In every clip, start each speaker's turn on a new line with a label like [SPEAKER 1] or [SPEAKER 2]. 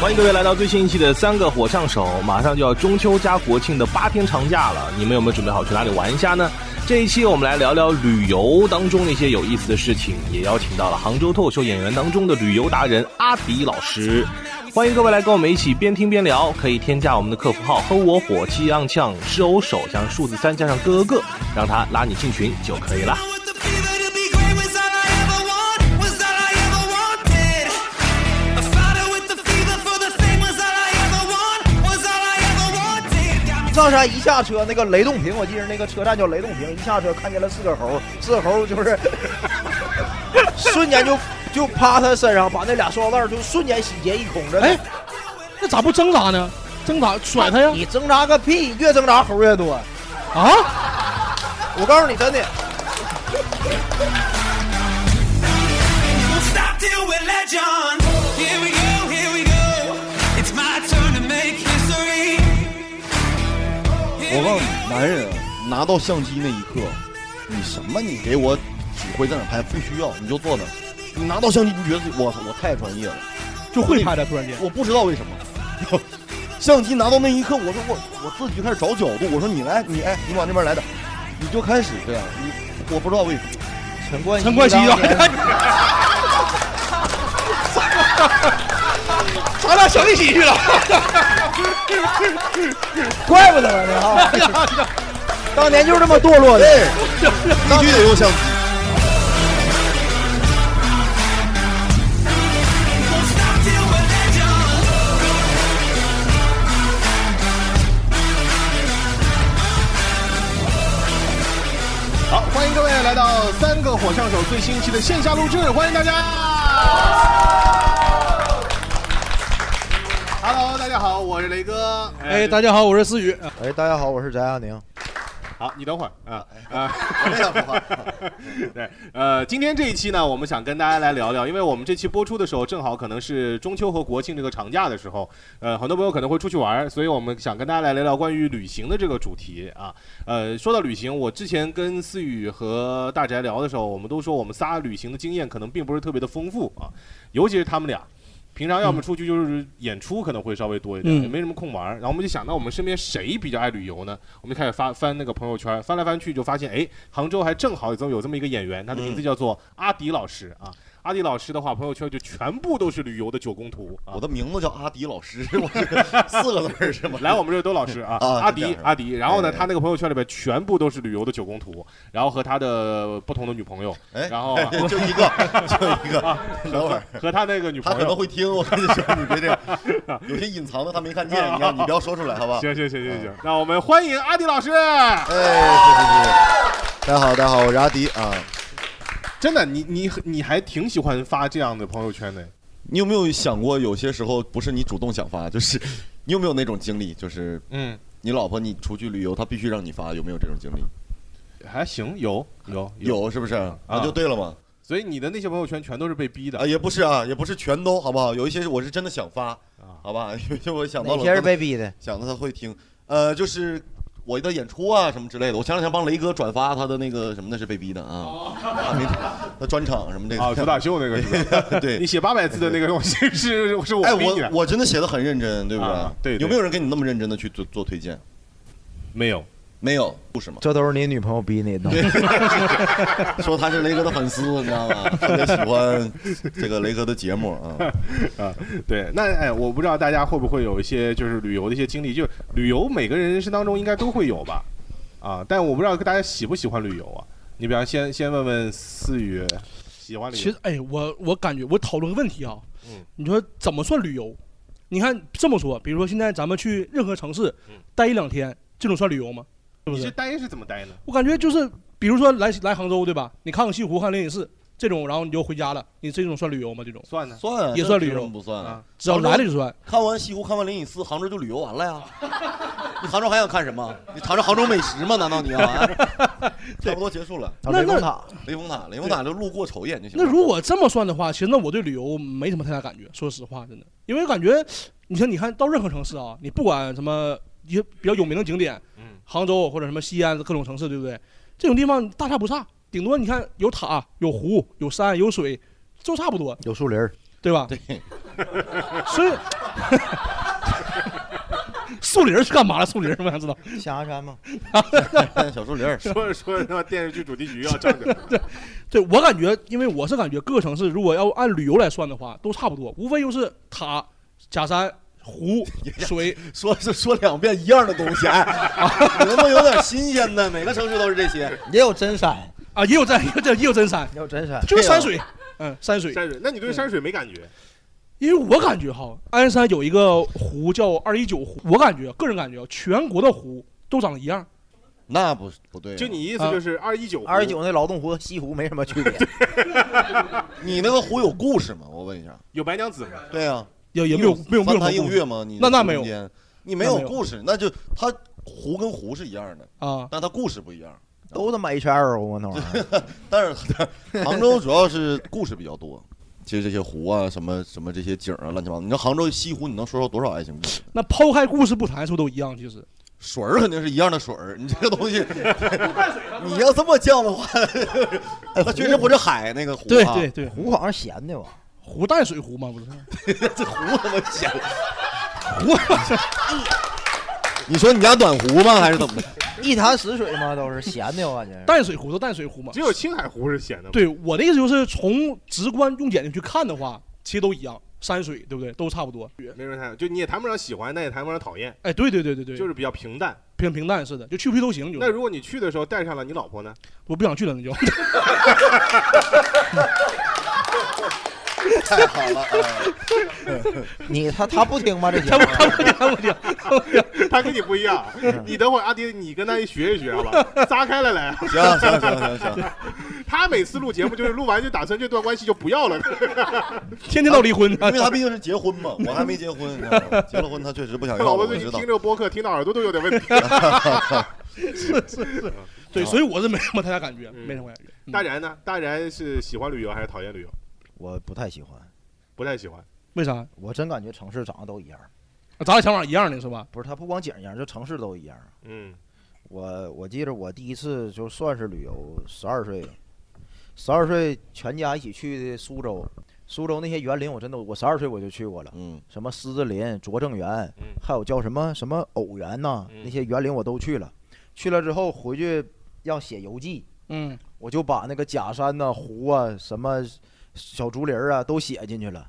[SPEAKER 1] 欢迎各位来到最新一期的《三个火枪手》，马上就要中秋加国庆的八天长假了，你们有没有准备好去哪里玩一下呢？这一期我们来聊聊旅游当中那些有意思的事情，也邀请到了杭州脱口秀演员当中的旅游达人阿迪老师。欢迎各位来跟我们一起边听边聊，可以添加我们的客服号“和我火气昂呛是偶手”，加上数字三加上哥哥，让他拉你进群就可以了。
[SPEAKER 2] With the fever to be great was all I ever want, was all I ever wanted. A fighter with the fever for the thing was all I ever want, was all I ever wanted. Got me
[SPEAKER 3] 上山一下车，那个雷洞坪，我记得那个车站叫雷洞坪，一下车看见了四个猴，四个猴就是 瞬间就就趴他身上，把那俩塑料袋儿就瞬间洗劫一空着。
[SPEAKER 4] 哎，那咋不挣扎呢？挣扎甩他呀！
[SPEAKER 3] 你挣扎个屁，越挣扎猴越多。
[SPEAKER 4] 啊，
[SPEAKER 3] 我告诉你，真的，
[SPEAKER 2] won't stop till we're legend. Here we go, here we go. It's my turn to make history.
[SPEAKER 5] 我告诉你，男人啊，拿到相机那一刻，你什么你给我指挥在哪拍，不需要，你就坐那儿。你拿到相机，你觉得我我太专业了，
[SPEAKER 4] 就会拍他，突然间，
[SPEAKER 5] 我不知道为什么。相机拿到那一刻，我说我我自己就开始找角度，我说你来，你哎，你往那边来点，你就开始这样，你我不知道为什么。
[SPEAKER 3] 陈冠希
[SPEAKER 4] 陈冠希啊
[SPEAKER 3] 当年
[SPEAKER 4] 咱俩想一起去了。
[SPEAKER 3] 怪不得呢啊！当年就是这么堕落的。
[SPEAKER 5] 对，必须得用相机。
[SPEAKER 2] Won't stop till we're legend.
[SPEAKER 5] 好，欢迎各位来到三个火枪手最新一期的线下录制，欢迎大家。Hello，大家好，我是雷哥。
[SPEAKER 4] 哎，大家好，我是思雨。
[SPEAKER 3] 哎，大家好，我是翟亚 宁。
[SPEAKER 5] 哎
[SPEAKER 6] 好，你等会儿啊啊，
[SPEAKER 4] 哎
[SPEAKER 5] 我也想说话
[SPEAKER 6] 对，呃，今天这一期呢，我们想跟大家来聊聊，因为我们这期播出的时候，正好可能是中秋和国庆这个长假的时候，呃，很多朋友可能会出去玩儿，所以我们想跟大家来聊聊关于旅行的这个主题啊。呃，说到旅行，我之前跟思雨和大宅聊的时候，我们都说我们仨旅行的经验可能并不是特别的丰富啊，尤其是他们俩。平常要么出去就是演出可能会稍微多一点，
[SPEAKER 4] 嗯
[SPEAKER 6] 也没什么空玩儿。然后我们就想到我们身边谁比较爱旅游呢？我们就开始发翻那个朋友圈，翻来翻去就发现，哎，杭州还正好有这么有这么一个演员，他的名字叫做阿迪老师啊。阿迪老师的话，朋友圈就全部都是旅游的九宫图啊
[SPEAKER 5] 我。的名字叫 阿迪老师，我是四个字儿是吗？
[SPEAKER 6] 来，我们这都老师啊，
[SPEAKER 5] 啊
[SPEAKER 6] 阿
[SPEAKER 5] 这
[SPEAKER 6] 迪
[SPEAKER 5] 样是吧
[SPEAKER 6] 阿迪。然后呢，
[SPEAKER 5] 哎
[SPEAKER 6] 他那个朋友圈里边全部都是旅游的九宫图，然后和他的不同的女朋友，
[SPEAKER 5] 哎，
[SPEAKER 6] 然后 啊
[SPEAKER 5] 就一 个，就一个。等会儿，
[SPEAKER 6] 和他那个女
[SPEAKER 5] 他
[SPEAKER 6] 朋
[SPEAKER 5] 可能
[SPEAKER 6] 友。
[SPEAKER 5] 会听，我跟你 说，你别这样，有些隐藏的他没看见，你看你不要说出来，好啊吧？
[SPEAKER 6] 啊行行行行行，让我们欢迎阿迪老师。
[SPEAKER 5] 哎，是是是，大家好，大家好，我是阿迪啊。
[SPEAKER 6] 真的，你你你还挺喜欢发这样的朋友圈的。
[SPEAKER 5] 你有没有想过，有些时候不是你主动想发，就是你有没有那种经历，就是
[SPEAKER 6] 嗯，
[SPEAKER 5] 你老婆你出去旅游，她必须让你发，有没有这种经历？
[SPEAKER 6] 还行，有有，
[SPEAKER 5] 有，是不是？
[SPEAKER 6] 啊
[SPEAKER 5] 啊，就对了嘛。
[SPEAKER 6] 所以你的那些朋友圈全都是被逼
[SPEAKER 5] 啊，
[SPEAKER 6] 的。
[SPEAKER 5] 也不是啊，也不是全都，好不好？有一些我是真的想发
[SPEAKER 6] 啊，
[SPEAKER 5] 好吧？ 有些我想到
[SPEAKER 3] 哪
[SPEAKER 5] 了，
[SPEAKER 3] 天是被逼的？
[SPEAKER 5] 想到他会听，呃，就是我的演出啊什么之类的。我前两天帮雷哥转发他的那个什么，那是被逼的啊，啊没他专场什么这
[SPEAKER 6] 哦啊，主
[SPEAKER 5] 个。
[SPEAKER 6] 打秀那个是吧？ 你
[SPEAKER 5] 对，
[SPEAKER 6] 写八百字的那个东 西是是我
[SPEAKER 5] 哎，
[SPEAKER 6] 逼你
[SPEAKER 5] 我
[SPEAKER 6] 的，
[SPEAKER 5] 我真的写的很认真，对不对
[SPEAKER 6] 啊？对对
[SPEAKER 5] 有没有人跟你那么认真的去做做推荐？
[SPEAKER 6] 没有。
[SPEAKER 5] 没有，不是吗？
[SPEAKER 3] 这都是你女朋友逼你的。
[SPEAKER 5] 说他是雷哥的粉丝，你知道吗？特别喜欢这个雷哥的节目啊。
[SPEAKER 6] 对，那哎，我不知道大家会不会有一些就是旅游的一些经历，就是旅游每个人人生当中应该都会有吧，啊，但我不知道大家喜不喜欢旅游啊。你比方先先问问思雨，喜欢旅
[SPEAKER 4] 其
[SPEAKER 6] 游
[SPEAKER 4] 实，哎，我我感觉我讨论个问题啊，
[SPEAKER 6] 嗯
[SPEAKER 4] 你说怎么算旅游？你看这么说，比如说现在咱们去任何城市
[SPEAKER 6] 嗯
[SPEAKER 4] 待一两天，这种算旅游吗？是不
[SPEAKER 6] 你是
[SPEAKER 4] 是？
[SPEAKER 6] 待是怎么待呢？
[SPEAKER 4] 我感觉就是，比如说来来杭州对吧？你看看西湖，看灵隐寺这种，然后你就回家了，你这种算旅游吗？这种
[SPEAKER 6] 算呢？
[SPEAKER 5] 算啊
[SPEAKER 4] 也算旅游
[SPEAKER 5] 这为什么不算啊
[SPEAKER 6] 啊？
[SPEAKER 4] 只要来了就算。
[SPEAKER 5] 看完西湖，看完灵隐寺，杭州就旅游啊完了呀。你杭州还想看什么？你尝尝杭州美食吗？难道你要、 啊？差不多结束了。
[SPEAKER 3] 啊
[SPEAKER 4] 那
[SPEAKER 3] 雷峰塔，
[SPEAKER 5] 雷峰塔，雷峰塔就路过瞅一眼就行
[SPEAKER 4] 那
[SPEAKER 5] 了。
[SPEAKER 4] 如果这么算的话，其实那我对旅游没什么太大感觉，说实话，真的，因为感觉，你像你看到任何城市啊，你不管什么一些比较有名的景点，
[SPEAKER 6] 嗯
[SPEAKER 4] 杭州或者什么西安各种城市，对不对？这种地方大差不差，顶多你看有塔、有湖、有山、有水，就差不多，
[SPEAKER 7] 有树林儿
[SPEAKER 4] 对吧？对。所以， 树林儿是干嘛的？树林儿我想知道。
[SPEAKER 7] 象牙山吗？
[SPEAKER 5] 小树林 儿
[SPEAKER 6] 说着说着他妈电视剧主题曲
[SPEAKER 5] 啊
[SPEAKER 6] 要唱的，
[SPEAKER 4] 对我感觉，因为我是感觉各个城市如果要按旅游来算的话，都差不多，无非就是塔、假山、 湖、水。
[SPEAKER 5] 说是说两遍一样的东西，哎， 你能不能有点新鲜的？每个城市都是这些。
[SPEAKER 7] 也有真山，
[SPEAKER 4] 啊，也有真，也有真，也有真山，
[SPEAKER 7] 也有真山。
[SPEAKER 4] 就
[SPEAKER 5] 啊
[SPEAKER 4] 是 山水，嗯，山水。
[SPEAKER 6] 山水，那你对山水没感觉？
[SPEAKER 4] 因为我感觉哈，鞍山有一个湖叫二一九湖，我感觉个人感觉，啊全国的湖都长得一样。
[SPEAKER 5] 那不是不对啊，
[SPEAKER 6] 就你意思就是二一九
[SPEAKER 7] 二十九那劳动湖和西湖没什么区别，
[SPEAKER 5] 你那个湖有故事吗？我问一下。
[SPEAKER 6] 有白娘子吗？
[SPEAKER 5] 对啊呀、
[SPEAKER 4] 有有
[SPEAKER 5] 你
[SPEAKER 4] 没有没有没
[SPEAKER 5] 翻山
[SPEAKER 4] 有什么
[SPEAKER 5] 映
[SPEAKER 4] 故
[SPEAKER 5] 月
[SPEAKER 4] 事
[SPEAKER 5] 吗？你
[SPEAKER 4] 那那
[SPEAKER 5] 中
[SPEAKER 4] 没有
[SPEAKER 5] 间，你没
[SPEAKER 4] 那
[SPEAKER 5] 有
[SPEAKER 4] 没有
[SPEAKER 5] 故事，那就它湖跟湖是一样的，
[SPEAKER 4] 啊？
[SPEAKER 5] 但它故事不一样。
[SPEAKER 7] 都他妈 H R O 啊那玩意儿。
[SPEAKER 5] 但是 杭州主要是故事比较多，其实这些湖啊，什么什么这些景儿啊，乱七八糟。你知道杭州西湖，你能说出多少爱情故事？
[SPEAKER 4] 那抛开故事不谈，是不是都一样？其实
[SPEAKER 5] 水儿肯定是一样的水儿，你这个东西， 你要这么犟的话， 它确实不是海那个湖、啊，
[SPEAKER 4] 对对，对，
[SPEAKER 7] 哎湖好像咸的吧？
[SPEAKER 4] 湖淡水湖嘛，不是？
[SPEAKER 5] 这湖他妈险，湖。 你说你家暖湖吗？还是怎 么的？
[SPEAKER 7] 一潭死水嘛，都是咸的，我感觉。
[SPEAKER 4] 淡水湖是淡水湖嘛
[SPEAKER 6] 只？有青海湖是咸的。，
[SPEAKER 4] 对，我的意思就是从直观用眼睛去看的话，其实都一样，山水对不对？都差不多。
[SPEAKER 6] 没人看，就你也谈不上喜欢，但也谈不上讨厌，
[SPEAKER 4] 哎，对对对对对，
[SPEAKER 6] 就是比较平淡。
[SPEAKER 4] 平平淡似的，就去不去都行。就
[SPEAKER 6] 那
[SPEAKER 4] 是
[SPEAKER 6] 如果你去的时候带上了你老 婆呢？
[SPEAKER 4] 我不想去了，那就
[SPEAKER 5] 太好了，哎
[SPEAKER 7] 你他 他不听吗？ 这节
[SPEAKER 4] 他
[SPEAKER 7] 目
[SPEAKER 4] 不他不他不听，他不听。
[SPEAKER 6] 他跟你不一样，
[SPEAKER 7] 嗯
[SPEAKER 6] 你等会儿阿迪，你跟他学一学好 吧？撒开了来，啊
[SPEAKER 5] 行行行行行。
[SPEAKER 6] 他每次录节目就是录完就打算这段关系就不要了。
[SPEAKER 4] 天天闹离婚。
[SPEAKER 5] 因为他毕竟是结婚嘛，我还没结婚，你知道吗结了婚他确实不想
[SPEAKER 6] 他
[SPEAKER 5] 要
[SPEAKER 6] 老
[SPEAKER 5] 我，
[SPEAKER 6] 婆
[SPEAKER 5] 我
[SPEAKER 6] 最近
[SPEAKER 5] 知
[SPEAKER 6] 听
[SPEAKER 5] 道
[SPEAKER 6] 这。个播客，听到耳朵都有点 问题。
[SPEAKER 5] 啊
[SPEAKER 4] 对，所以我是没什么太大感觉，
[SPEAKER 6] 嗯
[SPEAKER 4] 没什么感觉。嗯
[SPEAKER 6] 大然呢？大然是喜欢旅游还是讨厌旅游？
[SPEAKER 7] 我不太喜欢，
[SPEAKER 6] 不太喜欢。
[SPEAKER 4] 为啥？
[SPEAKER 7] 我真感觉城市长得都一样。
[SPEAKER 4] 咱俩想法一样的是吧？
[SPEAKER 7] 不是，它不光景一样，这城市都一样。
[SPEAKER 6] 嗯，
[SPEAKER 7] 我我记着我第一次就算是旅游，十二岁，十二岁全家一起去的苏州。苏州那些园林我真的，我十二岁我就去过了，
[SPEAKER 5] 嗯，
[SPEAKER 7] 什么狮子林、拙政园
[SPEAKER 6] 嗯，
[SPEAKER 7] 还有叫什么什么藕园呐、
[SPEAKER 6] 嗯
[SPEAKER 7] 那些园林我都去了。去了之后回去要写游记，
[SPEAKER 4] 嗯，
[SPEAKER 7] 我就把那个假山呐、湖啊、什么小竹林儿啊都写进去了。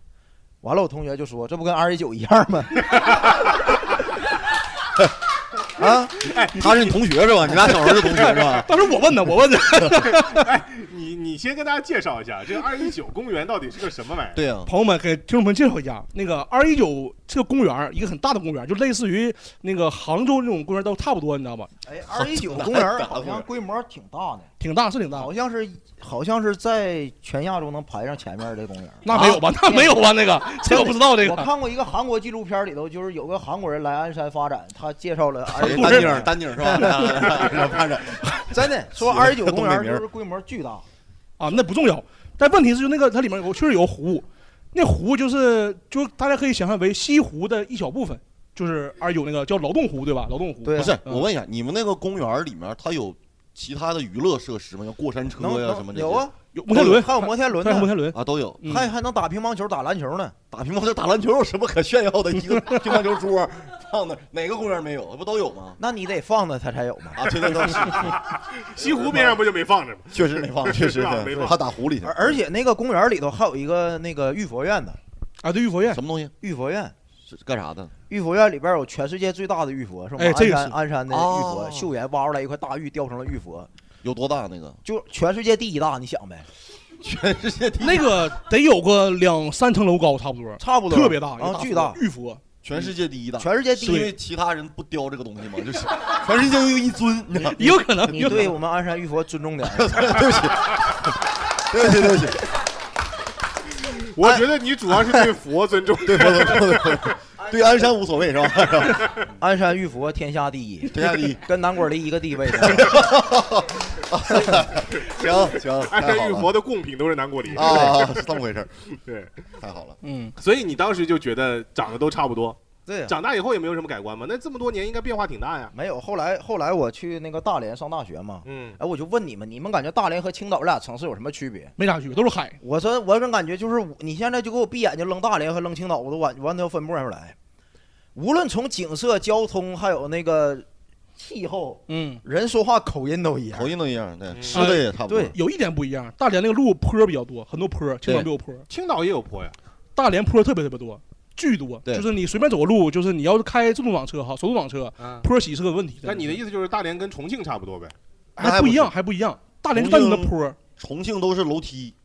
[SPEAKER 7] 完了，我同学就说：“这不跟二一九一样吗？”啊，
[SPEAKER 5] 哎他是你同学是吧？你俩小时候是同学是吧？
[SPEAKER 4] 当时我问的，我 问的。
[SPEAKER 6] 哎你你先跟大家介绍一下这个二一九公园到底是个什么玩意儿？
[SPEAKER 5] 对啊呀，
[SPEAKER 4] 朋友们，给听众们介绍一下，那个二一九这个公园儿，一个很大的公园儿，就类似于那个杭州那种公园儿都差不多，你知道吧？
[SPEAKER 7] 哎，二一九公园儿好像规模挺大呢，
[SPEAKER 4] 挺大，是挺大
[SPEAKER 7] 好。像是好像是在全亚洲能排上前面的公园儿。
[SPEAKER 4] 那没有吧？那没有吧？那个， 这我不知道这
[SPEAKER 7] 啊我
[SPEAKER 4] 个。
[SPEAKER 7] 看过一个韩国纪录片儿里头，就是有个韩国人来鞍山发展，他介绍了二
[SPEAKER 5] 丹
[SPEAKER 7] 一
[SPEAKER 4] 不是
[SPEAKER 5] 顶儿丹顶儿是 吧？发展
[SPEAKER 7] 真的说二一九公园儿
[SPEAKER 5] 东北名儿
[SPEAKER 7] 就是规模巨大，
[SPEAKER 4] 啊，那不重要。但问题是，就那个它里面有确实有个湖，那湖就是就大家可以想象为西湖的一小部分，就是二有那个叫劳动湖对吧？劳动湖
[SPEAKER 7] 对啊
[SPEAKER 5] 不是，
[SPEAKER 4] 嗯
[SPEAKER 5] 我问一下，你们那个公园里面它有其他的娱乐设施吗？像过山车
[SPEAKER 7] 能
[SPEAKER 5] 呀什么
[SPEAKER 7] 能
[SPEAKER 5] 这
[SPEAKER 7] 有
[SPEAKER 5] 些
[SPEAKER 7] 啊，
[SPEAKER 4] 有摩天轮，
[SPEAKER 7] 还有摩天轮
[SPEAKER 4] 还有摩
[SPEAKER 7] 呢，
[SPEAKER 4] 天轮，
[SPEAKER 5] 啊都有。
[SPEAKER 4] 嗯
[SPEAKER 7] 还还能打乒乓球、打篮球呢。
[SPEAKER 5] 打乒乓球、打篮球有什么可炫耀的？一个乒乓球桌放那儿，哪个公园没有？不都有吗？
[SPEAKER 7] 那你得放那他才有嘛。
[SPEAKER 5] 啊，对对对， 是
[SPEAKER 6] 西湖边上不就没放着吗？
[SPEAKER 5] 确实没放，确
[SPEAKER 6] 是
[SPEAKER 5] 实
[SPEAKER 6] 吧没放
[SPEAKER 5] 他打湖里去
[SPEAKER 7] 而。而且那个公园儿里头还有一个那个玉佛院呢，
[SPEAKER 4] 啊，对，玉佛院
[SPEAKER 5] 什么东西
[SPEAKER 7] 玉佛院。
[SPEAKER 5] 是干啥的？
[SPEAKER 7] 玉佛院里边有全世界最大的玉佛，是我们
[SPEAKER 4] 哎
[SPEAKER 7] 鞍
[SPEAKER 4] 这个
[SPEAKER 7] 山
[SPEAKER 4] 是
[SPEAKER 7] 鞍山的玉佛
[SPEAKER 5] 哦，
[SPEAKER 7] 岫岩挖出来一块大玉，雕成了玉佛，
[SPEAKER 5] 有多大那个？
[SPEAKER 7] 就全世界第一大，你想呗，
[SPEAKER 5] 全世界第一，
[SPEAKER 4] 那个得有个两三层楼高，差不多，
[SPEAKER 7] 差不多，
[SPEAKER 4] 特别大，一
[SPEAKER 7] 啊
[SPEAKER 4] 个，
[SPEAKER 7] 巨大，
[SPEAKER 4] 玉佛。
[SPEAKER 5] 全世界第一大，
[SPEAKER 7] 全世界第
[SPEAKER 5] 是因
[SPEAKER 7] 一。
[SPEAKER 5] 为其他人不雕这个东西吗？就是全世界就一尊， 你知道 吗？
[SPEAKER 4] 也有可能，
[SPEAKER 7] 你
[SPEAKER 4] 有可能
[SPEAKER 7] 对我们鞍山玉佛尊重点，
[SPEAKER 5] 对不起，对不起，对不起，
[SPEAKER 6] 我觉得你主要是对佛尊重。
[SPEAKER 5] 对不起，对不起对不起，对鞍山无所谓是吧？是吧
[SPEAKER 7] 鞍山玉佛天下第一，
[SPEAKER 5] 天下第一，
[SPEAKER 7] 跟南果梨一个地位的。
[SPEAKER 6] 哎
[SPEAKER 5] 行行，
[SPEAKER 6] 鞍
[SPEAKER 5] 太好
[SPEAKER 6] 山玉佛
[SPEAKER 5] 了啊
[SPEAKER 6] 的贡品都是南国梨。
[SPEAKER 5] 啊，是这么回事儿
[SPEAKER 6] 对，
[SPEAKER 5] 太好了。
[SPEAKER 4] 嗯，
[SPEAKER 6] 所以你当时就觉得长得都差不多。
[SPEAKER 7] 对啊
[SPEAKER 6] 长大以后也没有什么改观嘛。那这么多年应该变化挺大呀。
[SPEAKER 7] 没有，后来后来我去那个大连上大学嘛，
[SPEAKER 6] 嗯，
[SPEAKER 7] 哎，我就问你们，你们感觉大连和青岛这俩城市有什么区别？
[SPEAKER 4] 没啥区别，都是海。
[SPEAKER 7] 我说我这感觉就是我，你现在就给我闭眼睛扔大连和扔青岛，我都完完全分不出来。无论从景色、交通，还有那个气候，
[SPEAKER 4] 嗯，
[SPEAKER 7] 人说话口音都一样。
[SPEAKER 5] 口音都一样，对，吃的也差不多。
[SPEAKER 7] 对
[SPEAKER 4] 有一点不一样，大连那个路坡比较多，很多坡，青岛没有坡。
[SPEAKER 6] 青岛也有坡呀。
[SPEAKER 4] 大连坡特别特别多，巨多。
[SPEAKER 5] 对
[SPEAKER 4] 就是你随便走个路，就是你要是开自动挡车哈，手动挡车，
[SPEAKER 6] 嗯，
[SPEAKER 4] 坡洗是个问题。
[SPEAKER 6] 那你的意思就是大连跟重庆差不多呗？
[SPEAKER 5] 那
[SPEAKER 4] 还
[SPEAKER 5] 还
[SPEAKER 4] 不一样，
[SPEAKER 5] 不
[SPEAKER 4] 还不 一样。大连就单纯的坡，
[SPEAKER 5] 重庆都是楼梯，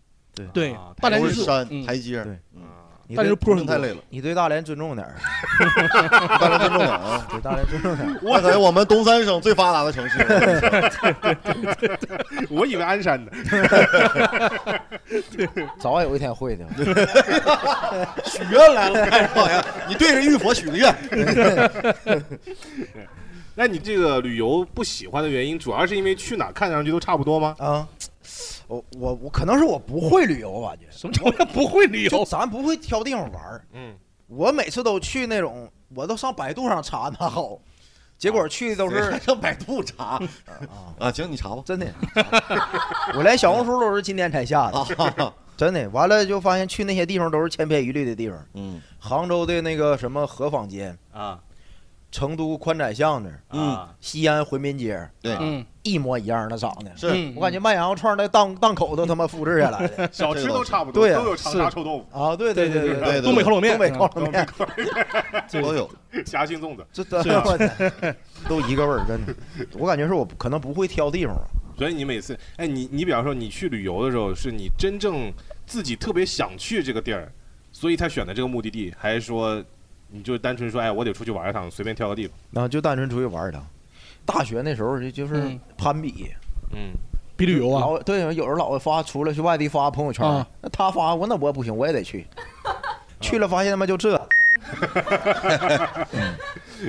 [SPEAKER 4] 对
[SPEAKER 6] 啊，
[SPEAKER 4] 大连
[SPEAKER 5] 都
[SPEAKER 4] 就是是，
[SPEAKER 5] 山
[SPEAKER 4] 嗯
[SPEAKER 5] 台阶
[SPEAKER 7] 对，
[SPEAKER 6] 啊
[SPEAKER 7] 你
[SPEAKER 4] 大连
[SPEAKER 7] 对
[SPEAKER 4] 就坡
[SPEAKER 5] 重
[SPEAKER 4] 很
[SPEAKER 5] 太
[SPEAKER 4] 多。
[SPEAKER 5] 累了，
[SPEAKER 7] 你对大连尊重点儿，
[SPEAKER 5] 大家尊重点啊！
[SPEAKER 7] 对大连尊重点儿。
[SPEAKER 5] 那可 是我们东三省最发达的城 市，
[SPEAKER 6] 我以为鞍山的，
[SPEAKER 7] 早晚有一天会的。
[SPEAKER 5] 许愿来了，干啥呀？你对着玉佛许 个愿，
[SPEAKER 6] 那你这个旅游不喜欢的原因，主要是因为去哪儿看上去都差不多吗？
[SPEAKER 7] 啊，我我 我可能是我不会旅游吧，就是
[SPEAKER 4] 什么叫不会旅
[SPEAKER 7] 就
[SPEAKER 4] 游？
[SPEAKER 7] 咱不会挑地方玩儿。
[SPEAKER 6] 嗯，
[SPEAKER 7] 我每次都去那种，我都上百度上查哪好，结果去的都是
[SPEAKER 5] 嗯还上百度查
[SPEAKER 7] 啊，
[SPEAKER 5] 啊？行，你查吧。
[SPEAKER 7] 真的， 我连小红书都是今天才下的，
[SPEAKER 5] 啊，
[SPEAKER 7] 真的。完了就发现去那些地方都是千篇一律的地方，
[SPEAKER 5] 嗯
[SPEAKER 7] 杭州的那个什么河坊街，
[SPEAKER 6] 啊，
[SPEAKER 7] 成都宽窄巷子，
[SPEAKER 5] 嗯，
[SPEAKER 7] 西安回民街，
[SPEAKER 5] 对，
[SPEAKER 4] 嗯，
[SPEAKER 7] 一模一样的长得。
[SPEAKER 5] 是
[SPEAKER 4] 嗯
[SPEAKER 7] 我感觉卖羊肉串那档档口都他妈复制下 来的
[SPEAKER 6] 小吃都差不多，
[SPEAKER 7] 对啊
[SPEAKER 6] 都有长沙臭豆腐、
[SPEAKER 7] 啊！对对对
[SPEAKER 5] 对对
[SPEAKER 4] 东北烤冷面，
[SPEAKER 7] 东北烤冷面，
[SPEAKER 5] 都 有。
[SPEAKER 6] 夹心粽子，
[SPEAKER 7] 这这
[SPEAKER 4] 是啊
[SPEAKER 7] 我 操都一个味儿，真的。我感觉是我可能不会挑地方，
[SPEAKER 6] 所以你每次，哎，你你比方说你去旅游的时候，是你真正自己特别想去这个地儿，所以才选的这个目的地，还是说你就单纯说，哎，我得出去玩一趟，随便挑个地方？
[SPEAKER 7] 然后就单纯出去玩儿一趟。大学那时候就就是
[SPEAKER 4] 嗯
[SPEAKER 7] 攀比，
[SPEAKER 6] 嗯，
[SPEAKER 4] 比旅游啊，
[SPEAKER 7] 老对，有人老发出来去外地发朋友圈儿
[SPEAKER 4] 啊，
[SPEAKER 7] 那他发我那我不行，我也得 去。去了发现他妈就这，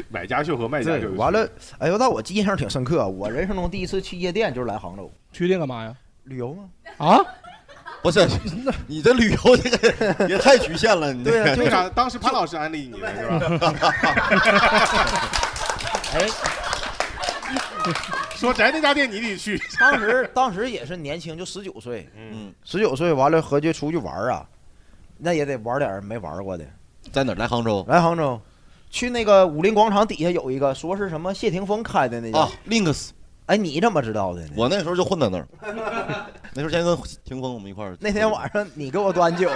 [SPEAKER 6] 买家秀和卖家
[SPEAKER 7] 对，
[SPEAKER 6] 秀。
[SPEAKER 7] 完了，哎呦，那我印象挺深刻。我人生中第一次去夜店就是来杭州
[SPEAKER 4] 去夜店干嘛呀？
[SPEAKER 7] 旅游嘛，
[SPEAKER 4] 啊，
[SPEAKER 5] 不是，你这旅游这个也太局限了，你这
[SPEAKER 7] 对
[SPEAKER 5] 个
[SPEAKER 7] 呀，就
[SPEAKER 6] 为
[SPEAKER 7] 是
[SPEAKER 6] 啥当时潘老师安利你的是吧？
[SPEAKER 7] 哎，
[SPEAKER 6] 说宅那家店你得去。
[SPEAKER 7] 当时当时也是年轻，就十九岁，
[SPEAKER 6] 嗯，
[SPEAKER 7] 十九岁完了合计出去玩儿啊，那也得玩点儿没玩过的。
[SPEAKER 5] 在哪儿？来杭州
[SPEAKER 7] 来杭州，去那个武林广场底下有一个，说是什么谢霆锋开的那
[SPEAKER 5] 啊
[SPEAKER 7] 家。
[SPEAKER 5] ，Links，
[SPEAKER 7] 哎，你怎么知道的呢？
[SPEAKER 5] 我那时候就混在那儿，那时候先跟霆锋我们一块儿。
[SPEAKER 7] 那天晚上你给我端 酒，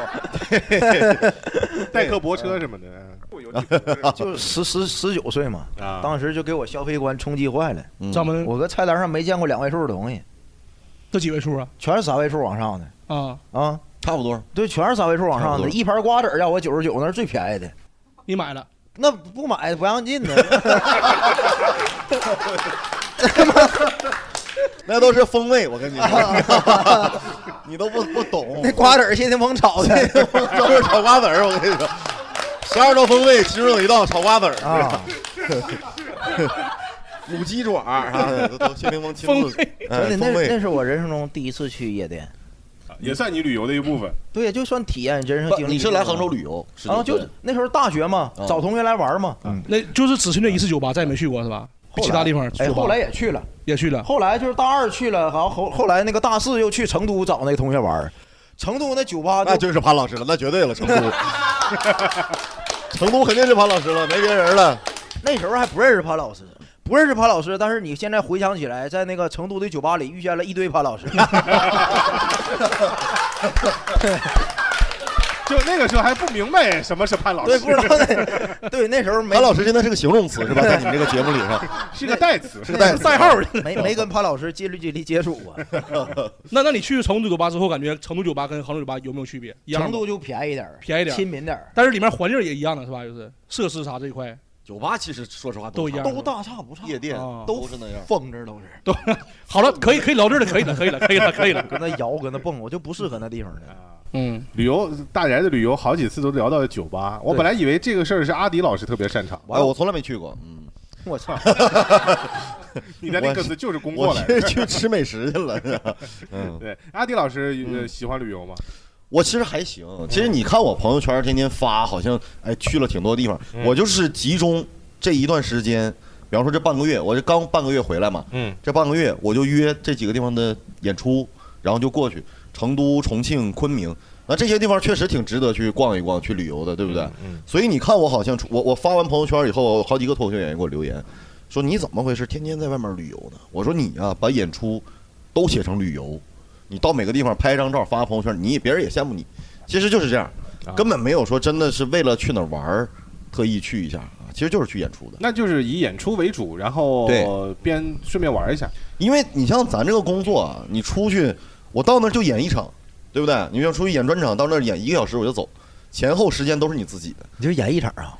[SPEAKER 6] 代客泊车什么的。 嗯
[SPEAKER 7] 就十十十九岁嘛，
[SPEAKER 6] 啊，
[SPEAKER 7] 当时就给我消费观冲击坏了。
[SPEAKER 5] 嗯
[SPEAKER 4] 咱们
[SPEAKER 7] 我搁菜单上没见过两位数的东西，
[SPEAKER 4] 这几位数啊？
[SPEAKER 7] 全是三位数往上的
[SPEAKER 4] 啊，
[SPEAKER 7] 啊！
[SPEAKER 5] 差不多，
[SPEAKER 7] 对，全是三位数往
[SPEAKER 5] 差
[SPEAKER 7] 上
[SPEAKER 5] 不
[SPEAKER 7] 的。
[SPEAKER 5] 多
[SPEAKER 7] 一盘瓜子儿要我九十九，那是最便宜的。
[SPEAKER 4] 你买了？
[SPEAKER 7] 那不买不让进呢，
[SPEAKER 5] 那都是风味，我跟你说，你都不不 懂。
[SPEAKER 7] 那瓜子儿谢霆锋炒的
[SPEAKER 5] 都是炒瓜子儿，我跟你说，十二道风味其中有一道炒瓜子儿，
[SPEAKER 7] 啊！
[SPEAKER 5] 母鸡爪 儿啊，都都 谢霆锋亲
[SPEAKER 4] 风
[SPEAKER 5] 自
[SPEAKER 4] 味，
[SPEAKER 5] 哎
[SPEAKER 7] 真的，
[SPEAKER 5] 风
[SPEAKER 7] 那那
[SPEAKER 5] 味。
[SPEAKER 7] 是我人生中第一次去夜店，
[SPEAKER 6] 啊也算你旅游的一部分。
[SPEAKER 7] 对，就算体验人生
[SPEAKER 5] 不
[SPEAKER 7] 经历。
[SPEAKER 5] 你是来杭州旅游？
[SPEAKER 7] 然后就那时候大学嘛，
[SPEAKER 5] 啊
[SPEAKER 7] 找同学来玩嘛。
[SPEAKER 4] 那就是只去那一次酒吧，再也没去过是吧？
[SPEAKER 7] 后来
[SPEAKER 4] 其他地方
[SPEAKER 7] 哎，
[SPEAKER 4] 酒吧
[SPEAKER 7] 后来也去了，
[SPEAKER 4] 也去了，
[SPEAKER 7] 后来就是大二去了，然后后后来那个大四又去成都找那个同学玩，成都那酒吧
[SPEAKER 5] 那
[SPEAKER 7] 就
[SPEAKER 5] 就是潘老师了，那绝对了，成都， 成都肯定是潘老师了，没别人了。
[SPEAKER 7] 那时候还不认识潘老师，不认识潘老师，但是你现在回想起来，在那个成都的酒吧里遇见了一堆潘老 师，
[SPEAKER 6] 就那个时候还不明白什么是潘老
[SPEAKER 7] 对，
[SPEAKER 6] 师，
[SPEAKER 7] 不知道 那对那时候没
[SPEAKER 5] 潘老师现在是个形容词是吧？在你们这个节目里 上，
[SPEAKER 6] 是个代词。
[SPEAKER 5] 是个 代
[SPEAKER 4] 代 号。
[SPEAKER 7] 没没跟潘老师近距离接触过，
[SPEAKER 4] 那那你去成都酒吧之后，感觉成都酒吧跟杭州酒吧有没有区别？一样吗
[SPEAKER 7] 成都就便宜点儿，
[SPEAKER 4] 便宜点儿
[SPEAKER 7] 亲民点儿，
[SPEAKER 4] 但是里面环境也一样的是吧？就是设施啥这一块
[SPEAKER 5] 酒吧其实说实话
[SPEAKER 4] 都一样，
[SPEAKER 5] 差不
[SPEAKER 7] 都大差不差
[SPEAKER 5] 多，夜店
[SPEAKER 4] 啊
[SPEAKER 5] 都是那样。
[SPEAKER 7] 疯着都是，
[SPEAKER 4] 都好了，可以可以聊这儿了，可以了，可以了，可以了，可以了。
[SPEAKER 7] 搁那摇搁那蹦，我就不适合那地方的。
[SPEAKER 4] 嗯，
[SPEAKER 6] 旅游大宅的旅游好几次都聊到酒吧，我本来以为这个事儿是阿迪老师特别擅长，
[SPEAKER 5] 哎，我从来没去过，嗯，
[SPEAKER 7] 我操！
[SPEAKER 6] 你的那个词就是攻过
[SPEAKER 5] 我
[SPEAKER 6] 来的。
[SPEAKER 5] 去去吃美食去了，是吧嗯，
[SPEAKER 6] 对，阿迪老师、呃喜欢旅游吗？
[SPEAKER 5] 我其实还行。其实你看我朋友圈天天发，好像哎去了挺多地方。
[SPEAKER 6] 嗯
[SPEAKER 5] 我就是集中这一段时间，比方说这半个月，我这刚半个月回来嘛，
[SPEAKER 6] 嗯，
[SPEAKER 5] 这半个月我就约这几个地方的演出，然后就过去，成都、重庆、昆明。那这些地方确实挺值得去逛一逛、去旅游的，对不对？
[SPEAKER 6] 嗯
[SPEAKER 5] 所以你看我好像出我我发完朋友圈以后，我有好几个脱口秀演员给我留言，说你怎么回事，天天在外面旅游呢？我说你啊，把演出都写成旅游，你到每个地方拍一张照发朋友圈，你别人也羡慕你。其实就是这样，
[SPEAKER 6] 啊
[SPEAKER 5] 根本没有说真的是为了去哪儿玩儿特意去一下啊，其实就是去演出的。
[SPEAKER 6] 那就是以演出为主，然后
[SPEAKER 5] 对
[SPEAKER 6] 边顺便玩一下。
[SPEAKER 5] 因为你像咱这个工作啊，你出去，我到那儿就演一场，对不对？你要出去演专场，到那儿演一个小时我就走，前后时间都是你自己的，
[SPEAKER 7] 你就演一场啊？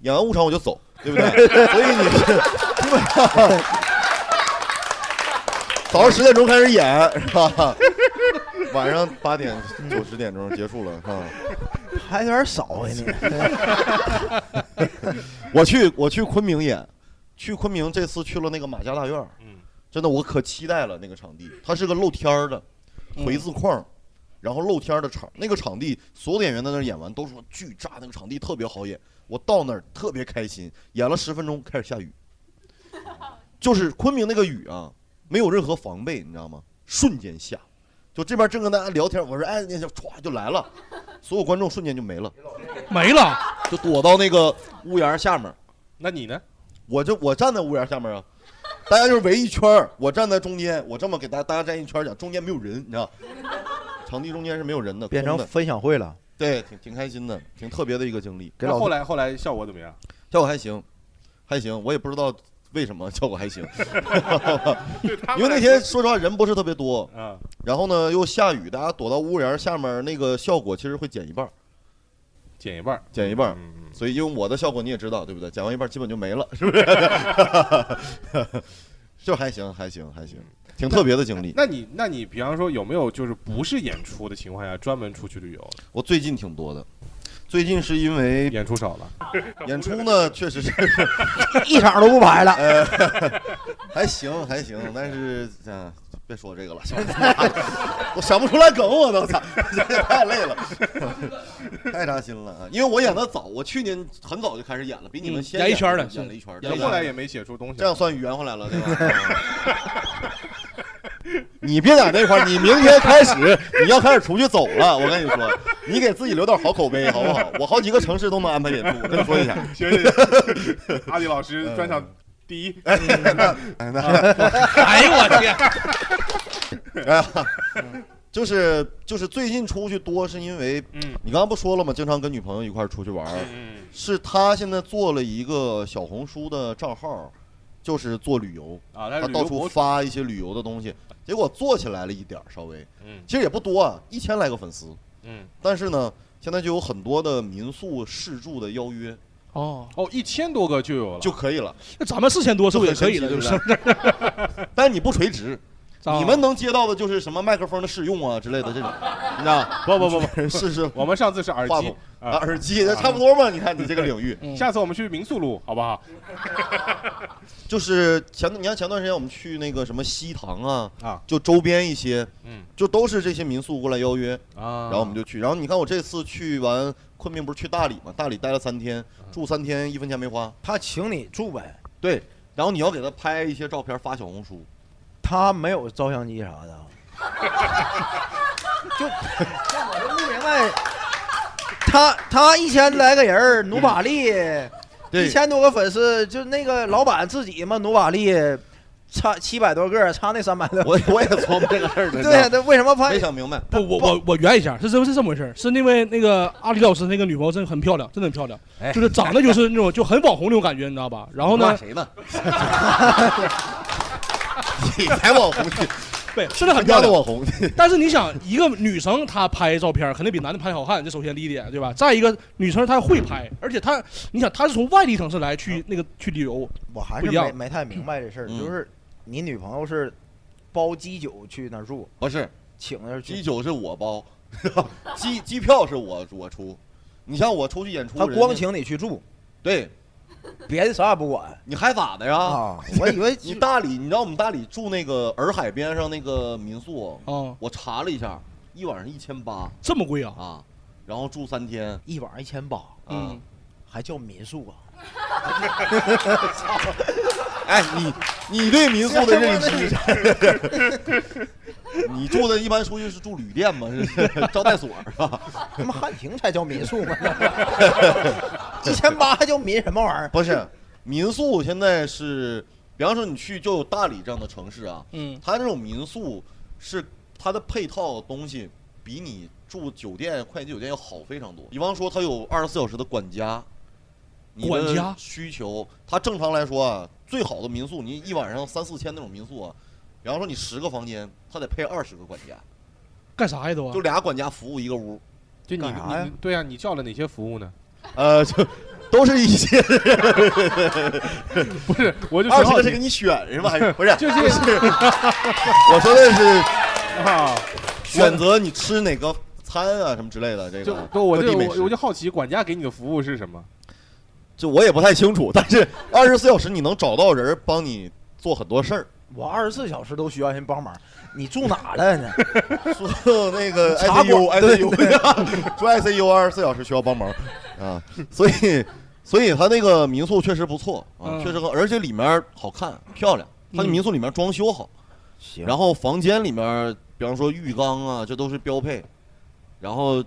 [SPEAKER 5] 演完五场我就走，对 不对？所以你是基本上早上十点钟开始演，是吧？晚上八点九十点钟结束了，哈。
[SPEAKER 7] 还有点少啊呀你。
[SPEAKER 5] 我去，我去昆明演，去昆明这次去了那个马家大院儿，真的我可期待了那个场地，它是个露天儿的回字框儿，然后露天儿的场，那个场地所有的演员在那儿演完都说巨炸，那个场地特别好演，我到那儿特别开心，演了十分钟开始下雨，就是昆明那个雨啊，没有任何防备，你知道吗？瞬间下。就这边正跟大家聊天，我说哎，那就歘就来了，所有观众瞬间就没了，
[SPEAKER 4] 没了，
[SPEAKER 5] 就躲到那个屋檐下面，
[SPEAKER 6] 那你呢？
[SPEAKER 5] 我就我站在屋檐下面啊，大家就是围一圈儿我站在中间，我这么给大家大家站一圈儿讲，中间没有人，你知道， 场地中间是没有人的，
[SPEAKER 7] 变
[SPEAKER 5] 空
[SPEAKER 7] 成
[SPEAKER 5] 的
[SPEAKER 7] 分享会了，
[SPEAKER 5] 对，挺挺开心的，挺特别的一个经历。
[SPEAKER 7] 给
[SPEAKER 6] 那
[SPEAKER 7] 老
[SPEAKER 6] 后来后来效果怎么样？
[SPEAKER 5] 效果还行，还行，我也不知道为什么效果还行， 因为那天说实话人不是特别多，
[SPEAKER 6] 啊，
[SPEAKER 5] 然后呢又下雨，大家躲到屋檐下面，那个效果其实会减一半儿，
[SPEAKER 6] 减一半儿。
[SPEAKER 5] 减一半儿。
[SPEAKER 6] 嗯，嗯
[SPEAKER 5] 所以因为我的效果你也知道，对不对？讲完一半基本就没了，是 不是？ 就还行，还行，还行，挺特别的经历。
[SPEAKER 6] 嗯那你那你比方说有没有就是不是演出的情况下专门出去旅游？
[SPEAKER 5] 我最近挺多的，最近是因为
[SPEAKER 6] 演出少了，
[SPEAKER 5] 演出 呢，确实是呃
[SPEAKER 7] 一场都不排 了。
[SPEAKER 5] 还行，还行，但是嗯、别说这个了， 我想不出来梗，我都操，太累了，太扎心了啊！因为我演的早，我去年很早就开始演了，比你们
[SPEAKER 4] 嗯
[SPEAKER 5] 先
[SPEAKER 4] 演一圈儿了
[SPEAKER 5] 演了一圈儿，
[SPEAKER 4] 演
[SPEAKER 5] 这
[SPEAKER 4] 一
[SPEAKER 5] 样
[SPEAKER 6] 后来也没写出东西。
[SPEAKER 5] 这样算圆回来了，对吧？ 你别在那块儿，你明天开始你要开始出去走了，我跟你说，你给自己留点好口碑，好不好？我好几个城市都能 安排演出，我跟你 说一下。
[SPEAKER 6] 行行 行，阿迪老师专场第一，
[SPEAKER 5] 嗯哎
[SPEAKER 4] 哎呦我天，
[SPEAKER 5] 哎就是就是最近出去多是因为，
[SPEAKER 6] 嗯
[SPEAKER 5] 你刚刚不说了吗？经常跟女朋友一块儿出去玩儿，
[SPEAKER 6] 嗯，
[SPEAKER 5] 是她现在做了一个小红书的账号，就是做旅游，
[SPEAKER 6] 啊，他
[SPEAKER 5] 她
[SPEAKER 6] 是旅
[SPEAKER 5] 到
[SPEAKER 6] 游
[SPEAKER 5] 处
[SPEAKER 6] 博主，
[SPEAKER 5] 发一些旅游的东西，结果做起来了一点儿，稍微，
[SPEAKER 6] 嗯
[SPEAKER 5] 其实也不多啊，一千来个粉丝，
[SPEAKER 6] 嗯，
[SPEAKER 5] 但是呢，现在就有很多的民宿试住的邀约
[SPEAKER 4] 哦，
[SPEAKER 6] 哦，一千多个就有了，
[SPEAKER 5] 就可以了，
[SPEAKER 4] 那咱们四千多是不是也可以了？
[SPEAKER 5] 就
[SPEAKER 4] 就
[SPEAKER 5] 很
[SPEAKER 4] 是
[SPEAKER 5] 神奇对不对？但是你不 垂直，
[SPEAKER 6] 哦
[SPEAKER 4] 啊
[SPEAKER 5] 你们能接到的就是什么麦克风的试用啊之类的这 种，你知道？
[SPEAKER 6] 不不不不，
[SPEAKER 5] 不，试试
[SPEAKER 6] 我们上次是耳
[SPEAKER 5] 话
[SPEAKER 6] 机
[SPEAKER 5] 筒、啊
[SPEAKER 6] 啊，
[SPEAKER 5] 耳机，那差不多嘛。你看你这个领域，
[SPEAKER 4] 嗯
[SPEAKER 6] 下次我们去民宿录好不好？
[SPEAKER 5] 就是前你看前段时间我们去那个什么西塘啊，
[SPEAKER 6] 啊
[SPEAKER 5] 就周边一些，
[SPEAKER 6] 嗯
[SPEAKER 5] 就都是这些民宿过来邀约，
[SPEAKER 6] 啊，
[SPEAKER 5] 然后我们就去。然后你看我这次去完昆明不是去大理嘛？大理待了三天，
[SPEAKER 4] 啊
[SPEAKER 5] 住三天一分钱没花。
[SPEAKER 7] 他请你住呗，
[SPEAKER 5] 对，然后你要给他拍一些照片发小红书。
[SPEAKER 7] 他没有照相机啥的。就这我就不明白，他他一千来个人儿，努瓦力
[SPEAKER 4] 嗯
[SPEAKER 5] 对
[SPEAKER 7] 一千多个粉丝，就那个老板自己嘛，努瓦力差七百多个，差那三百多。
[SPEAKER 5] 我我也琢磨这个 事儿，真的
[SPEAKER 7] 对啊呀，，那为什么拍
[SPEAKER 5] 没？想明白。
[SPEAKER 4] 不，我我我圆一下，是真是这么回事儿是因为那个阿里老师那个女朋友真的很漂亮，真的很漂亮，
[SPEAKER 7] 哎
[SPEAKER 4] 就是长得就是那种就很网红那种感觉，你知道吧？然后
[SPEAKER 5] 骂
[SPEAKER 4] 呢，
[SPEAKER 5] 谁呢？你才网红，
[SPEAKER 4] 对，真的很
[SPEAKER 5] 人家
[SPEAKER 4] 漂
[SPEAKER 5] 的
[SPEAKER 4] 亮。
[SPEAKER 5] 网红。
[SPEAKER 4] 但是你想，一个女生她拍照片儿肯定比男的拍好看，这首先第一点，对吧？再一个，女生她会拍，而且她，你想她是从外地城市来去那个去旅游，
[SPEAKER 7] 啊我还
[SPEAKER 4] 不
[SPEAKER 7] 是
[SPEAKER 4] 一样
[SPEAKER 7] 没没太明白这事儿，
[SPEAKER 5] 嗯
[SPEAKER 7] 就是你女朋友是包机酒去那儿住，
[SPEAKER 5] 不哦是，
[SPEAKER 7] 请那儿
[SPEAKER 5] 机
[SPEAKER 7] 去，
[SPEAKER 5] 酒是我包，机机票是我我出。你像我出去演出，
[SPEAKER 7] 他
[SPEAKER 5] 人家
[SPEAKER 7] 光请你去住，
[SPEAKER 5] 对，
[SPEAKER 7] 别的啥也不管
[SPEAKER 5] 你还咋的呀？
[SPEAKER 7] 啊！我以 为
[SPEAKER 5] 你大理，你知道我们大理住那个洱海边上那个民宿，
[SPEAKER 4] 啊、
[SPEAKER 5] 我查了一下，一晚上一千八
[SPEAKER 4] 这么贵啊？
[SPEAKER 5] 啊，然后住三天，
[SPEAKER 7] 一晚上一千八，
[SPEAKER 5] 嗯，
[SPEAKER 7] 还叫民宿啊？
[SPEAKER 5] 哎，你你对民宿的认知，你住的一般出去是住旅店吗？是招待所是吧？
[SPEAKER 7] 他妈汉庭才叫民宿吗？ 一千八还叫民什么玩意儿？
[SPEAKER 5] 不是，民宿现在是，比方说你去就大理这样的城市啊，
[SPEAKER 4] 嗯
[SPEAKER 5] 它这种民宿是它的配套东西比你住酒店、快捷酒店要好非常多。比方说，它有二十四小时的管家，你的
[SPEAKER 4] 管家
[SPEAKER 5] 需求，它正常来说啊，最好的民宿你一晚上三四千那种民宿啊，比方说你十个房间，它得配二十个管家，
[SPEAKER 4] 干啥呀都啊
[SPEAKER 5] 就？俩管家服务一个屋，
[SPEAKER 6] 就你
[SPEAKER 7] 干啥呀
[SPEAKER 6] 你对啊，你叫了哪些服务呢？
[SPEAKER 5] 呃，就都是一些
[SPEAKER 6] 不是，我就
[SPEAKER 5] 二
[SPEAKER 6] 很
[SPEAKER 5] 十
[SPEAKER 6] 好
[SPEAKER 5] 个是给
[SPEAKER 6] 奇，
[SPEAKER 5] 你选是吧？还是不是？
[SPEAKER 6] 就是
[SPEAKER 5] 我说的是。
[SPEAKER 6] 啊，
[SPEAKER 5] 选择你吃哪个餐啊，什么之类的，这个
[SPEAKER 6] 就都我
[SPEAKER 5] 各
[SPEAKER 6] 就
[SPEAKER 5] 地美
[SPEAKER 6] 我
[SPEAKER 5] 食
[SPEAKER 6] 我就好奇，管家给你的服务是什么？
[SPEAKER 5] 就我也不太清楚，但是二十四小时你能找到人儿帮你做很多事儿。
[SPEAKER 7] 我二十四小时都需要人帮忙。你住哪了呢？
[SPEAKER 5] 说 那 个
[SPEAKER 7] 茶馆
[SPEAKER 5] ICU
[SPEAKER 7] 啊
[SPEAKER 5] ICU，说 ICU 二十四小时需要帮忙啊，所以所以他那个民宿确实不错啊，
[SPEAKER 4] 嗯
[SPEAKER 5] 确实很，而且里面好看漂亮，他那
[SPEAKER 4] 嗯
[SPEAKER 5] 民宿里面装修好，
[SPEAKER 7] 行
[SPEAKER 5] 然后房间里面，比方说浴缸啊，这都是标配，然后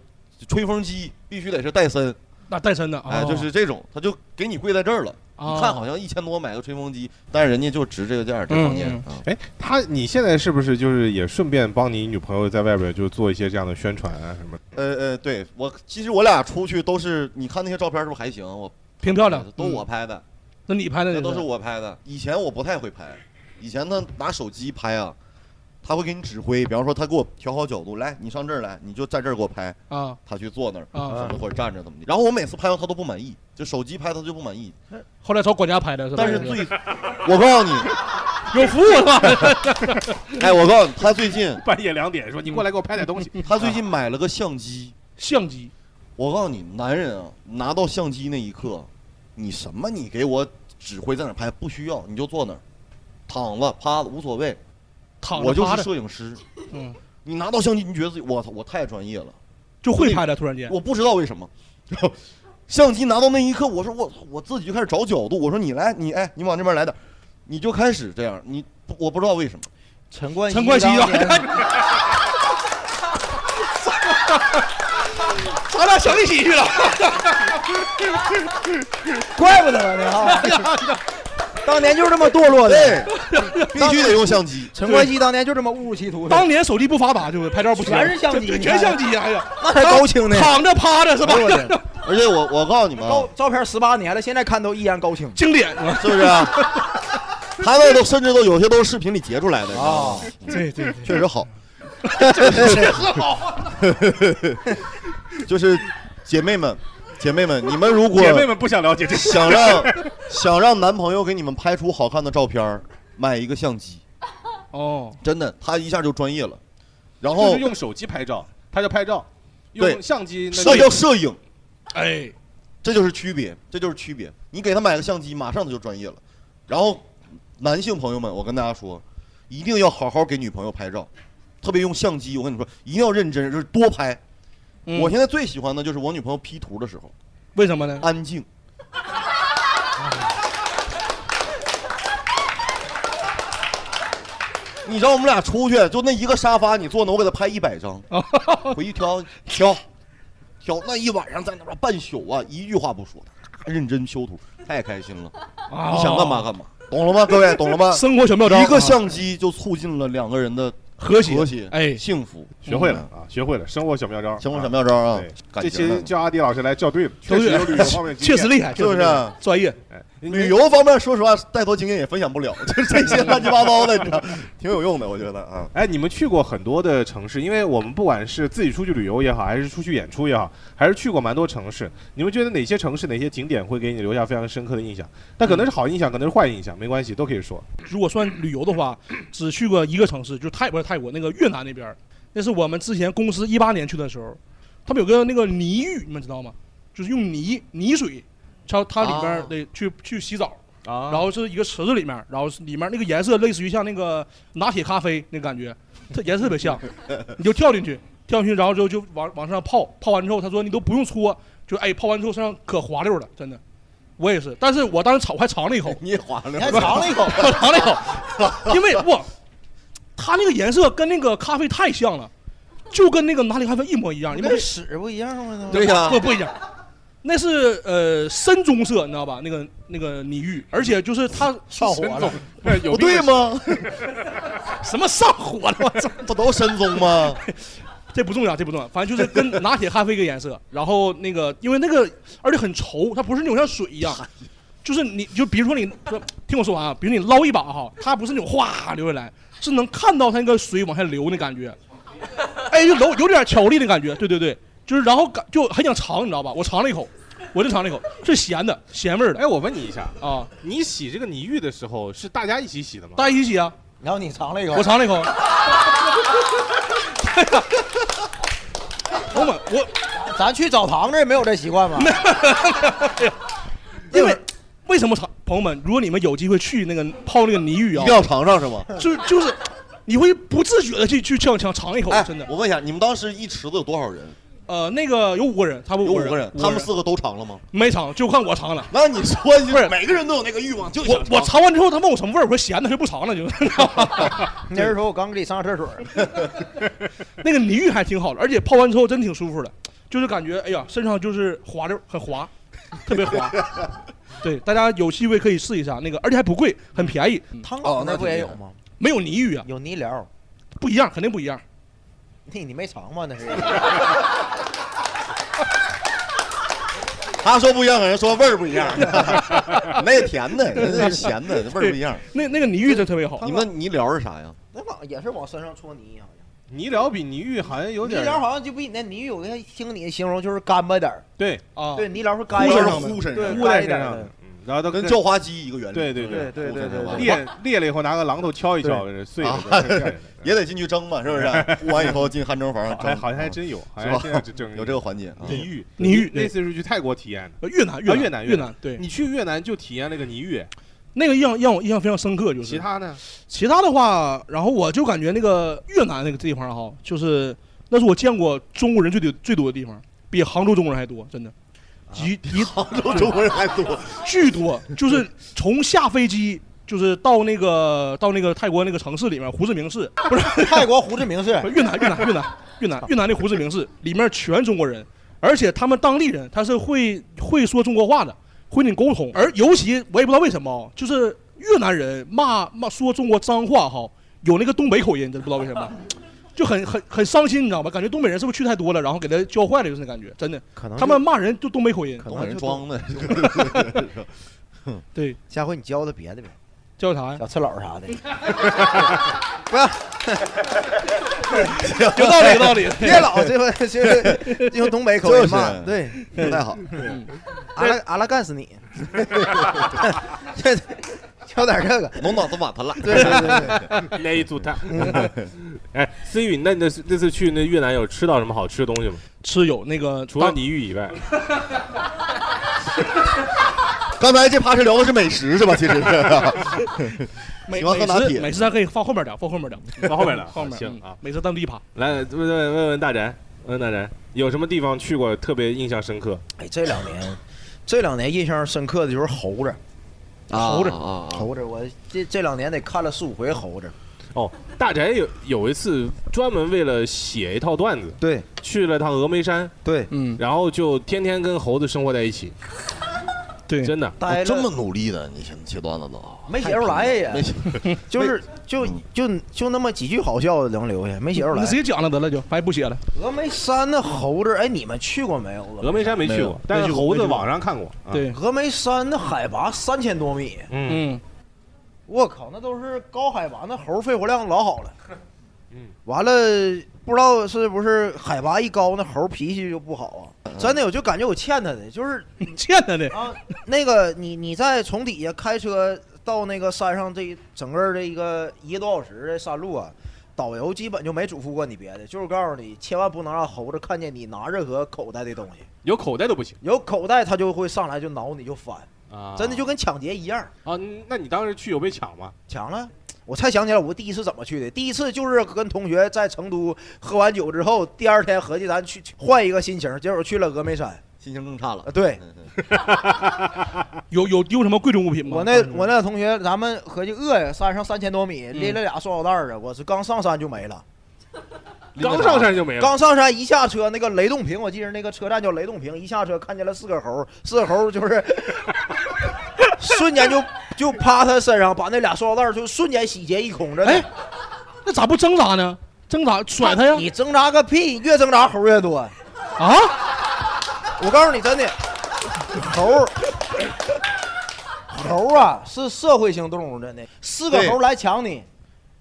[SPEAKER 5] 吹风机必须得是戴森。
[SPEAKER 4] 那带身的啊？
[SPEAKER 5] 哎，就是这种，他就给你跪在这儿了。
[SPEAKER 4] 啊
[SPEAKER 5] 你看，好像一千多买个吹风机，但是人家就值这个价儿，这
[SPEAKER 4] 嗯
[SPEAKER 5] 房间
[SPEAKER 4] 嗯
[SPEAKER 5] 啊。
[SPEAKER 6] 哎，他你现在是不是就是也顺便帮你女朋友在外边就做一些这样的宣传啊什么？
[SPEAKER 5] 呃呃，对我其实我俩出去都是，你看那些照片是不是还行？我
[SPEAKER 4] 挺漂亮，
[SPEAKER 5] 都我
[SPEAKER 4] 嗯。
[SPEAKER 5] 拍的，
[SPEAKER 4] 那你拍的
[SPEAKER 5] 这
[SPEAKER 4] 那
[SPEAKER 5] 都是我拍的。以前我不太会拍，以前他拿手机拍啊，他会给你指挥，比方说他给我调好角度，来你上这儿来，你就在这儿给我拍，
[SPEAKER 4] 啊
[SPEAKER 5] 他去坐那儿。
[SPEAKER 4] 啊！
[SPEAKER 5] 或者站着怎么的，然后我每次拍完他都不满意，就手机拍他就不满意。
[SPEAKER 4] 后来找管家拍的是吧？
[SPEAKER 5] 但是最，我告诉你，
[SPEAKER 4] 有服务是吧？
[SPEAKER 5] 哎，我告诉你，他最近
[SPEAKER 6] 半夜两点说你过
[SPEAKER 5] 嗯
[SPEAKER 6] 来给我拍点东西，
[SPEAKER 5] 他最近买了个相机，
[SPEAKER 4] 相机
[SPEAKER 5] 我告诉你，男人啊，拿到相机那一刻，你什么你给我指挥在哪儿拍不需要，你就坐那儿，躺着趴着无所谓，
[SPEAKER 4] 躺着
[SPEAKER 5] 我就
[SPEAKER 4] 趴
[SPEAKER 5] 是
[SPEAKER 4] 着，
[SPEAKER 5] 摄影师。
[SPEAKER 4] 嗯，
[SPEAKER 5] 你拿到相机，你觉得自己我操，我太专业了，
[SPEAKER 4] 就会拍了。突然间，
[SPEAKER 5] 我不知道为什么。 相机拿到那一刻，我说我我自己就开始找角度，我说你来，你哎，你往这边来点儿，你就开始这样，你不我不知道为什么。
[SPEAKER 7] 陈冠
[SPEAKER 4] 陈冠希
[SPEAKER 7] 当
[SPEAKER 4] 啊
[SPEAKER 7] 年
[SPEAKER 4] 咱俩想一起去了。
[SPEAKER 7] 怪不得呢啊！ 当年就是这么堕落的。
[SPEAKER 5] 对，必须得用相机。
[SPEAKER 7] 陈冠希当年就这么误入歧途的，
[SPEAKER 4] 当年手机不发达，就是拍照不行，
[SPEAKER 7] 全是相机
[SPEAKER 4] 这这
[SPEAKER 7] 你
[SPEAKER 4] 全
[SPEAKER 7] 看
[SPEAKER 4] 相机啊！哎呀，
[SPEAKER 7] 那才高清呢。
[SPEAKER 4] 躺着趴着是吧
[SPEAKER 7] 哎？呦我天
[SPEAKER 5] 而且我我告诉你们啊，
[SPEAKER 7] 高照片十八年了，现在看都依然高清。
[SPEAKER 4] 经典
[SPEAKER 5] 是不是、 啊？ 他那都甚至都有些都是视频里截出来的
[SPEAKER 6] 哦
[SPEAKER 7] 啊，
[SPEAKER 4] 对对对，
[SPEAKER 5] 确实好， 确实好，就是姐妹们，姐妹们，你们如果
[SPEAKER 6] 姐妹们不想了解这些。
[SPEAKER 5] 想让 想让男朋友给你们拍出好看的照片儿，买一个相机，
[SPEAKER 4] 哦，
[SPEAKER 5] 真的，他一下就专业了。然
[SPEAKER 6] 就
[SPEAKER 5] 后
[SPEAKER 6] 是用手机拍照，他叫拍照，
[SPEAKER 5] 对
[SPEAKER 6] 用相机那
[SPEAKER 5] 这叫摄影，
[SPEAKER 4] 哎，
[SPEAKER 5] 这就是区别，这就是区别。你给他买个相机，马上他就专业了。然后，男性朋友们，我跟大家说，一定要好好给女朋友拍照，特别用相机。我跟你说，一定要认真，就是多拍。
[SPEAKER 4] 嗯
[SPEAKER 5] 我现在最喜欢的就是我女朋友 P 图的时候，
[SPEAKER 4] 为什么呢？
[SPEAKER 5] 安 静。你知道我们俩出去，就那一个沙发，你坐那，我给她拍一百张，
[SPEAKER 4] 哦
[SPEAKER 5] 回去挑挑挑，那一晚上在那边半宿啊，一句话不说，咔认真修图，太开心了。
[SPEAKER 4] 你
[SPEAKER 5] 你想干嘛？干嘛，懂了吗？各位懂了吗？
[SPEAKER 4] 哦 生活小妙招，
[SPEAKER 5] 一个
[SPEAKER 4] 啊
[SPEAKER 5] 相机就促进了两个人的
[SPEAKER 4] 和谐，
[SPEAKER 5] 和谐，
[SPEAKER 4] 哎，
[SPEAKER 5] 幸福。
[SPEAKER 6] 学会了啊，学会了生活小妙招，
[SPEAKER 5] 行，我
[SPEAKER 6] 啊
[SPEAKER 5] 嗯小妙招啊
[SPEAKER 6] 对，
[SPEAKER 5] 感
[SPEAKER 6] 这
[SPEAKER 5] 情
[SPEAKER 6] 期
[SPEAKER 5] 呢
[SPEAKER 6] 叫阿迪老师来校对了， 确
[SPEAKER 5] 啊
[SPEAKER 6] 实有旅游方面的经
[SPEAKER 4] 确
[SPEAKER 6] 验，
[SPEAKER 4] 实厉害，
[SPEAKER 5] 是不是啊
[SPEAKER 4] 确实厉害专业？
[SPEAKER 6] 哎
[SPEAKER 5] 旅游方面，说实话，太多经验也分享不了， 就是这些乱七八糟的，你知道， 挺有用的，我觉得啊。
[SPEAKER 6] 哎，你们去过很多的城市，因为我们不管是自己出去旅游也好，还是出去演出也好，还是去过蛮多城市。你们觉得哪些城市、哪些景点会给你留下非常深刻的印象？但可
[SPEAKER 5] 嗯
[SPEAKER 6] 能是好印象，可能是坏印象，没关系，都可以 说。
[SPEAKER 4] 如果算旅游的话，只去过一个城市，就是泰不是泰国那个越南那边儿，那是我们之前公司一八年去的时候，他们有个那个泥浴，你们知道吗？就是用泥泥水，它它里边儿
[SPEAKER 7] 啊
[SPEAKER 4] 得去、去洗澡，
[SPEAKER 6] 啊
[SPEAKER 4] 然后是一个池子里面，然后是里面那个颜色类似于像那个拿铁咖啡那感觉，它颜色特别像，你就跳进去，跳进去，然后之后就往往上泡，泡完之后他说你都不用搓，就哎泡完之后身上可滑溜了，真的。我也是，但是我当时尝还尝了一口，
[SPEAKER 5] 你也滑溜，
[SPEAKER 4] 还尝了一口， 我尝了一口， 因为哇，它那个颜色跟那个咖啡太像了，就跟那个拿铁咖啡一模一样，你们
[SPEAKER 7] 跟屎不一样吗？
[SPEAKER 5] 对呀
[SPEAKER 4] 不不一样，那是呃深棕色，你知道吧？那个那个泥浴，而且就是它上火了，
[SPEAKER 5] 不对吗？
[SPEAKER 4] 什么上火了？我操！
[SPEAKER 5] 不都深棕吗？
[SPEAKER 4] 这不重要，这不重要，反正就是跟拿铁咖啡一个颜色。然后那个，因为那个而且很稠，它不是那种像水一样， 就是你就比如说你不听我说完啊，比如你捞一把哈，它不是那种哗流下来，是能看到它那个水往下流那感觉。哎，就有有点巧克力的感觉，对对对，就是然后感就很想尝，你知道吧？我尝了一口，我就尝了一口，是咸的，咸味儿的。
[SPEAKER 6] 哎，我问你一下，
[SPEAKER 4] 啊，
[SPEAKER 6] 你洗这个泥浴的时候是大家一起洗的吗？
[SPEAKER 4] 大家一起洗啊，
[SPEAKER 7] 然后你尝了一口，
[SPEAKER 4] 我尝了一口。我们我
[SPEAKER 7] 咱去澡堂子也没有这习惯吧？
[SPEAKER 4] 因为为什么尝？朋友们，如果你们有机会去那个泡那个泥浴
[SPEAKER 5] 一
[SPEAKER 4] 啊
[SPEAKER 5] 定，要尝尝是吗？
[SPEAKER 4] 就是就是，你会不自觉的去去想想尝一口，真的
[SPEAKER 5] 哎我。问一下，你们当时一池子有多少人？
[SPEAKER 4] 呃，那个有五个人，他们
[SPEAKER 5] 有
[SPEAKER 4] 五
[SPEAKER 5] 五
[SPEAKER 4] 个
[SPEAKER 5] 个人，他们四个都尝了吗？
[SPEAKER 4] 没尝，就看我尝了。
[SPEAKER 5] 那你说
[SPEAKER 4] 不是
[SPEAKER 5] 每个人都有那个欲望，就
[SPEAKER 4] 我
[SPEAKER 5] 想
[SPEAKER 4] 我尝完之后，他问我什么味儿，我说咸的，就不尝了，就。
[SPEAKER 7] 那人说我刚给你上个厕所，
[SPEAKER 4] 那个泥浴还挺好的，而且泡完之后真挺舒服的，就是感觉哎呀，身上就是滑溜，很滑，特别 滑。对，大家有机会可以试一下那个，而且还不贵，很便宜，
[SPEAKER 7] 嗯汤
[SPEAKER 5] 哦
[SPEAKER 7] 老那不也有吗？
[SPEAKER 4] 没有泥浴啊，
[SPEAKER 7] 有泥疗，
[SPEAKER 4] 不一样，肯定不一样。
[SPEAKER 7] 那你没尝吗？那是
[SPEAKER 5] 他说不一样，人说味儿不一样， 那也甜的，那是咸的，味儿不一样。
[SPEAKER 4] 那那个泥浴真特别好
[SPEAKER 5] 你，们你聊是啥呀？
[SPEAKER 7] 那往也是往身上搓泥好像。
[SPEAKER 6] 泥疗比泥浴好像有
[SPEAKER 7] 泥
[SPEAKER 6] 点
[SPEAKER 7] 疗好像就比你那泥有个听你形容就是干巴点儿，
[SPEAKER 6] 对，
[SPEAKER 4] 啊，
[SPEAKER 7] 对，泥疗是干
[SPEAKER 5] 呼
[SPEAKER 7] 一
[SPEAKER 5] 身
[SPEAKER 7] 点
[SPEAKER 5] 上，
[SPEAKER 7] 儿，
[SPEAKER 5] 呼身
[SPEAKER 7] 对
[SPEAKER 5] 上，
[SPEAKER 7] 呼
[SPEAKER 6] 在
[SPEAKER 7] 干一
[SPEAKER 6] 身
[SPEAKER 7] 点
[SPEAKER 6] 上
[SPEAKER 7] 儿
[SPEAKER 6] 的。，嗯然后它
[SPEAKER 5] 跟叫花鸡一个原理。
[SPEAKER 6] 对对对
[SPEAKER 5] 对
[SPEAKER 7] 对对对
[SPEAKER 6] 裂裂了以后拿个榔头敲一敲，碎了就
[SPEAKER 5] 啊
[SPEAKER 6] 这样的。
[SPEAKER 5] 也得进去蒸嘛，是不是？呼完以后进汗蒸房蒸，
[SPEAKER 6] 还好像还真有，好
[SPEAKER 5] 是
[SPEAKER 6] 像
[SPEAKER 5] 吧
[SPEAKER 6] 现在真正
[SPEAKER 5] 有这个环节啊。
[SPEAKER 6] 泥浴，
[SPEAKER 4] 泥浴对
[SPEAKER 6] 类似于去泰国体验的。
[SPEAKER 4] 呃越南
[SPEAKER 6] 啊越
[SPEAKER 4] 越
[SPEAKER 6] 南越
[SPEAKER 4] 越
[SPEAKER 6] 南
[SPEAKER 4] 南，对，
[SPEAKER 6] 你去越南就体验了个泥浴，
[SPEAKER 4] 那个印象让我印象非常深刻，就是
[SPEAKER 6] 其他呢？
[SPEAKER 4] 其他的话，然后我就感觉那个越南那个地方哈，就是那是我见过中国人最多最多的地方，比杭州中国人还多，真的，极 极
[SPEAKER 5] 杭州中国人还多，
[SPEAKER 4] 巨多，就是从下飞机就是到那个到那个泰国那个城市里面，胡志明市不是，
[SPEAKER 7] 泰国胡志明市
[SPEAKER 4] 越南越南越南越南越南的胡志明市里面全中国人，而且他们当地人他是会会说中国话的，会跟你沟通，而尤其我也不知道为什么啊，就是越南人骂骂说中国脏话哈，有那个东北口音，真不知道为什么。就很很很伤心，你知道吧？感觉东北人是不是去太多了，然后给他教坏了，就是那感觉，真的。
[SPEAKER 7] 可能
[SPEAKER 4] 他们骂人就东北口音，
[SPEAKER 7] 可
[SPEAKER 5] 东北
[SPEAKER 7] 能
[SPEAKER 5] 人
[SPEAKER 7] 就
[SPEAKER 5] 装的。
[SPEAKER 4] 对，
[SPEAKER 7] 下回你教他别的呗，
[SPEAKER 4] 叫啥呀？
[SPEAKER 7] 小赤佬 啥的。
[SPEAKER 4] 有道理，有道理。
[SPEAKER 7] 别老这么就是用东北口音骂，对，
[SPEAKER 5] 不太好，
[SPEAKER 7] 嗯阿拉阿拉干死 你，这教点这个，
[SPEAKER 5] 龙脑子瓦特嗯了。
[SPEAKER 7] 对对对对，
[SPEAKER 6] 那一组他。哎，思雨，那你那次那次去那越南有吃到什么好吃的东西吗？
[SPEAKER 4] 吃有那个
[SPEAKER 6] 除了
[SPEAKER 4] 当
[SPEAKER 6] 泥浴以外，
[SPEAKER 5] 刚才这趴是聊的是美食是吧？其实 是。
[SPEAKER 4] 美
[SPEAKER 5] 喜欢喝拿
[SPEAKER 4] 美食
[SPEAKER 5] 铁
[SPEAKER 4] 美食咱可以放后面聊，放后面聊，
[SPEAKER 6] 到后面了。
[SPEAKER 4] 放后面
[SPEAKER 6] 行
[SPEAKER 4] 嗯
[SPEAKER 6] 啊，
[SPEAKER 4] 美食当第一趴。
[SPEAKER 6] 来问问问问大宅，问问大宅有什么地方去过特别印象深刻？
[SPEAKER 7] 哎，这两年，这两年印象深刻的就是猴子，
[SPEAKER 5] 啊
[SPEAKER 4] 猴子
[SPEAKER 5] 啊啊！
[SPEAKER 7] 猴子，我这这两年得看了四五回猴子，
[SPEAKER 6] 哦，大宅有有一次专门为了写一套段子，
[SPEAKER 7] 对
[SPEAKER 6] 去了趟峨眉山，
[SPEAKER 7] 对，
[SPEAKER 4] 嗯，
[SPEAKER 6] 然后就天天跟猴子生活在一起，
[SPEAKER 4] 对，
[SPEAKER 6] 真的。
[SPEAKER 7] 待
[SPEAKER 5] 哦这
[SPEAKER 7] 了
[SPEAKER 5] 么努力的，你现在切段子都
[SPEAKER 7] 没写出来呀
[SPEAKER 5] 没，嗯写
[SPEAKER 7] 就是就就就那么几句好笑的能留下，没写出
[SPEAKER 4] 你
[SPEAKER 7] 来
[SPEAKER 4] 直。接讲了得了就，反正不写了。
[SPEAKER 7] 峨眉山的猴子，哎，你们去过没有？
[SPEAKER 6] 峨眉山没去
[SPEAKER 5] 没
[SPEAKER 6] 过
[SPEAKER 5] 有，
[SPEAKER 6] 但是
[SPEAKER 4] 没去过
[SPEAKER 6] 猴
[SPEAKER 4] 没
[SPEAKER 6] 子
[SPEAKER 4] 去过
[SPEAKER 6] 网上看过。啊，
[SPEAKER 4] 对，
[SPEAKER 7] 峨眉山的海拔三千多米，
[SPEAKER 6] 嗯，
[SPEAKER 4] 嗯，
[SPEAKER 7] 我靠，那都是高海拔，那猴肺活量老好了。
[SPEAKER 6] 嗯，
[SPEAKER 7] 完了，不知道是不是海拔一高，那猴脾气就不好啊。
[SPEAKER 6] 嗯
[SPEAKER 7] 真的，我就感觉我欠他 的，就是
[SPEAKER 4] 欠他的。
[SPEAKER 7] 啊，那个你你再从底下开车到那个山上这一整个这一个一个多小时的山路啊，导游基本就没嘱咐过你别的，就是告诉你千万不能让猴子看见你拿任何口袋的东西，
[SPEAKER 6] 有口袋都不行
[SPEAKER 7] 有口袋它就会上来就挠你就翻，
[SPEAKER 6] 啊
[SPEAKER 7] 真的就跟抢劫一样，
[SPEAKER 6] 啊。嗯那你当时去有被抢吗？
[SPEAKER 7] 抢了。我才想起来我第一次怎么去的。第一次就是跟同学在成都喝完酒之后，第二天合计咱去去换一个心情，结果去了峨眉山。
[SPEAKER 5] 心情更差了
[SPEAKER 7] 啊，。对
[SPEAKER 5] 嗯嗯
[SPEAKER 4] 有有丢什么贵重物品吗？
[SPEAKER 7] 我
[SPEAKER 6] 嗯
[SPEAKER 7] 那我那同学，咱们合计饿呀，山上三千多米，拎了俩塑料袋儿啊，我是刚上山就没了。
[SPEAKER 6] 刚上山就没了。
[SPEAKER 7] 刚上山一下车，那个雷洞坪，我记着那个车站叫雷洞坪，一下车看见了四个猴，四个猴就是 瞬间就就趴他身上，把那俩塑料袋儿就瞬间洗劫一空着呢。
[SPEAKER 4] 哎，那咋不挣扎呢？挣扎甩他呀！
[SPEAKER 7] 你挣扎个屁，越挣扎猴越多。
[SPEAKER 4] 啊，
[SPEAKER 7] 我告诉你，真的，猴。猴啊，是社会性动物，真的。四个
[SPEAKER 5] 对
[SPEAKER 7] 猴来抢你，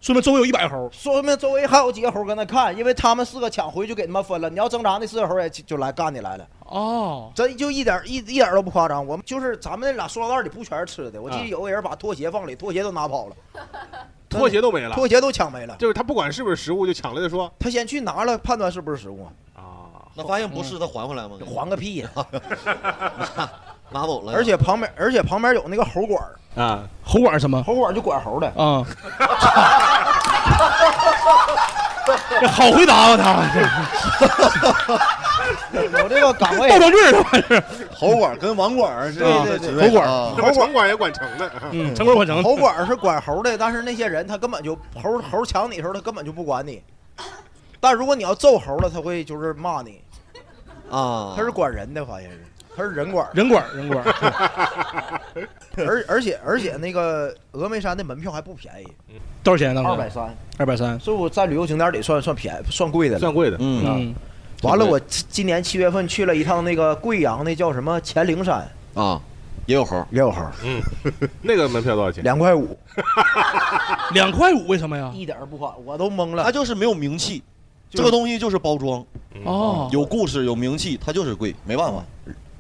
[SPEAKER 4] 说明周围有一百猴，
[SPEAKER 7] 说明周围还有几个猴跟他看，因为他们四个抢回去给他们分了。你要挣扎，那四个猴也就就来干你来了。
[SPEAKER 4] 哦，
[SPEAKER 7] 真就一点一一点都不夸张，我们就是咱们那俩塑料袋里不全是吃的，我记
[SPEAKER 6] 啊
[SPEAKER 7] 得有个人把拖鞋放里，拖鞋都拿跑了，
[SPEAKER 6] 拖鞋都没了，
[SPEAKER 7] 拖鞋都抢没了。
[SPEAKER 6] 就是他不管是不是食物，就抢来再说
[SPEAKER 7] 他先去拿了，判断是不是食物，
[SPEAKER 6] 啊。
[SPEAKER 5] 那发现不是，他嗯还回来吗？
[SPEAKER 7] 还个屁呀！
[SPEAKER 5] 拿走了。
[SPEAKER 6] 嗯
[SPEAKER 7] 而 且旁边，而且旁边有那个猴馆儿，
[SPEAKER 6] 啊，
[SPEAKER 4] 猴管什么
[SPEAKER 7] 猴馆儿就管猴的。
[SPEAKER 4] 啊？ 这好回答 啊，他
[SPEAKER 7] 有这个岗
[SPEAKER 4] 倒
[SPEAKER 7] 位，
[SPEAKER 4] 装句儿，他妈是。
[SPEAKER 5] 喉管跟
[SPEAKER 4] 嗯
[SPEAKER 5] 网管是
[SPEAKER 7] 对对对
[SPEAKER 5] 对，
[SPEAKER 4] 喉管
[SPEAKER 5] 啊
[SPEAKER 6] 那么城管也管城的，啊
[SPEAKER 4] 嗯，城管管城，嗯
[SPEAKER 7] 猴馆儿是管猴的，但是那些人他根本就猴猴抢你的时候，他根本就不管你。但如果你要揍猴了，他会就是骂你，
[SPEAKER 5] 啊，
[SPEAKER 7] 他是管人的，发现是，他是人管儿。
[SPEAKER 4] 人管人管，
[SPEAKER 7] 而而且而且那个峨眉山的门票还不便宜，
[SPEAKER 4] 多少钱？当时
[SPEAKER 7] 二百三。
[SPEAKER 4] 二百三。
[SPEAKER 7] 是我在旅游景点里算算便宜，算贵的了。
[SPEAKER 6] 算贵的。
[SPEAKER 5] 嗯
[SPEAKER 4] 嗯，
[SPEAKER 7] 完了，我今年七月份去了一趟那个贵阳那叫什么黔灵山，
[SPEAKER 5] 啊，也有猴，
[SPEAKER 7] 也有猴，
[SPEAKER 6] 嗯那个门票多少钱？
[SPEAKER 7] 两块 五，
[SPEAKER 4] 两块五，为什么呀？
[SPEAKER 7] 一点儿不花，我都懵
[SPEAKER 5] 他
[SPEAKER 7] 了。
[SPEAKER 5] 就是没有名气，
[SPEAKER 7] 就是
[SPEAKER 5] 这个东西就是包装，
[SPEAKER 4] 哦，
[SPEAKER 5] 嗯有故事有名气，它就是贵，没办法。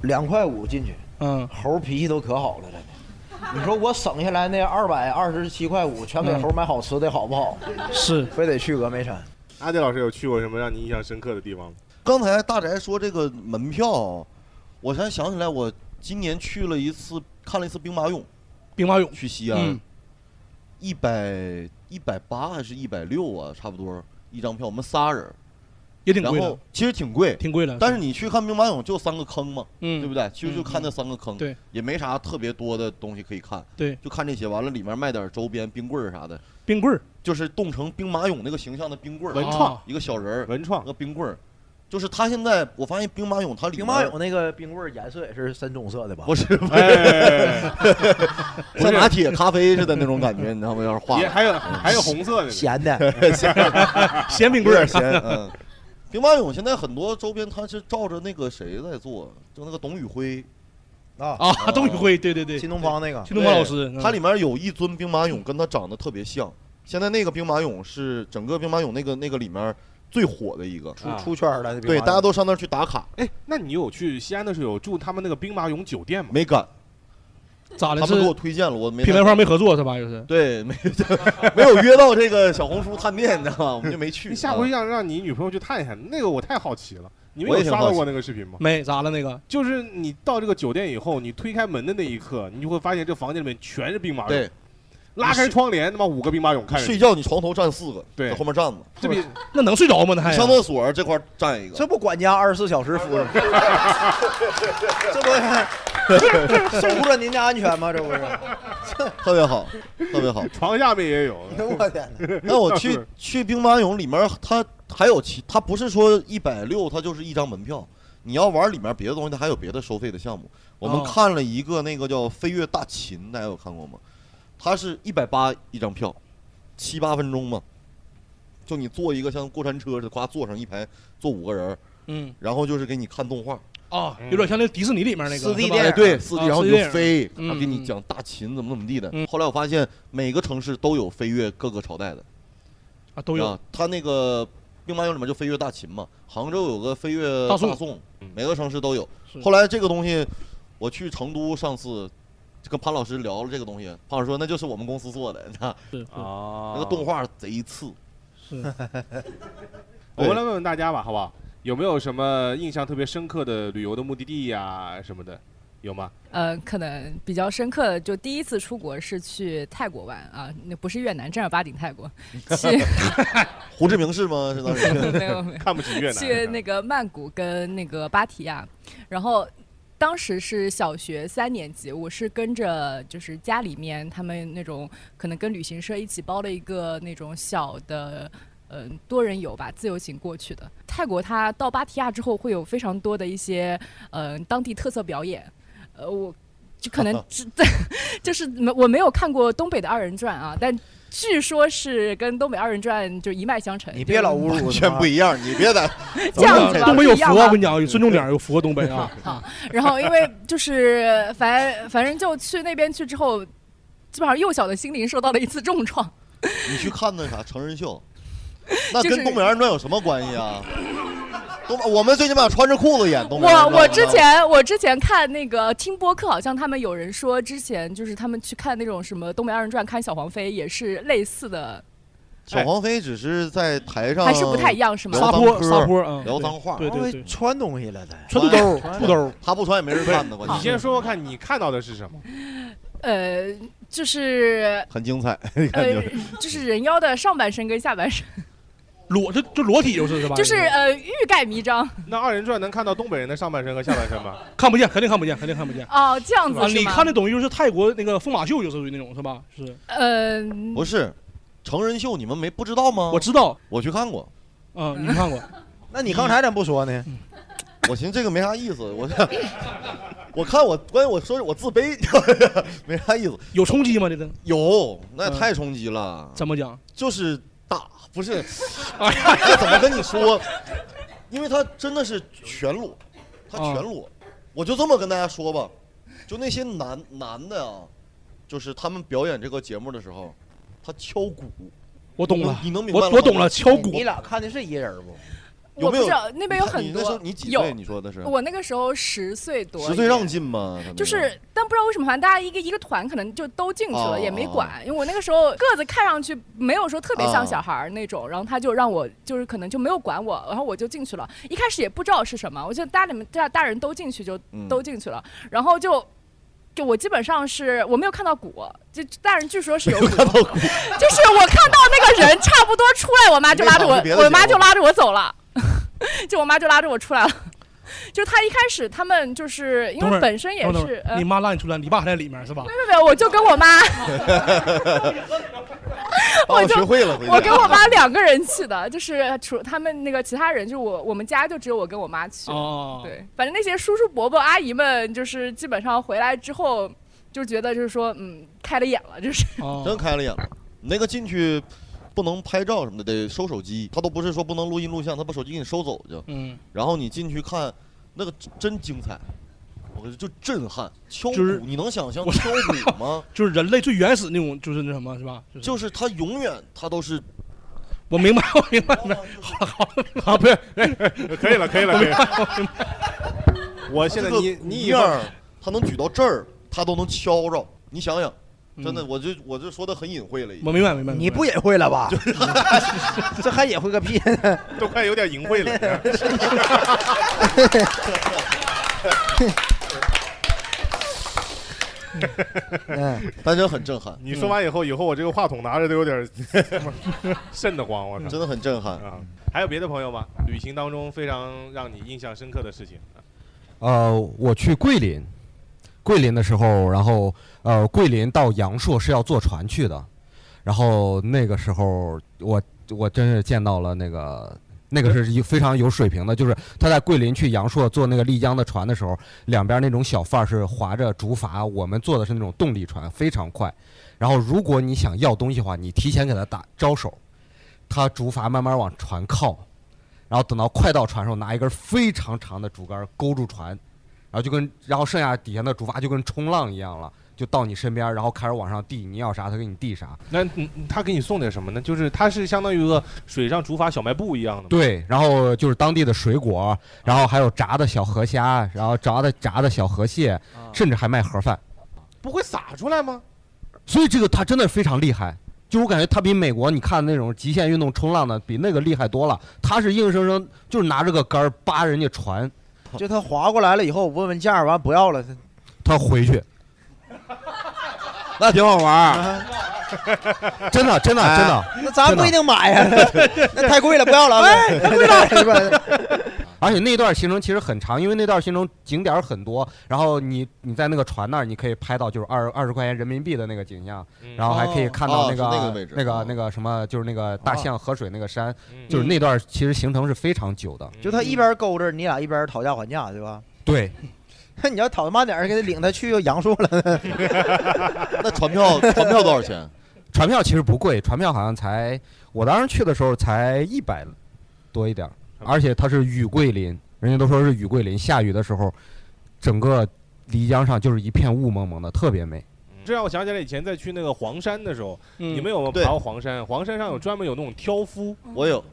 [SPEAKER 7] 两块五进去，
[SPEAKER 4] 嗯，
[SPEAKER 7] 猴脾气都可好了，真的。你说我省下来那二百二十七块五，全
[SPEAKER 6] 嗯
[SPEAKER 7] 给猴买好吃的，好不好？
[SPEAKER 4] 是
[SPEAKER 7] 非得去峨眉山，
[SPEAKER 6] 阿迪老师有去过什么让你印象深刻的地方吗？
[SPEAKER 5] 刚才大宅说这个门票，我才想起来，我今年去了一次，看了一次兵马俑，
[SPEAKER 4] 兵马俑。
[SPEAKER 5] 去西安
[SPEAKER 4] 嗯，，
[SPEAKER 5] 一百一百八还是一百六啊，差不多一张票，我们仨人，
[SPEAKER 4] 也挺
[SPEAKER 5] 然
[SPEAKER 4] 贵
[SPEAKER 5] 后
[SPEAKER 4] 的，
[SPEAKER 5] 其实挺贵，
[SPEAKER 4] 挺贵的。
[SPEAKER 5] 但是你去看兵马俑就三个坑嘛，
[SPEAKER 4] 嗯，
[SPEAKER 5] 对不对？其实就看那
[SPEAKER 4] 嗯
[SPEAKER 5] 三个坑，
[SPEAKER 4] 对，
[SPEAKER 5] 也没啥特别多的东西可以看，
[SPEAKER 4] 对，
[SPEAKER 5] 就看这些。完了，里面卖点周边冰棍儿啥的，
[SPEAKER 4] 冰棍儿，
[SPEAKER 5] 就是冻成兵马俑那个形象的冰棍儿，
[SPEAKER 6] 文
[SPEAKER 4] 创
[SPEAKER 5] 一个小人儿，
[SPEAKER 6] 文创
[SPEAKER 5] 个冰棍儿，就是他现在我发现兵马俑它里
[SPEAKER 7] 兵
[SPEAKER 5] 面
[SPEAKER 7] 马俑那个冰棍儿颜色也是深棕色的吧？
[SPEAKER 5] 不是
[SPEAKER 6] 哎，
[SPEAKER 5] 像拿铁咖啡似的那种感觉，你知道吗？要是画
[SPEAKER 6] 也还有还有红色的呢，
[SPEAKER 7] 咸 的，
[SPEAKER 4] 咸冰
[SPEAKER 5] 有
[SPEAKER 4] 棍儿
[SPEAKER 5] 点，咸，嗯。兵马俑现在很多周边，它是照着那个谁在做，就那个董宇辉，
[SPEAKER 7] 啊，
[SPEAKER 4] 啊，董宇辉，对对对，
[SPEAKER 7] 新东方那个
[SPEAKER 4] 新东方老师，嗯
[SPEAKER 5] 它里面有一尊兵马俑跟他长得特别像。现在那个兵马俑是整个兵马俑那个那个里面最火的一个，
[SPEAKER 6] 啊
[SPEAKER 7] 出圈了，
[SPEAKER 5] 对，大家都上那儿去打卡，
[SPEAKER 6] 哎，那你有去西安的时候有住他们那个兵马俑酒店吗？
[SPEAKER 5] 没敢，
[SPEAKER 4] 咋
[SPEAKER 5] 他
[SPEAKER 4] 的
[SPEAKER 5] 们给我
[SPEAKER 4] 是
[SPEAKER 5] 推荐了，我没
[SPEAKER 4] 品牌方没合作是吧？又是
[SPEAKER 5] 对没没有 约到这个小红书探店，你知道吗？我们就没去。
[SPEAKER 6] 你下回
[SPEAKER 5] 啊
[SPEAKER 6] 让让你女朋友去探一探，那个我太好奇了。你们
[SPEAKER 5] 我
[SPEAKER 6] 有
[SPEAKER 5] 也挺
[SPEAKER 6] 刷到
[SPEAKER 5] 好奇
[SPEAKER 6] 过那个视频吗？
[SPEAKER 4] 没咋了那个，
[SPEAKER 6] 就是你到这个酒店以后，你推开门的那一刻，你就会发现这房间里面全是兵马俑。
[SPEAKER 5] 对，
[SPEAKER 6] 拉开窗帘，他妈五个兵马俑看着
[SPEAKER 5] 睡
[SPEAKER 6] 你，
[SPEAKER 5] 觉你床头站四个，
[SPEAKER 6] 对
[SPEAKER 5] 在后面站着，
[SPEAKER 6] 这 比
[SPEAKER 4] 那能睡着吗？那还
[SPEAKER 5] 上厕所这块儿站一
[SPEAKER 7] 这
[SPEAKER 5] 个，
[SPEAKER 7] 不管家二十四小时服务，这不守护着您的安全吗？这不是？
[SPEAKER 5] 特别好，特别好。
[SPEAKER 6] 床下面也有。
[SPEAKER 7] 我天哪！
[SPEAKER 5] 那 我去
[SPEAKER 6] 是
[SPEAKER 5] 去兵马俑里面，它还有其它不是说一百六，它就是一张门票。你要玩里面别的东西，它还有别的收费的项目。我们
[SPEAKER 4] 哦
[SPEAKER 5] 看了一个那个叫《飞跃大秦》，大家有看过吗？它是一百八一张票，七八分钟嘛。就你坐一个像过山车似的，夸坐上一排，坐五个人儿，
[SPEAKER 4] 嗯
[SPEAKER 5] 然后就是给你看动画，
[SPEAKER 4] 啊，
[SPEAKER 8] 嗯
[SPEAKER 4] 有点像那迪士尼里面那个
[SPEAKER 7] 四 D
[SPEAKER 4] 是吧
[SPEAKER 7] 电
[SPEAKER 5] 哎
[SPEAKER 7] 影
[SPEAKER 5] 对，四 D，
[SPEAKER 4] 啊
[SPEAKER 5] 然后
[SPEAKER 4] 四
[SPEAKER 5] 你
[SPEAKER 4] D
[SPEAKER 5] 就飞，
[SPEAKER 4] 嗯
[SPEAKER 5] 他给你
[SPEAKER 4] 嗯
[SPEAKER 5] 讲大秦怎么怎么地的
[SPEAKER 4] 嗯。
[SPEAKER 5] 后来我发现每个城市都有飞跃各个朝代的，
[SPEAKER 4] 啊都有
[SPEAKER 5] 啊。他那个兵马俑里面就飞跃大秦嘛，杭州有个飞跃
[SPEAKER 4] 大
[SPEAKER 5] 大
[SPEAKER 4] 宋
[SPEAKER 5] 宋
[SPEAKER 6] 嗯，
[SPEAKER 5] 每个城市都有
[SPEAKER 4] 是。
[SPEAKER 5] 后来这个东西，我去成都上次跟潘老师聊了这个东西，潘老师说那就是我们公司做的，你看
[SPEAKER 4] 是
[SPEAKER 6] 啊
[SPEAKER 5] 那个动画贼次。
[SPEAKER 4] 是
[SPEAKER 6] 我们来问问大家吧，好不好？有没有什么印象特别深刻的旅游的目的地呀、什么的？有吗？
[SPEAKER 8] 呃，可能比较深刻的，就第一次出国是去泰国玩啊，那不是越南，正儿八经 泰国，去
[SPEAKER 5] 胡志明市吗？是当 时
[SPEAKER 8] 没有没有，
[SPEAKER 6] 看不起越南啊
[SPEAKER 8] 去
[SPEAKER 6] 是吧。
[SPEAKER 8] 那个曼谷跟那个芭提雅，然后当时是小学三年级，我是跟着就是家里面他们那种可能跟旅行社一起包了一个那种小的。嗯，多人游吧，自由行过去的。泰国它到芭提雅之后会有非常多的一些，嗯，当地特色表演。呃，我就可
[SPEAKER 7] 哦
[SPEAKER 8] 能只 就是没我没有看过东北的二人转啊，但据说是跟东北二人转就一脉相承。
[SPEAKER 7] 你别老侮辱
[SPEAKER 5] 完
[SPEAKER 7] 我
[SPEAKER 5] 全
[SPEAKER 7] 他妈
[SPEAKER 5] 不一样，你别在
[SPEAKER 8] 这样子吧，
[SPEAKER 4] 东北有
[SPEAKER 8] 不一样
[SPEAKER 4] 福啊！
[SPEAKER 8] 吧
[SPEAKER 4] 我跟你讲，尊重点儿，有福啊，东 北啊。
[SPEAKER 8] 然后因为就是反反正就去那边去之后，基本上幼小的心灵受到了一次重创。
[SPEAKER 5] 你去看那啥成人秀， 那
[SPEAKER 8] 就是
[SPEAKER 5] 跟东北二人转有什么关系啊？东我们最起码穿着裤子演东北二
[SPEAKER 8] 我我
[SPEAKER 5] 人转
[SPEAKER 8] 之前我之前看那个听播客，好像他们有人说之前就是他们去看那种什么《东北二人转》看小黄飞也是类似的，
[SPEAKER 5] 小黄飞只是在台上
[SPEAKER 8] 还是不太一样是吗？
[SPEAKER 5] 聊
[SPEAKER 4] 撒
[SPEAKER 5] 脏
[SPEAKER 4] 泼
[SPEAKER 5] 歌
[SPEAKER 4] 撒泼啊，
[SPEAKER 5] 聊脏话，
[SPEAKER 4] 对对
[SPEAKER 7] 会
[SPEAKER 4] 对，
[SPEAKER 7] 穿东西了的，
[SPEAKER 4] 穿肚兜儿裤兜儿，
[SPEAKER 5] 他不穿也没人看的，关
[SPEAKER 6] 你
[SPEAKER 5] 键
[SPEAKER 6] 先
[SPEAKER 5] 是
[SPEAKER 6] 说说看，你看到的是什么？
[SPEAKER 8] 呃，就是
[SPEAKER 5] 很精彩， 你看
[SPEAKER 8] 呃
[SPEAKER 5] 就是，
[SPEAKER 8] 就是人妖的上半身跟下半身，
[SPEAKER 4] 裸就就裸体就是是吧？
[SPEAKER 8] 就是呃欲盖弥彰
[SPEAKER 6] 那二人转能看到东北人的上半身和下半身吗？
[SPEAKER 4] 看不见，肯定看不见，肯定看不见。
[SPEAKER 8] 哦，这样子
[SPEAKER 4] 啊，
[SPEAKER 8] 是
[SPEAKER 4] 你
[SPEAKER 8] 吗？
[SPEAKER 4] 看那东西就是泰国那个疯马秀，就是属于那种是吧？是，
[SPEAKER 8] 呃，
[SPEAKER 5] 不是成人秀，你们没不知道吗？
[SPEAKER 4] 我知道，
[SPEAKER 5] 我去看过，嗯
[SPEAKER 4] 嗯，你看过，
[SPEAKER 7] 那你刚才咋不说呢？
[SPEAKER 5] 我寻思这个没啥意思，我 我看我关键我说是我自卑， 没啥意思。
[SPEAKER 4] 有冲击吗？这个
[SPEAKER 5] 有那也
[SPEAKER 4] 嗯
[SPEAKER 5] 太冲击了，
[SPEAKER 4] 怎么讲？
[SPEAKER 5] 就是打不 是，这怎么跟你说？因为他真的是全裸，
[SPEAKER 4] 啊
[SPEAKER 5] 他全裸，我就这么跟大家说吧，就那些男男的啊，就是他们表演这个节目的时候，他敲鼓，
[SPEAKER 4] 我懂了，
[SPEAKER 5] 你能明白
[SPEAKER 4] 我
[SPEAKER 5] 了吗
[SPEAKER 4] 我懂了，敲鼓
[SPEAKER 7] 你俩看的是一人不？
[SPEAKER 5] 有
[SPEAKER 8] 我
[SPEAKER 5] 没
[SPEAKER 8] 不
[SPEAKER 5] 有
[SPEAKER 8] 知道那边有很
[SPEAKER 5] 你那时候
[SPEAKER 8] 多
[SPEAKER 5] 你几岁？
[SPEAKER 8] 有。
[SPEAKER 5] 你说的是
[SPEAKER 8] 我那个时候十岁多一点，
[SPEAKER 5] 十岁让进吗？他们
[SPEAKER 8] 就是，但不知道为什么，反正大家一个一个团可能就都进去
[SPEAKER 5] 哦哦
[SPEAKER 8] 了，也没管。因为我那个时候个子看上去没有说特别像小孩儿那种，然后他就让我就是可能就没有管我，然后我就进去了。一开始也不知道是什么，我觉得大家里面大大人都进去就
[SPEAKER 5] 嗯
[SPEAKER 8] 都进去了，然后就。就我基本上是我没有看到鼓，就大人据说是有鼓，就是我看到那个人差不多出来，我妈就拉着
[SPEAKER 5] 你没看过别的
[SPEAKER 8] 我，
[SPEAKER 5] 节
[SPEAKER 8] 我妈
[SPEAKER 5] 目
[SPEAKER 8] 就拉着我走了， 就我妈就拉着我出来了。就他一开始他们就是因
[SPEAKER 4] 等会
[SPEAKER 8] 为
[SPEAKER 4] 儿
[SPEAKER 8] 本身也
[SPEAKER 4] 等会儿
[SPEAKER 8] 是，呃
[SPEAKER 4] 你妈拉你出来，你爸还在里面是吧？
[SPEAKER 8] 没有，我就跟我妈，
[SPEAKER 5] 把我
[SPEAKER 8] 我就
[SPEAKER 5] 哦学会了，回啊家
[SPEAKER 8] 我跟我 妈两个人去的，就是除他们那个其他人，就是我我们家就只有我跟我妈 去。
[SPEAKER 4] 哦，，
[SPEAKER 8] 对，反正那些叔叔伯伯阿姨们，就是基本上回来之后，就觉得就是说，嗯，开了眼了，就是
[SPEAKER 5] 真
[SPEAKER 4] 哦，
[SPEAKER 5] 开了眼了。你那个进去不能拍照什么的，得收手机。他都不是说不能录音录像，他把手机给你收走 就。
[SPEAKER 4] 嗯，
[SPEAKER 5] 然后你进去看，那个真精彩，我觉得就震撼。敲鼓，
[SPEAKER 4] 就是
[SPEAKER 5] 你能想象敲鼓吗？
[SPEAKER 4] 就是人类最原始那种，就是那什么是吧？就是
[SPEAKER 5] 就是他永远他都是哦
[SPEAKER 4] 我明白，我明白，明白。
[SPEAKER 6] 啊， 不是， 可以了，可以了，可以 了。我现在
[SPEAKER 5] 啊他这个
[SPEAKER 6] 你
[SPEAKER 5] 鼓
[SPEAKER 6] 你以
[SPEAKER 5] 面
[SPEAKER 6] 后
[SPEAKER 5] 儿，他能举到这儿，他都能敲着。你想想，真的，
[SPEAKER 4] 嗯
[SPEAKER 5] 我就我就说的很隐晦了已经。
[SPEAKER 4] 我明 白，明白。
[SPEAKER 7] 你不隐晦了 吧？这还隐晦个屁！
[SPEAKER 6] 都快有点淫秽了。
[SPEAKER 4] 哎
[SPEAKER 5] 但真很震撼，
[SPEAKER 6] 你说完以后，以后我这个话筒拿着都有点 瘆得慌，我操
[SPEAKER 5] 嗯真的很震撼。
[SPEAKER 6] 啊！还有别的朋友吗？旅行当中非常让你印象深刻的事情，
[SPEAKER 9] 呃，我去桂林，桂林的时候，然后呃，桂林到阳朔是要坐船去的，然后那个时候我我真是见到了那个。那个是一非常有水平的，就是他在桂林去阳朔坐那个丽江的船的时候，两边那种小贩儿是划着竹筏，我们坐的是那种动力船，非常快。然后如果你想要东西的话，你提前给他打招手，他竹筏慢慢往船靠，然后等到快到船的时候，拿一根非常长的竹竿勾住船，然后就跟然后剩下底下的竹筏就跟冲浪一样了，就到你身边，然后开始往上递，你要啥他给你递啥。
[SPEAKER 6] 那嗯他给你送点什么呢？就是他是相当于一个水上竹筏小卖部一样的吗，
[SPEAKER 9] 对，然后就是当地的水果，然后还有炸的小河虾，然后炸的炸的小河蟹，甚至还卖盒饭。
[SPEAKER 6] 不会洒出来吗？
[SPEAKER 9] 所以这个他真的非常厉害。就我感觉他比美国你看那种极限运动冲浪的比那个厉害多了，他是硬生生就是拿着个杆儿扒人家船，
[SPEAKER 7] 就他划过来了以后，问问价，完不要了，
[SPEAKER 9] 他回去，
[SPEAKER 5] 那挺好 玩儿。
[SPEAKER 9] 真的真的真的，
[SPEAKER 7] 哎那咱不一定买呀， 那太贵了，不要了。
[SPEAKER 5] 哎
[SPEAKER 2] 哎
[SPEAKER 7] 太贵 了，
[SPEAKER 9] 而且那段行程其实很长，因为那段行程景点儿很多，然后你你在那个船那儿，你可以拍到就是二二十块钱人民币的那个景象，然后还可以看到
[SPEAKER 5] 哦
[SPEAKER 9] 那个、
[SPEAKER 5] 哦是那个位置
[SPEAKER 9] 那个
[SPEAKER 5] 哦
[SPEAKER 9] 那个什么，就是那个大象河水那个山，
[SPEAKER 1] 嗯
[SPEAKER 9] 就是那段其实行程是非常久的。
[SPEAKER 5] 嗯
[SPEAKER 7] 就他一边勾着，你俩一边讨价还价，对吧？
[SPEAKER 9] 对，
[SPEAKER 7] 那 你要讨慢点儿，给他领他去又杨树了。
[SPEAKER 5] 那船票船票多少钱？
[SPEAKER 9] 船票其实不贵，船票好像才我当时去的时候才一百多一点儿，而且它是雨桂林，人家都说是雨桂林，下雨的时候，整个漓江上就是一片雾蒙蒙的，特别美。
[SPEAKER 1] 这让我想起来以前在去那个黄山的时候，
[SPEAKER 4] 嗯
[SPEAKER 1] 你们有没有
[SPEAKER 5] 对
[SPEAKER 1] 爬过黄山？黄山上有专门有那种挑夫，
[SPEAKER 7] 哦
[SPEAKER 1] 啊
[SPEAKER 5] 我有，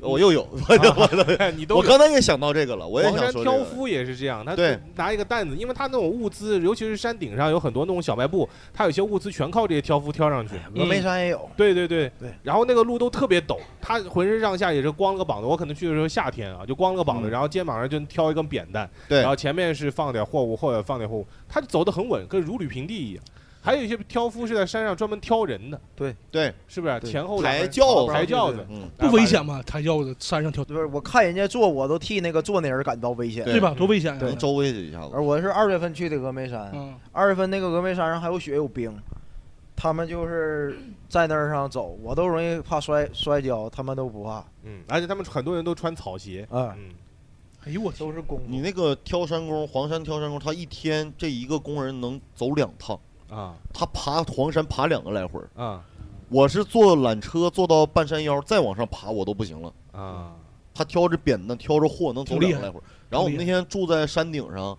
[SPEAKER 5] 我又有，我
[SPEAKER 1] 你都
[SPEAKER 5] 我刚才也想到这个了，我也
[SPEAKER 1] 黄
[SPEAKER 5] 想
[SPEAKER 1] 山
[SPEAKER 5] 说这
[SPEAKER 1] 挑
[SPEAKER 5] 个。
[SPEAKER 1] 夫也是这样，他
[SPEAKER 5] 对
[SPEAKER 1] 拿一个担子，因为他那种物资，尤其是山顶上有很多那种小卖部，他有些物资全靠这些挑夫挑上去。
[SPEAKER 7] 哎峨眉山也有，
[SPEAKER 1] 对对对
[SPEAKER 7] 对，
[SPEAKER 1] 然后那个路都特别陡，他浑身上下也是光了个膀子。我可能去的时候夏天啊，就光了个膀子，
[SPEAKER 5] 嗯
[SPEAKER 1] 然后肩膀上就挑一根扁担，
[SPEAKER 5] 对
[SPEAKER 1] 然后前面是放点货物，后面放点货物，他走得很稳，跟如履平地一样。还有一些挑夫是在山上专门挑人的，
[SPEAKER 5] 对，
[SPEAKER 1] 是不是？
[SPEAKER 7] 对
[SPEAKER 1] 前后两个
[SPEAKER 5] 抬
[SPEAKER 1] 人
[SPEAKER 5] 轿子，
[SPEAKER 1] 抬轿子，
[SPEAKER 5] 嗯，
[SPEAKER 4] 不危险吗？抬轿子山上跳，
[SPEAKER 7] 不是我看人家坐，我都替那个坐那人感到危险。
[SPEAKER 5] 对
[SPEAKER 4] 对吧？多危险
[SPEAKER 5] 能
[SPEAKER 4] 呀！
[SPEAKER 5] 周围一下子。
[SPEAKER 7] 而我是二月份去的峨眉山，
[SPEAKER 4] 嗯，
[SPEAKER 7] 二月份那个峨眉山上还有雪有冰，他们就是在那儿上走，我都容易怕摔摔跤，他们都不怕。
[SPEAKER 1] 嗯，而且他们很多人都穿草鞋，
[SPEAKER 7] 啊，
[SPEAKER 1] 嗯，
[SPEAKER 4] 哎呦我天，
[SPEAKER 7] 都是功
[SPEAKER 5] 你
[SPEAKER 7] 夫。
[SPEAKER 5] 那个挑山工，黄山挑山工，他一天这一个工人能走两趟，
[SPEAKER 1] 啊
[SPEAKER 5] 他爬黄山爬两个来回儿。
[SPEAKER 1] 啊
[SPEAKER 5] 我是坐缆车坐到半山腰，再往上爬我都不行了。
[SPEAKER 1] 啊，
[SPEAKER 5] 他挑着扁担，挑着货能走
[SPEAKER 4] 挺厉
[SPEAKER 5] 两
[SPEAKER 4] 害
[SPEAKER 5] 个来回儿。然后我们那天住在山顶上，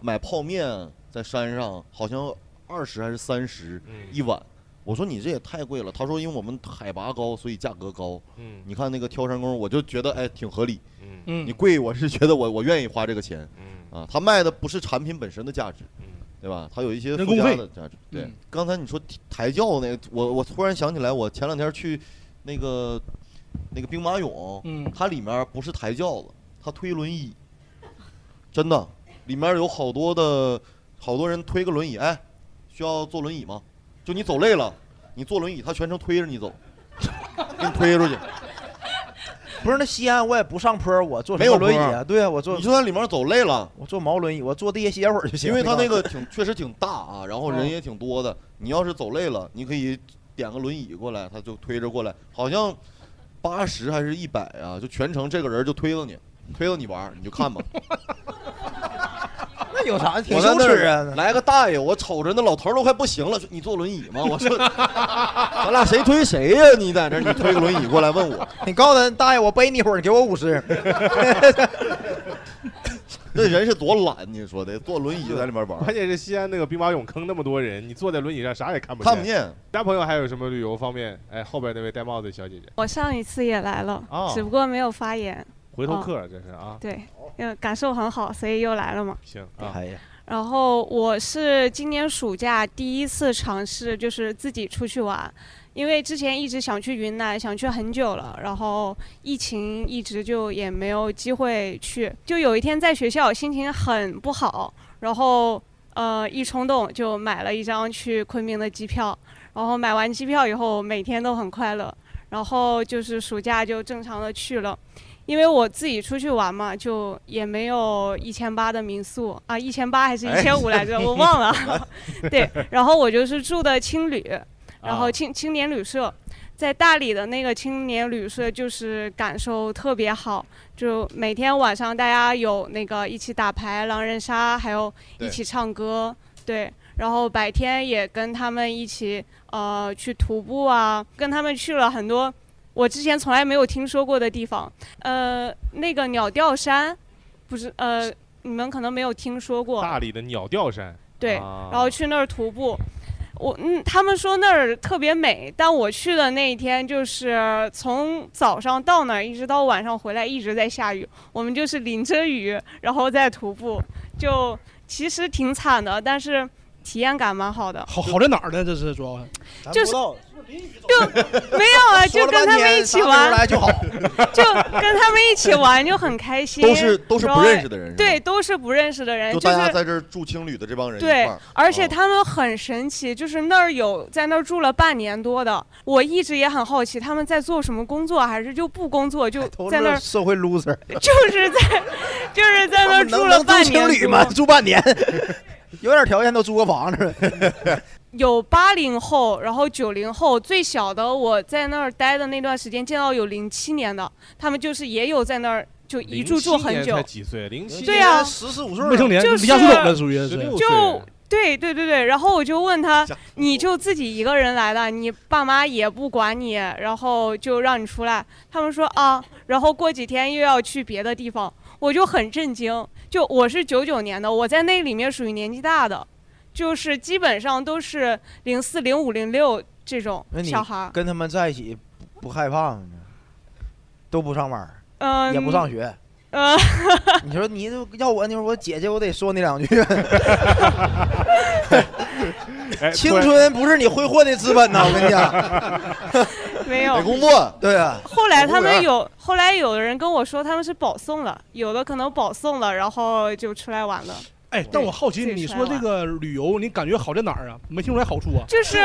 [SPEAKER 5] 买泡面在山上，好像二十还是三十
[SPEAKER 1] 嗯
[SPEAKER 5] 一碗。我说你这也太贵了。他说因为我们海拔高，所以价格高。
[SPEAKER 1] 嗯
[SPEAKER 5] 你看那个挑山工，我就觉得哎挺合理。
[SPEAKER 1] 嗯
[SPEAKER 4] 嗯
[SPEAKER 5] 你，贵，我是觉得我我愿意花这个钱
[SPEAKER 1] 嗯
[SPEAKER 5] 啊。他卖的不是产品本身的价值
[SPEAKER 1] 嗯，
[SPEAKER 5] 对吧？他有一些
[SPEAKER 4] 人
[SPEAKER 5] 附
[SPEAKER 4] 工
[SPEAKER 5] 加
[SPEAKER 4] 费
[SPEAKER 5] 的价值。对
[SPEAKER 4] 嗯，
[SPEAKER 5] 刚才你说抬轿那个，我我突然想起来，我前两天去那个那个兵马俑，
[SPEAKER 4] 嗯
[SPEAKER 5] 它里面不是抬轿子，它推轮椅，真的，里面有好多的好多人推个轮椅，哎，需要坐轮椅吗？就你走累了，你坐轮椅，他全程推着你走，给你推出去。
[SPEAKER 7] 不是那西安我也不上坡，我坐什
[SPEAKER 5] 没有
[SPEAKER 7] 么轮椅
[SPEAKER 5] 坡
[SPEAKER 7] 啊？对啊，我坐
[SPEAKER 5] 你就在里面走累了，
[SPEAKER 7] 我坐毛轮椅，我坐地下歇会儿就行。
[SPEAKER 5] 因为它 那个挺确实挺大啊，然后
[SPEAKER 7] 嗯
[SPEAKER 5] 人也挺多的。你要是走累了，你可以点个轮椅过来，他就推着过来，好像八十还是一百啊，就全程这个人就推着你，推着你玩儿，你就看吧。
[SPEAKER 7] 那有啥挺
[SPEAKER 5] 我在
[SPEAKER 7] 羞
[SPEAKER 5] 那
[SPEAKER 7] 耻
[SPEAKER 5] 儿
[SPEAKER 7] 啊？
[SPEAKER 5] 来个大爷，我瞅着那老头儿都快不行了，说你坐轮椅吗？我说 咱俩谁推谁呀、你在这儿你推个轮椅过来问我，
[SPEAKER 7] 你告诉他大爷，我背你一会儿，你给我五十。
[SPEAKER 5] 那人是多懒，你说的，坐轮椅就在里面玩 儿，
[SPEAKER 1] 关键是西安那个兵马俑坑那么多人，你坐在轮椅上啥也看不
[SPEAKER 5] 看不。见。
[SPEAKER 1] 大家朋友还有什么旅游方面？哎，后边那位戴帽子的小姐
[SPEAKER 5] 嗯
[SPEAKER 1] 姐，
[SPEAKER 10] 我上一次也来了，
[SPEAKER 1] 哦
[SPEAKER 10] 只不过没有发言，哦
[SPEAKER 1] 回头客这是啊，
[SPEAKER 10] 对，呃，感受很好，所以又来了嘛。
[SPEAKER 1] 行啊，
[SPEAKER 7] 哎呀，
[SPEAKER 10] 然后我是今年暑假第一次尝试，就是自己出去玩，因为之前一直想去云南，想去很久了，然后疫情一直就也没有机会去。就有一天在学校心情很不好，然后呃一冲动就买了一张去昆明的机票，然后买完机票以后每天都很快乐，然后就是暑假就正常的去了。因为我自己出去玩嘛，就也没有一千八的民宿啊，一千八还
[SPEAKER 11] 哎
[SPEAKER 10] 是一千五来着，我忘了。对，然后我就是住的青旅，然后青青年旅社，在大理的那个青年旅社就是感受特别好，就每天晚上大家有那个一起打牌、狼人杀，还有一
[SPEAKER 5] 对
[SPEAKER 10] 起唱歌，对。然后白天也跟他们一起呃去徒步啊，跟他们去了很多我之前从来没有听说过的地方，呃，那个鸟吊山，不是呃，你们可能没有听说过，
[SPEAKER 1] 大理的鸟吊山，
[SPEAKER 10] 对，
[SPEAKER 1] 啊
[SPEAKER 10] 然后去那儿徒步。我嗯，他们说那儿特别美，但我去的那一天就是从早上到那儿一直到晚上回来一直在下雨，我们就是淋着雨然后再徒步，就其实挺惨的，但是体验感蛮好的。
[SPEAKER 4] 好好在哪儿呢？这是主要
[SPEAKER 7] 咱
[SPEAKER 10] 就
[SPEAKER 7] 不
[SPEAKER 10] 是
[SPEAKER 7] 知道
[SPEAKER 10] 没有啊，
[SPEAKER 7] 说
[SPEAKER 10] 就跟
[SPEAKER 7] 了
[SPEAKER 10] 他
[SPEAKER 7] 半
[SPEAKER 10] 们
[SPEAKER 7] 天
[SPEAKER 10] 一起
[SPEAKER 7] 啥时候来
[SPEAKER 10] 玩，
[SPEAKER 7] 就好。
[SPEAKER 10] 就 跟他们一起玩就很开心。
[SPEAKER 5] 都是都是
[SPEAKER 10] 然
[SPEAKER 5] 不
[SPEAKER 10] 后
[SPEAKER 5] 认识的人，是吧
[SPEAKER 10] 对，，都是不认识
[SPEAKER 7] 哎
[SPEAKER 10] 的人，
[SPEAKER 5] 就
[SPEAKER 10] 就
[SPEAKER 5] 大家
[SPEAKER 10] 是
[SPEAKER 5] 在这儿住青旅的这帮人一
[SPEAKER 10] 对
[SPEAKER 5] 块儿，
[SPEAKER 10] 而且
[SPEAKER 7] 啊
[SPEAKER 5] 哦
[SPEAKER 10] 他们很神奇，就是那儿有在那儿住了半年多的，我一直也很好奇他们在做什么工作，还是就不工作，就
[SPEAKER 7] 都
[SPEAKER 10] 在那
[SPEAKER 7] 是
[SPEAKER 10] 儿
[SPEAKER 7] 社会 loser，
[SPEAKER 10] 就是在 就是在那儿
[SPEAKER 7] 能
[SPEAKER 10] 住了
[SPEAKER 7] 能住
[SPEAKER 10] 半年
[SPEAKER 7] 情侣
[SPEAKER 10] 多
[SPEAKER 7] 吗？ 住半年，有点条件都租个房子。
[SPEAKER 10] 有八零后，然后九零后，最小的我在那儿待的那段时间，见到有零七年的，他们就是也有在那儿就一住住很久
[SPEAKER 6] 才，几岁？零七
[SPEAKER 10] 对啊
[SPEAKER 7] 十四五岁
[SPEAKER 4] 未
[SPEAKER 7] 了
[SPEAKER 4] 成年
[SPEAKER 10] 就是
[SPEAKER 4] 离家出走了，属于
[SPEAKER 6] 十
[SPEAKER 4] 是
[SPEAKER 6] 六岁，
[SPEAKER 10] 就对对对对。然后我就问他
[SPEAKER 5] 吓死，
[SPEAKER 10] 你就自己一个人来的，你爸妈也不管你，然后就让你出来。他们说啊，然后过几天又要去别的地方，我就很震惊。就我是九九年的，我在那里面属于年纪大的，就是基本上都是零四、零五、零六这种
[SPEAKER 7] 那你
[SPEAKER 10] 小孩儿。
[SPEAKER 7] 跟他们在一起不不害怕吗？都不上班，
[SPEAKER 10] 嗯，
[SPEAKER 7] 也不上学。
[SPEAKER 10] 呃，
[SPEAKER 7] 你说你就要我，你说我姐姐，我得说你两句。
[SPEAKER 6] 哎
[SPEAKER 7] 青春不是你挥霍的资本呐，我跟你讲。
[SPEAKER 10] 没
[SPEAKER 5] 得
[SPEAKER 10] 有。
[SPEAKER 5] 工作，
[SPEAKER 7] 对啊，
[SPEAKER 10] 后来他
[SPEAKER 5] 服务员
[SPEAKER 10] 们有，后来有的人跟我说他们是保送了，有的可能保送了，然后就出来玩了。
[SPEAKER 4] 哎，但我好奇，你说这个旅游，你感觉好在哪儿啊？没听出来好处啊？
[SPEAKER 10] 就是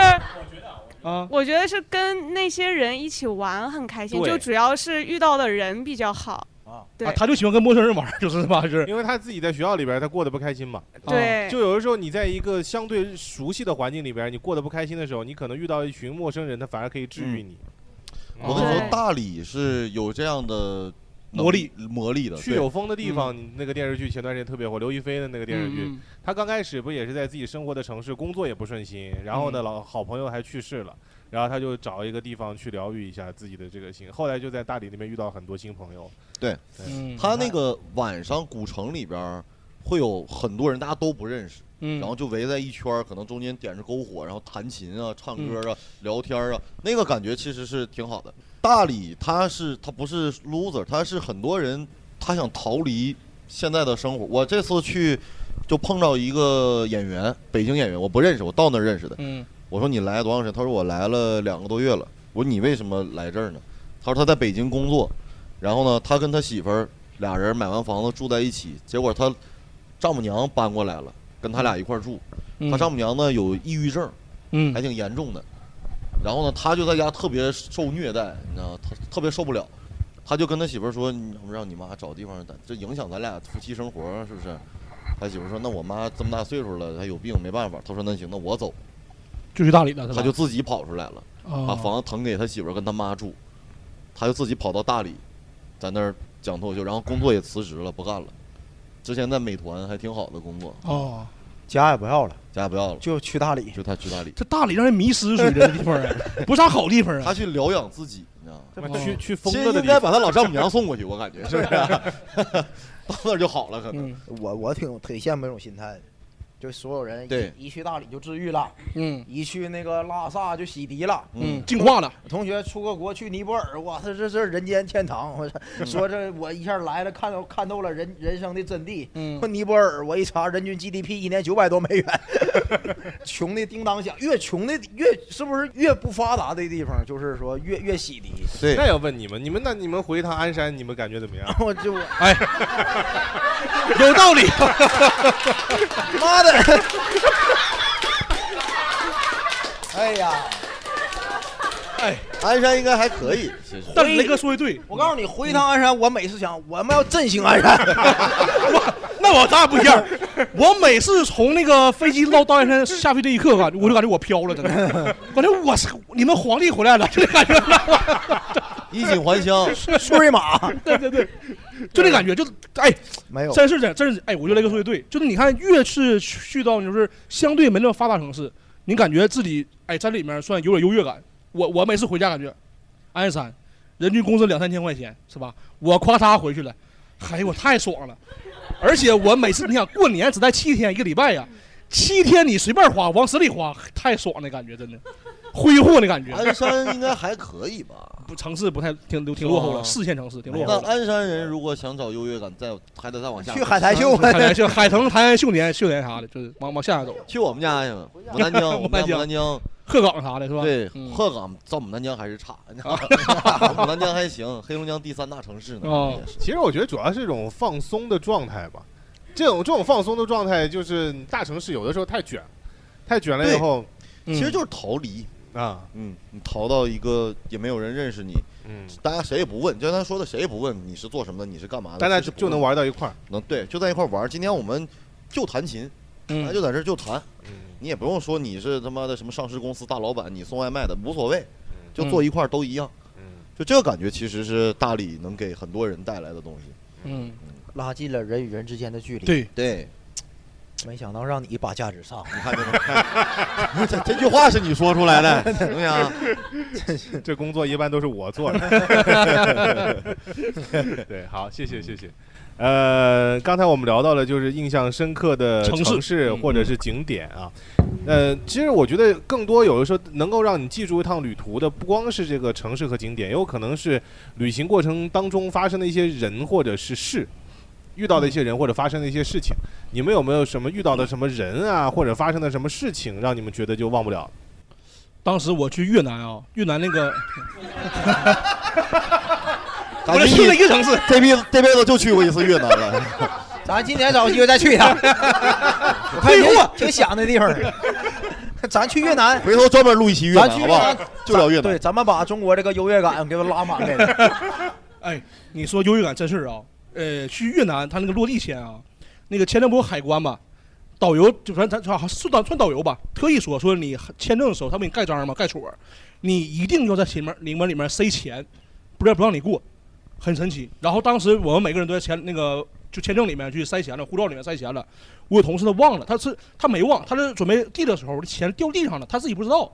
[SPEAKER 4] 啊，
[SPEAKER 10] 我觉得是跟那些人一起玩很开心，
[SPEAKER 6] 对
[SPEAKER 10] 就主要是遇到的人比较好。对
[SPEAKER 4] 啊他就喜欢跟陌生人玩儿，就是吧？是，
[SPEAKER 6] 因为他自己在学校里边，他过得不开心嘛。啊
[SPEAKER 10] 对，
[SPEAKER 6] 就有的时候你在一个相对熟悉的环境里边，你过得不开心的时候，你可能遇到一群陌生人，他反而可以治愈你。
[SPEAKER 5] 嗯
[SPEAKER 6] 啊
[SPEAKER 5] 我跟你说
[SPEAKER 10] 对，
[SPEAKER 5] 大理是有这样的能
[SPEAKER 4] 魔力
[SPEAKER 5] 魔力的，
[SPEAKER 6] 嗯去
[SPEAKER 5] 对嗯
[SPEAKER 6] 有风的地方，你那个电视剧前段时间特别火，刘亦菲的那个电视剧，
[SPEAKER 4] 嗯
[SPEAKER 6] 她刚开始不也是在自己生活的城市工作也不顺心，然后
[SPEAKER 5] 嗯
[SPEAKER 6] 呢，老好朋友还去世了，然后她就找一个地方去疗愈一下自己的这个心，后来就在大理那边遇到很多新朋友，
[SPEAKER 4] 嗯，
[SPEAKER 5] 他那个晚上古城里边儿会有很多人，大家都不认识，
[SPEAKER 4] 嗯，
[SPEAKER 5] 然后就围在一圈儿，可能中间点着篝火，然后弹琴啊、唱歌啊、
[SPEAKER 4] 嗯
[SPEAKER 5] 聊天啊，那个感觉其实是挺好的。大理他是他不是 loser，他是很多人他想逃离现在的生活。我这次去就碰到一个演员，北京演员，我不认识，我到那儿认识的。
[SPEAKER 4] 嗯，
[SPEAKER 5] 我说你来多长时间？他说我来了两个多月了。我说你为什么来这儿呢？他说他在北京工作，然后呢，他跟他媳妇儿俩人买完房子住在一起，结果他丈母娘搬过来了，跟他俩一块儿住。
[SPEAKER 4] 嗯
[SPEAKER 5] 他丈母娘呢有抑郁症，
[SPEAKER 4] 嗯
[SPEAKER 5] 还挺严重的。然后呢，他就在家特别受虐待，你知道，他特别受不了。他就跟他媳妇儿说：“你要不让你妈找地方，这影响咱俩夫妻生活，是不是？”他媳妇儿说：“那我妈这么大岁数了，她有病没办法。”他说：“那行，那我走。
[SPEAKER 4] 就去大理了，”
[SPEAKER 5] 他就自己跑出来了。把
[SPEAKER 4] 把
[SPEAKER 5] 房子腾给他媳妇儿跟他妈住，他就自己跑到大理，在那儿讲脱口秀，然后工作也辞职了，不干了。之前在美团还挺好的工作，
[SPEAKER 4] 哦，
[SPEAKER 7] 家也不要了，
[SPEAKER 5] 家也不要了，
[SPEAKER 7] 就去大理。
[SPEAKER 5] 就他去大理，
[SPEAKER 4] 这大理让人迷失，属于这地方啊， 不是啥好地方
[SPEAKER 5] 他
[SPEAKER 4] 啊。
[SPEAKER 5] 去疗养自己，你知道吗？
[SPEAKER 4] 哦
[SPEAKER 6] 去去
[SPEAKER 5] 其
[SPEAKER 6] 疯
[SPEAKER 5] 实
[SPEAKER 6] 了的
[SPEAKER 5] 应
[SPEAKER 6] 地
[SPEAKER 5] 该
[SPEAKER 6] 方。
[SPEAKER 5] 把他老丈母娘送过去，我感觉是不是？ 到那儿就好了，可能。
[SPEAKER 4] 啊嗯
[SPEAKER 7] 我我挺挺羡慕这种心态的，就所有人
[SPEAKER 5] 对
[SPEAKER 7] 一一去大理就治愈了，
[SPEAKER 4] 嗯
[SPEAKER 7] 一去那个拉萨就洗涤了。
[SPEAKER 4] 嗯，净化了，
[SPEAKER 7] 同学出个国去尼泊尔，哇，他这这人间天堂！我
[SPEAKER 5] 嗯
[SPEAKER 7] 说说这我一下来了，看到看透了人人生的真谛。
[SPEAKER 4] 嗯
[SPEAKER 7] 说尼泊尔，我一查人均 GDP 一年九百多美元，穷的叮当响。越穷的越是不是越不发达的地方，就是说越越洗涤。
[SPEAKER 5] 对
[SPEAKER 6] 那要问你们，你们那你们回一趟鞍山，你们感觉怎么 样？
[SPEAKER 7] 我就
[SPEAKER 4] 哎有道理。
[SPEAKER 7] 妈的！哎呀，
[SPEAKER 5] 鞍山应该还可以，其实
[SPEAKER 4] 哎但雷哥说的对，
[SPEAKER 7] 我告诉你，回一趟鞍山，我每次想我们要振兴鞍山。
[SPEAKER 4] 我那我咱俩不一样。 我每次从那个飞机到到鞍山下飞这一刻，感觉我就感觉我飘了，真 的，感觉我操，你们皇帝回来了， 就这感觉，
[SPEAKER 5] 衣锦还乡。
[SPEAKER 7] 睡马
[SPEAKER 4] 对对对，就这感觉，就哎，
[SPEAKER 7] 没有，
[SPEAKER 4] 真是这，真是哎，我觉得雷哥说的对，就是你看，越是去到就是相对没那么发达城市，你感觉自己哎在里面算有点优越感。我我每次回家感觉，鞍山人均工资两三千块钱是吧？我夸嚓回去了，哎呦我太爽了！而且我每次你想过年只待七天一个礼拜呀，七天你随便花往死里花，太爽的感觉真的，挥霍的感觉。
[SPEAKER 5] 鞍山应该还可以吧？
[SPEAKER 4] 不城市不太挺挺落后了，
[SPEAKER 5] 哦
[SPEAKER 4] 四线城市挺落
[SPEAKER 5] 那
[SPEAKER 4] 后了。
[SPEAKER 5] 鞍山人如果想找优越感，再还得再往下
[SPEAKER 7] 去海苔秀
[SPEAKER 4] 海南秀海腾、台秀年、秀年啥的，就是往往下走。
[SPEAKER 5] 去我们家去吧，牡丹江，我们家牡丹江
[SPEAKER 4] 鹤岗啥的是吧？
[SPEAKER 5] 对，
[SPEAKER 4] 嗯
[SPEAKER 5] 鹤岗在我们南疆还是差，我们南疆还行，黑龙江第三大城市呢。
[SPEAKER 4] 哦
[SPEAKER 5] 也是
[SPEAKER 6] 其实我觉得主要是一种放松的状态吧。这种这种放松的状态，就是大城市有的时候太卷，太卷了以
[SPEAKER 5] 对
[SPEAKER 6] 后
[SPEAKER 4] 嗯
[SPEAKER 5] 其实 就是逃离，
[SPEAKER 6] 啊，
[SPEAKER 5] 嗯，你逃到一个也没有人认识你，
[SPEAKER 6] 嗯，
[SPEAKER 5] 大家谁也不问，就像他说的，谁也不问你是做什么的，你是干嘛的，
[SPEAKER 6] 大家就
[SPEAKER 5] 其实不
[SPEAKER 6] 就能
[SPEAKER 5] 问
[SPEAKER 6] 玩到一块儿。
[SPEAKER 5] 能对，就在一块儿玩儿。今天我们就弹琴，
[SPEAKER 4] 嗯
[SPEAKER 5] 咱就在这儿就弹，
[SPEAKER 6] 嗯
[SPEAKER 5] 你也不用说你是他妈的什么上市公司大老板，你送外卖的无所谓，就坐一块儿都一样。
[SPEAKER 6] 嗯，
[SPEAKER 5] 就这个感觉其实是大理能给很多人带来的东西。
[SPEAKER 4] 嗯，
[SPEAKER 7] 拉近了人与人之间的距离。，
[SPEAKER 4] 对，
[SPEAKER 5] 对，
[SPEAKER 7] 没想到让你把价值上。
[SPEAKER 5] 你看这个看，这这句话是你说出来 的，怎么样？
[SPEAKER 6] 这工作一般都是我做 的。 对，好，谢谢谢谢。呃，刚才我们聊到了就是印象深刻的
[SPEAKER 4] 城市嗯
[SPEAKER 6] 城市或者是景点啊。呃，其实我觉得更多有的时候能够让你记住一趟旅途的，不光是这个城市和景点，也有可能是旅行过程当中发生的一些人或者是事，遇到的一些人或者发生的一些事情。
[SPEAKER 4] 嗯
[SPEAKER 6] 你们有没有什么遇到的什么人啊，或者发生的什么事情，让你们觉得就忘不了？
[SPEAKER 4] 当时我去越南啊，越南那个
[SPEAKER 5] 感觉
[SPEAKER 4] 我就去了一
[SPEAKER 5] 你
[SPEAKER 4] 个城市，
[SPEAKER 5] 这辈子这辈子就去过一次越南了。
[SPEAKER 7] 咱今年找个机会再去一 趟。我看挺挺想那地方儿。咱去越南，
[SPEAKER 5] 回头专门录一期越南，
[SPEAKER 7] 咱去
[SPEAKER 5] 好不好
[SPEAKER 7] 越南？
[SPEAKER 5] 就聊越
[SPEAKER 7] 对，
[SPEAKER 5] 南。
[SPEAKER 7] 哎咱们把中国这个优越感给它拉满呗。
[SPEAKER 4] 哎，你说优越感真事儿啊？呃，去越南，他那个落地签啊，那个签证不是海关嘛，导游就咱咱算算导算导游吧，特意说说你签证的时候，他不给你盖章嘛，盖戳儿，你一定要在前面领门里面塞钱，不然不让你过，很神奇。然后当时我们每个人都在签那个就签证里面去塞钱了，护照里面塞钱了。我有同事他忘了，他是他没忘，他是准备递的时候，这钱掉地上了，他自己不知道，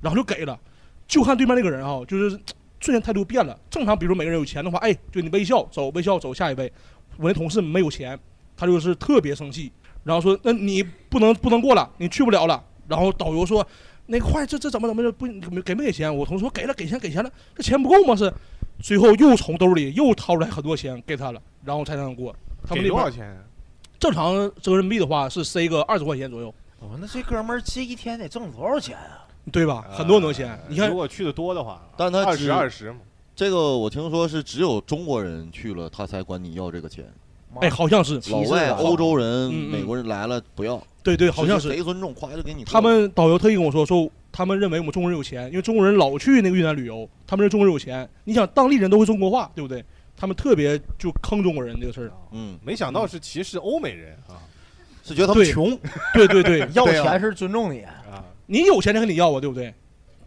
[SPEAKER 4] 然后就给了。就看对面那个人啊，就是瞬间态度变了。正常，比如每个人有钱的话，哎，就你微笑走，微笑走下一位。我那同事没有钱，他就是特别生气，然后说：“那你不能不能过了，你去不了了。”然后导游说：“那个快，这这怎么怎么的不给给没给钱？”我同事说：“给了，给钱，给钱了，这钱不够吗？是。”最后又从兜里又掏出来很多钱给他了，然后才让他过。他们
[SPEAKER 6] 给
[SPEAKER 4] 那
[SPEAKER 6] 多少
[SPEAKER 4] 边
[SPEAKER 6] 钱啊？
[SPEAKER 4] 正常折人民币的话是塞个二十块钱左右，
[SPEAKER 7] 我说那这哥们儿这一天得挣多少钱啊？
[SPEAKER 4] 对吧？很多很多钱
[SPEAKER 6] 呃。
[SPEAKER 4] 你看
[SPEAKER 6] 如，果去的多的话，
[SPEAKER 5] 但他
[SPEAKER 6] 二
[SPEAKER 5] 只
[SPEAKER 6] 十二十嘛，
[SPEAKER 5] 这个我听说是只有中国人去了，他才管你要这个钱。
[SPEAKER 7] 妈
[SPEAKER 4] 哎，好像是，
[SPEAKER 5] 老
[SPEAKER 6] 啊
[SPEAKER 5] 外、欧洲人、
[SPEAKER 4] 嗯嗯
[SPEAKER 5] 美国人来了不要，
[SPEAKER 4] 对对，好像
[SPEAKER 5] 直
[SPEAKER 4] 是
[SPEAKER 5] 接。贼尊重，夸就给你过。
[SPEAKER 4] 他们导游特意跟我说，说他们认为我们中国人有钱，因为中国人老去那个越南旅游，他们认为中国人有钱。你想，当地人都会中国话，对不对？他们特别就坑中国人这个事儿。啊
[SPEAKER 5] 嗯，
[SPEAKER 6] 没想到是歧视欧美人啊
[SPEAKER 5] 是觉得他们
[SPEAKER 4] 对
[SPEAKER 5] 穷，
[SPEAKER 4] 对 对对，
[SPEAKER 7] 要
[SPEAKER 5] 对啊
[SPEAKER 7] 钱是尊重你，
[SPEAKER 6] 啊！
[SPEAKER 4] 你有钱才跟你要啊，对不对？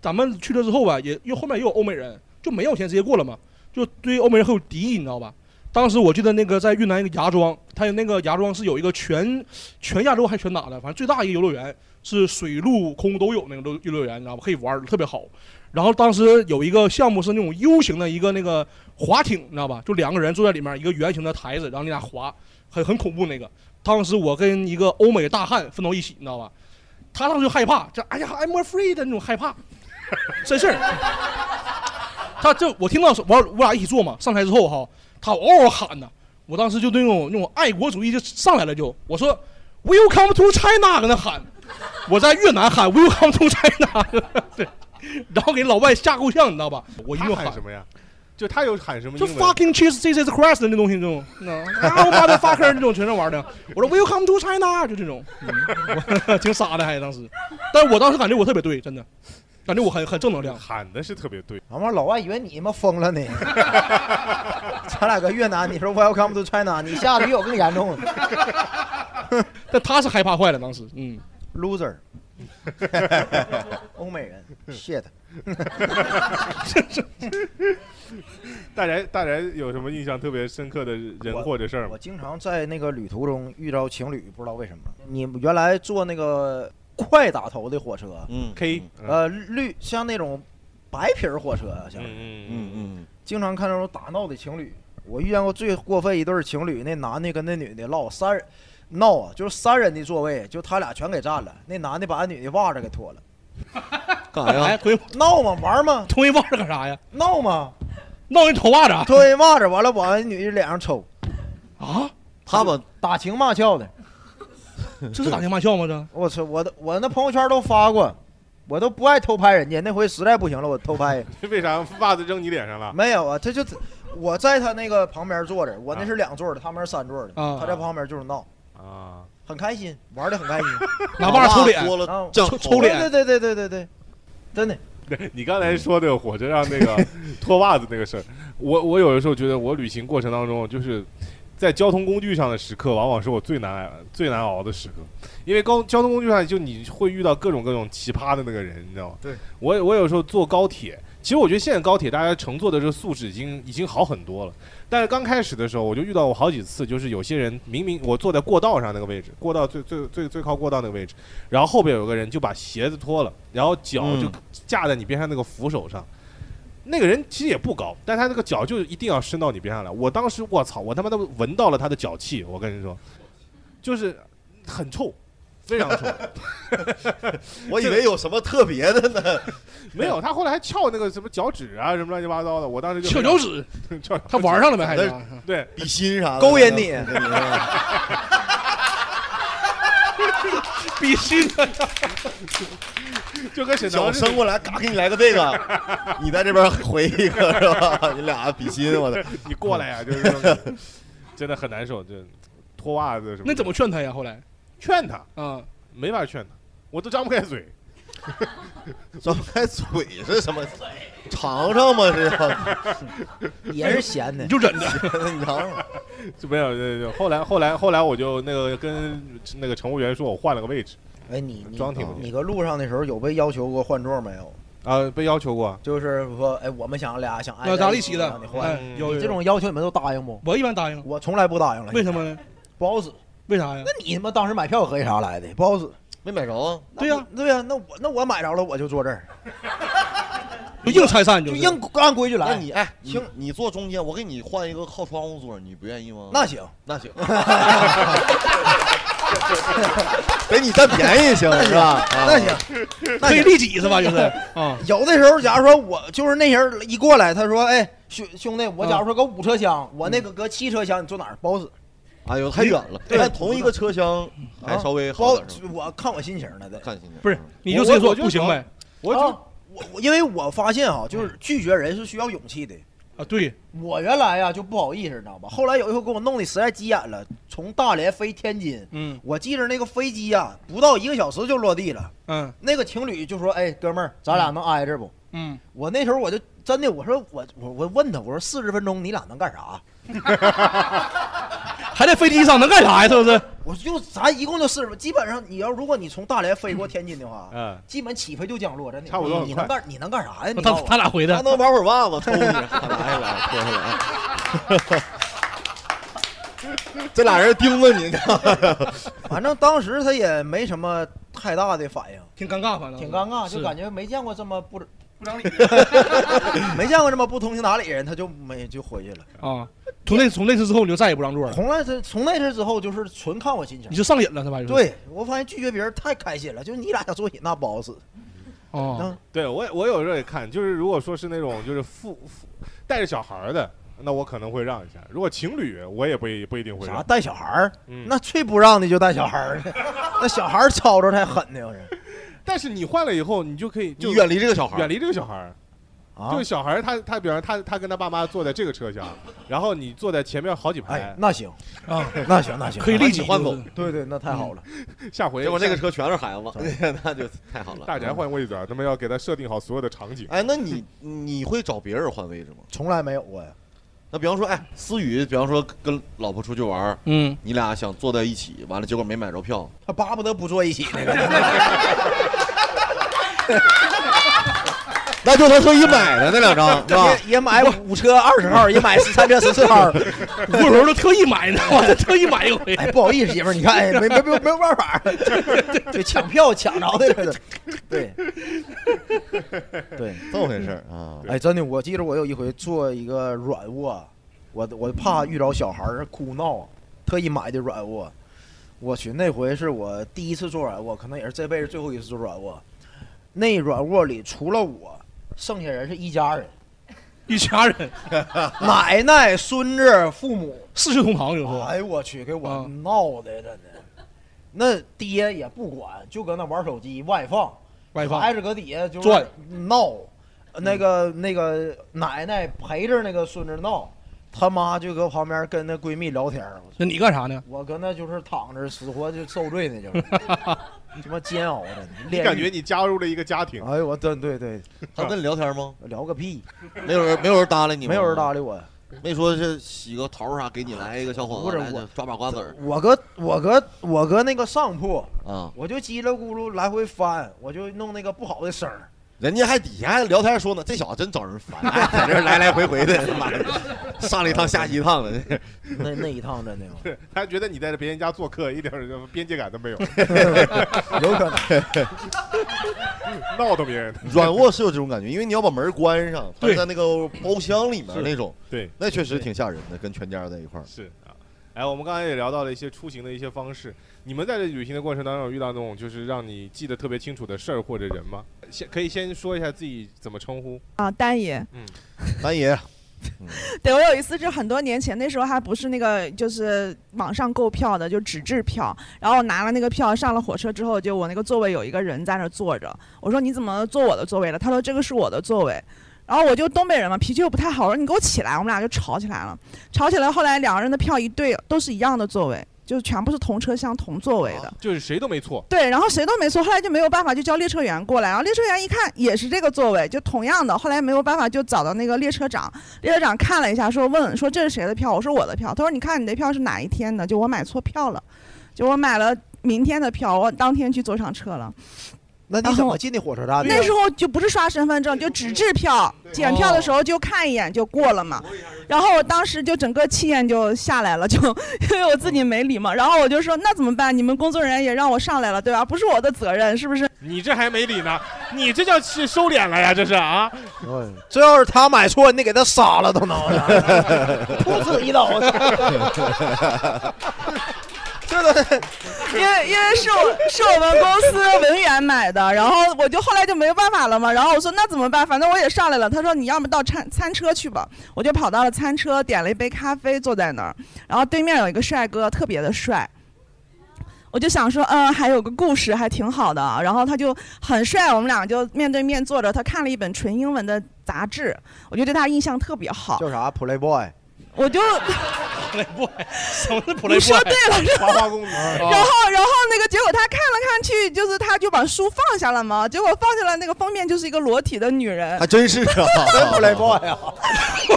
[SPEAKER 4] 咱们去了之后吧，也因为后面也有欧美人，就没有钱直接过了嘛，就对欧美人很有敌意，你知道吧？当时我记得那个在越南一个芽庄，它有那个芽庄是有一个全全亚洲还是全哪的，反正最大一个游乐园是水陆空都有那个游游乐园，你知道吧？可以玩儿特别好。然后当时有一个项目是那种 U 型的一个那个滑艇，你知道吧？就两个人坐在里面一个圆形的台子，然后你俩滑，很很恐怖那个。当时我跟一个欧美大汉奋斗一起，你知道吧？他当时就害怕，就哎呀，I'm afraid 的那种害怕，真事儿。他就我听到我我俩一起坐嘛，上台之后哈，他嗷嗷喊呐，我当时就那种那种爱国主义就上来了就，我说 Welcome to China 搁那喊，我在越南喊 Welcome to China，对， 然后给老外吓够呛，你知道吧？我一
[SPEAKER 6] 他
[SPEAKER 4] 顿
[SPEAKER 6] 喊什么呀？就他有喊什么英
[SPEAKER 4] 就
[SPEAKER 6] 文？
[SPEAKER 4] fucking cheese Jesus Christ 的那东西，这种， 啊，我 motherfucker 这种全是玩的。我说 Welcome to China，就这种， 嗯、我挺傻的还当时，但是我当时感觉我特别对，真的，感觉我很很正能量。
[SPEAKER 6] 喊的是特别对，
[SPEAKER 7] 俺们老外以为你 他妈疯了呢。咱俩搁越南，你说 Welcome to China，你下的比我更严重。
[SPEAKER 4] 但他是害怕坏了，当时，嗯，
[SPEAKER 7] Loser，欧美人，shit。
[SPEAKER 6] 大然大然有什么印象特别深刻的人
[SPEAKER 7] 我
[SPEAKER 6] 或者事儿
[SPEAKER 7] 我
[SPEAKER 6] 吗？
[SPEAKER 7] 经常在那个旅途中遇到情侣，不知道为什么。你原来坐那个快打头的火车，
[SPEAKER 5] 嗯
[SPEAKER 6] K，
[SPEAKER 7] 呃，绿像那种白皮儿火车，啊像
[SPEAKER 6] 嗯
[SPEAKER 5] 嗯
[SPEAKER 6] 嗯嗯，
[SPEAKER 5] 嗯
[SPEAKER 7] 经常看那种打闹的情侣。我遇见过最过分一对儿情侣，那男的跟那女的唠三人闹啊，就是三人的座位，就他俩全给占了。那男的把那女的袜子给脱了，
[SPEAKER 5] 嗯，干啥
[SPEAKER 4] 哎，
[SPEAKER 5] 呀？
[SPEAKER 4] 推
[SPEAKER 7] 闹嘛玩嘛
[SPEAKER 4] 推袜子干啥呀？
[SPEAKER 7] 闹嘛，
[SPEAKER 4] 闹人头袜子啊
[SPEAKER 7] 脱人袜子完了往那女的脸上抽，
[SPEAKER 4] 啊？
[SPEAKER 5] 他把
[SPEAKER 7] 打情骂俏的。
[SPEAKER 4] 这是打情骂俏吗？这
[SPEAKER 7] 我操，我的我那朋友圈都发过，我都不爱偷拍人家，那回实在不行了，我偷拍。
[SPEAKER 6] 为啥袜子扔你脸上了？
[SPEAKER 7] 没有啊，这就我在他那个旁边坐着，我那是两座的，他们是三座的，
[SPEAKER 4] 啊
[SPEAKER 7] 他在旁边就是闹，
[SPEAKER 6] 啊，
[SPEAKER 7] 很开心，玩的很 开心。
[SPEAKER 4] 拿把抽脸，
[SPEAKER 5] 说
[SPEAKER 7] 啊
[SPEAKER 5] 了正
[SPEAKER 4] 抽抽脸
[SPEAKER 7] 对对对对对对对，真的，
[SPEAKER 6] 你刚才说的火车上那 个脱袜子那个事儿，我我有的时候觉得我旅行过程当中，就是在交通工具上的时刻，往往是我最难最难熬的时刻，因为高交通工具上就你会遇到各种各种奇葩的那个人，你知道吗？
[SPEAKER 5] 对，
[SPEAKER 6] 我我有时候坐高铁，其实我觉得现在高铁大家乘坐的这个素质已经已经好很多了，但是刚开始的时候我就遇到过好几次，就是有些人明明我坐在过道上那个位置，过道最最最最靠过道那个位置，然后后边有个人就把鞋子脱了，然后脚就
[SPEAKER 5] 嗯
[SPEAKER 6] 架在你边上那个扶手上。那个人其实也不高，但他那个脚就一定要伸到你边上来。我当时我操，我他妈都闻到了他的脚气，我跟你说，就是很臭，非常臭。
[SPEAKER 5] 我以为有什么特别的呢。
[SPEAKER 6] 没有，他后来还翘那个什么脚趾啊，什么乱七八糟的。我当时就
[SPEAKER 4] 翘 脚趾，
[SPEAKER 6] 趾，翘脚
[SPEAKER 4] 他玩上了呗，还是
[SPEAKER 5] 那
[SPEAKER 6] 对，
[SPEAKER 5] 比心啥的，
[SPEAKER 7] 勾引你
[SPEAKER 5] 对对对
[SPEAKER 4] 比心的，
[SPEAKER 6] 就跟沈
[SPEAKER 5] 脚
[SPEAKER 6] 腾似的
[SPEAKER 5] 伸过来，嘎给你来个这个，你在这边回一个是吧？你俩比心，我操！
[SPEAKER 6] 你过来呀、就是这种真的很难受，就脱袜子什么的。
[SPEAKER 4] 那怎么劝他呀？后来
[SPEAKER 6] 劝他？
[SPEAKER 4] 啊，
[SPEAKER 6] 没法劝他，我都张不开嘴。
[SPEAKER 5] 张不开嘴是什么？尝尝嘛，是吧？
[SPEAKER 7] 也是闲的
[SPEAKER 4] 你。就忍着，
[SPEAKER 5] 你尝尝。
[SPEAKER 6] 就 没有，对对对。后来后来后来，我就那个跟那个乘务员说，我换了个位置
[SPEAKER 7] 哎，你
[SPEAKER 5] 嗯
[SPEAKER 7] 你
[SPEAKER 4] 啊
[SPEAKER 6] 装挺不
[SPEAKER 7] 你搁路上的时候有被要求过换座没有？
[SPEAKER 6] 啊、被要求过。
[SPEAKER 7] 就是说，哎，我们想俩想挨
[SPEAKER 4] 那
[SPEAKER 7] 在
[SPEAKER 4] 咱一起的
[SPEAKER 7] 让你，换
[SPEAKER 4] 哎，
[SPEAKER 5] 嗯
[SPEAKER 4] 有
[SPEAKER 7] 你这
[SPEAKER 4] 有有
[SPEAKER 7] 种要求你们都答应不？
[SPEAKER 4] 我一般答应，
[SPEAKER 7] 我从来不答应了，
[SPEAKER 4] 为什么呢？
[SPEAKER 7] 不好使。
[SPEAKER 4] 为啥呀
[SPEAKER 7] 那？你他妈当时买票合计啥来的？不好使。
[SPEAKER 5] 没买着啊？
[SPEAKER 4] 对呀
[SPEAKER 7] 那对呀，那我那我买着了，我就坐这儿，
[SPEAKER 4] 就硬拆散，你
[SPEAKER 7] 就
[SPEAKER 4] 就是
[SPEAKER 7] 硬按规矩来。嗯
[SPEAKER 5] 那你哎，
[SPEAKER 4] 嗯
[SPEAKER 5] 你
[SPEAKER 7] 行
[SPEAKER 5] 你坐中间，我给你换一个靠窗户座，你不愿意吗？
[SPEAKER 7] 那行，
[SPEAKER 5] 那行， 给你占便宜行是吧？啊
[SPEAKER 7] 那行，那
[SPEAKER 4] 可以
[SPEAKER 7] 行。
[SPEAKER 4] 利己是 吧？就是啊，
[SPEAKER 7] 有的时候，假如说我就是那人一过来，他说：“哎，兄兄弟，
[SPEAKER 4] 嗯
[SPEAKER 7] 我假如说搁五车厢，我那个搁七车厢，你坐哪儿？不好使。
[SPEAKER 5] 哎呦，太远了。但同一个车厢还稍微
[SPEAKER 7] 不好
[SPEAKER 5] 好点，是吧，
[SPEAKER 7] 嗯啊我看我心情了，得。
[SPEAKER 5] 看心情。
[SPEAKER 4] 不是
[SPEAKER 5] 嗯，
[SPEAKER 4] 你就直接
[SPEAKER 6] 我
[SPEAKER 4] 说
[SPEAKER 6] 我就
[SPEAKER 4] 不行呗嗯
[SPEAKER 6] 我就、
[SPEAKER 7] 啊我我因为我发现啊，就是拒绝人是需要勇气的。
[SPEAKER 4] 啊，对，
[SPEAKER 7] 我原来呀、就不好意思，你知道吧？后来有一回给我弄的实在急眼了，从大连飞天津，
[SPEAKER 4] 嗯
[SPEAKER 7] 我记着那个飞机呀、不到一个小时就落地了。
[SPEAKER 4] 嗯
[SPEAKER 7] 那个情侣就说：“哎，哥们儿，咱俩能挨着不？”
[SPEAKER 4] 嗯，
[SPEAKER 7] 我那时候我就真的我说我我我问他我说四十分钟你俩能干啥？
[SPEAKER 4] 还在飞机上能干啥呀？是不是？
[SPEAKER 7] 我就咱一共就四十分，基本上你要如果你从大连飞过天津的话，
[SPEAKER 6] 嗯嗯
[SPEAKER 7] 基本起飞就降落，真的。
[SPEAKER 6] 差不多很
[SPEAKER 7] 你
[SPEAKER 6] 快
[SPEAKER 7] 能干你能干啥呀？你
[SPEAKER 4] 他
[SPEAKER 7] 告诉我
[SPEAKER 4] 他俩回
[SPEAKER 5] 他
[SPEAKER 4] 的？
[SPEAKER 5] 能玩会儿袜子抽你， 来
[SPEAKER 7] 哎
[SPEAKER 5] 来来，脱下来。这俩人盯着你呢，
[SPEAKER 7] 反正当时他也没什么太大的反应，
[SPEAKER 4] 挺尴尬，反正
[SPEAKER 7] 挺尴尬，就是感觉没见过这么不不讲理， 没见过这么不通情达理的人，他就没就回去了。
[SPEAKER 4] 啊。从那从那次之后，你就再也不让座了，
[SPEAKER 7] 从来这从那次之后，就是纯看我心情
[SPEAKER 4] 你。就上瘾了是吧？就是，
[SPEAKER 7] 对我发现拒绝别人太开心了，就是你俩想作品那不好使。
[SPEAKER 4] 哦，
[SPEAKER 6] 对我也我有时候也看，就是如果说是那种就是父父带着小孩儿的，那我可能会让一下；如果情侣，我也不一不一定会
[SPEAKER 7] 啥
[SPEAKER 6] 让。
[SPEAKER 7] 带小孩儿？
[SPEAKER 6] 嗯
[SPEAKER 7] 那最不让的就带小孩儿了， 那小孩儿吵吵才狠呢，要是
[SPEAKER 6] 但是你换了以后，你就可以
[SPEAKER 5] 你
[SPEAKER 6] 就
[SPEAKER 5] 远离这个小孩
[SPEAKER 6] 远
[SPEAKER 5] 儿。
[SPEAKER 6] 离这个小孩儿。
[SPEAKER 7] 啊
[SPEAKER 6] 就，小孩儿他他比方他他跟他爸妈坐在这个车厢，然后你坐在前面好几
[SPEAKER 7] 哎
[SPEAKER 6] 排，，
[SPEAKER 7] 那行，
[SPEAKER 4] 啊，
[SPEAKER 7] 那行，那行，
[SPEAKER 4] 可以
[SPEAKER 5] 立
[SPEAKER 4] 立
[SPEAKER 5] 即
[SPEAKER 4] 即嗯
[SPEAKER 5] 换走
[SPEAKER 7] 对对，那太好了。
[SPEAKER 6] 嗯下回
[SPEAKER 5] 结果那个车全是孩子，那就太好了。
[SPEAKER 6] 大宅换位置啊，他们要给他设定好所有的场景。
[SPEAKER 5] 哎，那你你会找别人换位置吗？
[SPEAKER 7] 从来没有过呀，
[SPEAKER 5] 那比方说，哎，思雨，比方说跟老婆出去玩儿，
[SPEAKER 4] 嗯，
[SPEAKER 5] 你俩想坐在一起，完了结果没买着票，
[SPEAKER 7] 他巴不得不坐一起那个。
[SPEAKER 5] 那就他特意买的那两 张是吧？
[SPEAKER 7] 也也买五车二十号，也买十三车十四 号。
[SPEAKER 4] 我有时候都特意买呢， 我这特意买一回，
[SPEAKER 7] 哎，不好意思，媳妇儿，你看，哎，没没没没有办法， 就抢票抢着的了。对，对，
[SPEAKER 5] 这么回事儿啊？
[SPEAKER 7] 哎，真的，我记得我有一回坐一个软卧，我我怕遇着小孩儿哭闹，特意买的软卧。我去，那回是我第一次坐软卧，可能也是这辈子最后一次坐软卧。那软卧里除了我，剩下人是一家人，
[SPEAKER 4] 一家人
[SPEAKER 7] 奶奶、孙子、父母。
[SPEAKER 4] 四世同堂，有时候
[SPEAKER 7] 哎呦我去，给我
[SPEAKER 4] 啊
[SPEAKER 7] 闹的真的，那爹也不管，就搁那玩手机外放。
[SPEAKER 4] 外放
[SPEAKER 7] 挨着搁底下就是
[SPEAKER 4] 转
[SPEAKER 7] 闹，那个那个奶奶陪着那个孙子闹，他妈就搁旁边跟那闺蜜聊天儿
[SPEAKER 4] 那你干啥呢？
[SPEAKER 7] 我搁那就是躺着死活就受罪呢，就是他妈煎熬着呢。
[SPEAKER 6] 你
[SPEAKER 7] 炼狱啊
[SPEAKER 6] 感觉你加入了一个家庭，
[SPEAKER 7] 哎呦我对对对，
[SPEAKER 5] 他跟你聊天吗？
[SPEAKER 7] 聊个屁，
[SPEAKER 5] 没有人，没有人搭理你吗？
[SPEAKER 7] 没有人搭理我。
[SPEAKER 5] 没说是洗个头儿啥，给你来一个小伙
[SPEAKER 7] 不
[SPEAKER 5] 子
[SPEAKER 7] 是
[SPEAKER 5] 来
[SPEAKER 7] 我
[SPEAKER 5] 抓把瓜子儿
[SPEAKER 7] 我搁我搁我搁那个上铺，
[SPEAKER 5] 啊！
[SPEAKER 7] 我就叽里咕噜来回翻，我就弄那个不好的声儿。
[SPEAKER 5] 人家还底下还聊天说呢，这小子真招 人烦，哎在这儿来来回回的，他妈的，上了一趟下一趟的，
[SPEAKER 7] 那那一趟真的
[SPEAKER 6] 他觉得你在别人家做客，一点儿就边界感都没有，
[SPEAKER 7] 有可能。
[SPEAKER 6] 闹腾别人。
[SPEAKER 5] 软卧是有这种感觉，因为你要把门关上，他
[SPEAKER 4] 对
[SPEAKER 5] 在那个包厢里面
[SPEAKER 6] 是
[SPEAKER 5] 那种，
[SPEAKER 6] 对，
[SPEAKER 5] 那确实挺吓人的，跟全家在一块儿。
[SPEAKER 6] 是啊。哎，我们刚才也聊到了一些出行的一些方式。你们在这旅行的过程当中，有遇到那种就是让你记得特别清楚的事儿或者人吗？先可以先说一下自己怎么称呼。
[SPEAKER 11] 啊，单爷。
[SPEAKER 5] 南爷，
[SPEAKER 11] 对，我有一次是很多年前，那时候还不是那个就是网上购票的，就纸质票。然后我拿了那个票上了火车之后，就我那个座位有一个人在那儿坐着，我说你怎么坐我的座位了？他说这个是我的座位。然后我就东北人嘛，脾气又不太好，我说你给我起来，我们俩就吵起来了。吵起来后来两个人的票一对，都是一样的座位，就全部是同车厢同座位的。
[SPEAKER 6] 就是谁都没错，
[SPEAKER 11] 对，然后谁都没错，后来就没有办法，就叫列车员过来。然后列车员一看也是这个座位，就同样的，后来没有办法就找到那个列车长。列车长看了一下，说问说这是谁的票？我说我的票。他说你看你的票是哪一天的？就我买错票了，就我买了明天的票，我当天去坐上车了。
[SPEAKER 7] 那你怎么啊进的火车站的？
[SPEAKER 11] 那时候就不是刷身份证，就纸质票，检票的时候就看一眼就过了嘛。然后我当时就整个气焰就下来了，就 因为我自己没理嘛。然后我就说那怎么办？你们工作人员也让我上来了，对吧？不是我的责任，是不是？
[SPEAKER 6] 你这还没理呢，你这叫是收敛了呀？这是啊，
[SPEAKER 7] 哎这要是他买错，你得给他杀了都能，噗呲一刀。 这都
[SPEAKER 11] 因为因为是我是我们公司文员买的，然后我就后来就没有办法了嘛，然后我说那怎么办？反正我也上来了，他说你要么到餐餐车去吧，我就跑到了餐车，点了一杯咖啡，坐在那儿，然后对面有一个帅哥，特别的帅。我就想说，嗯，还有个故事，还挺好的。啊然后他就很帅，我们俩就面对面坐着。他看了一本纯英文的杂志，我就对他印象特别好。
[SPEAKER 7] 叫啥？Playboy，
[SPEAKER 11] 我 就
[SPEAKER 4] 普雷 boy，什么是普雷
[SPEAKER 11] 你
[SPEAKER 4] boy？
[SPEAKER 11] 说对了，
[SPEAKER 6] 花花公子。
[SPEAKER 11] 然后，然后那个结果他看了看去，就是他就把书放下了嘛。结果放下来那个封面就是一个裸体的女人，然
[SPEAKER 5] 还 真是啊，
[SPEAKER 7] 真 Playboy 啊！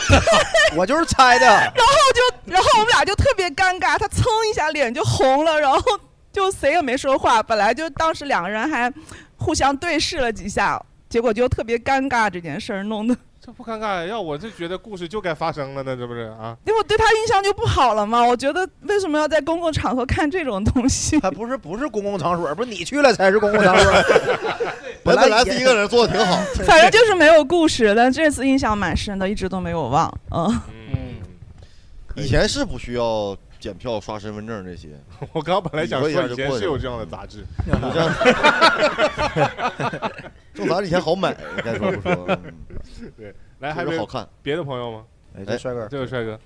[SPEAKER 7] 我就是猜的，
[SPEAKER 11] 后就，然后我们俩就特别尴尬，他蹭一下脸就红了，然后就谁也没说话。本来就当时两个人还互相对视了几下，结果就特别尴尬这件事儿弄得，
[SPEAKER 6] 这不尴尬，要我就觉得故事就该发生了呢，这不是啊？
[SPEAKER 11] 因为我对他印象就不好了嘛。我觉得为什么要在公共场合看这种东西？
[SPEAKER 7] 还不是不是公共场所，不是你去了才是公共场 所。
[SPEAKER 5] 本
[SPEAKER 7] 本来
[SPEAKER 5] 本来
[SPEAKER 7] 也
[SPEAKER 5] 自己一个人做的挺好，
[SPEAKER 11] 反正就是没有故事，但这次印象蛮深的，一直都没有忘。嗯。
[SPEAKER 6] 嗯，
[SPEAKER 5] 以前是不需要检票、刷身份证这些，
[SPEAKER 6] 我刚本来想说
[SPEAKER 5] 以后一下
[SPEAKER 6] 以
[SPEAKER 5] 就
[SPEAKER 6] 前
[SPEAKER 5] 过
[SPEAKER 6] 是
[SPEAKER 5] 去
[SPEAKER 6] 有
[SPEAKER 5] 了
[SPEAKER 6] 这样的杂志，
[SPEAKER 5] 有 这样正咱以前好 买，该说不说，嗯
[SPEAKER 6] 来还
[SPEAKER 5] 确
[SPEAKER 6] 没
[SPEAKER 5] 实好
[SPEAKER 6] 有
[SPEAKER 5] 看。
[SPEAKER 6] 别的朋友吗？
[SPEAKER 7] 哎，这帅哥，
[SPEAKER 6] 这位帅哥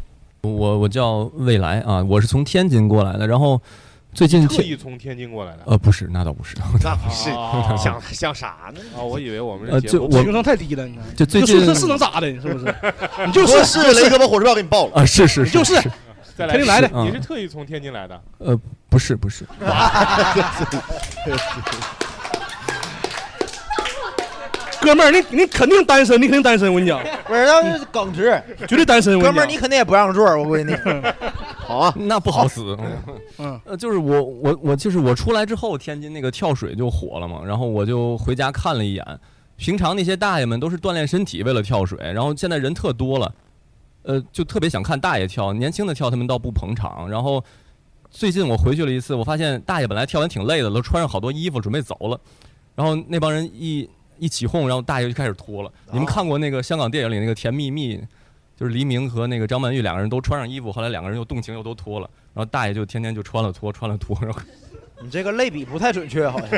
[SPEAKER 12] 我我叫未来啊，我是从天津过来的，然后最近
[SPEAKER 6] 特
[SPEAKER 12] 天
[SPEAKER 6] 意从天津过来的，
[SPEAKER 12] 呃不是，那倒不是，
[SPEAKER 5] 那不是
[SPEAKER 6] 啊
[SPEAKER 5] 想想啥呢？
[SPEAKER 6] 啊，我以为我们
[SPEAKER 12] 呃
[SPEAKER 6] 这节
[SPEAKER 12] 就
[SPEAKER 6] 目
[SPEAKER 12] 我
[SPEAKER 4] 情商太低了，你看，
[SPEAKER 12] 就最
[SPEAKER 4] 就
[SPEAKER 12] 近
[SPEAKER 4] 是这是能咋的？你是不 是？你就
[SPEAKER 5] 就是是雷哥把火车票给你报了，
[SPEAKER 12] 啊是是
[SPEAKER 4] 就是是
[SPEAKER 6] 再来
[SPEAKER 4] 肯定来的
[SPEAKER 6] 是你
[SPEAKER 12] 嗯呃
[SPEAKER 6] 是特意从天津来的，
[SPEAKER 12] 不是不是，
[SPEAKER 4] 哥们儿，你你肯定单身，你肯定单身，我跟你讲，
[SPEAKER 7] 不是那是耿直，
[SPEAKER 4] 绝对单身。我
[SPEAKER 7] 哥
[SPEAKER 4] 跟
[SPEAKER 7] 们儿
[SPEAKER 4] 讲
[SPEAKER 7] 你肯定也不让座，我估计你。
[SPEAKER 5] 好啊，
[SPEAKER 12] 那不好 死。
[SPEAKER 4] 嗯，
[SPEAKER 12] 呃，就是我我我就是我出来之后，天津那个跳水就火了嘛，然后我就回家看了一眼，平常那些大爷们都是锻炼身体为了跳水，然后现在人特多了，呃，就特别想看大爷跳，年轻的跳他们倒不捧场，然后。最近我回去了一次，我发现大爷本来跳完挺累的，都穿上好多衣服准备走了，然后那帮人一一起哄，然后大爷就开始脱了。
[SPEAKER 6] 啊
[SPEAKER 12] 你们看过那个香港电影里那个《甜蜜蜜》，就是黎明和那个张曼玉两个人都穿上衣服，后来两个人又动情又都脱了，然后大爷就天天就穿了脱，穿了 脱，然后
[SPEAKER 7] 你这个类比不太准确，好像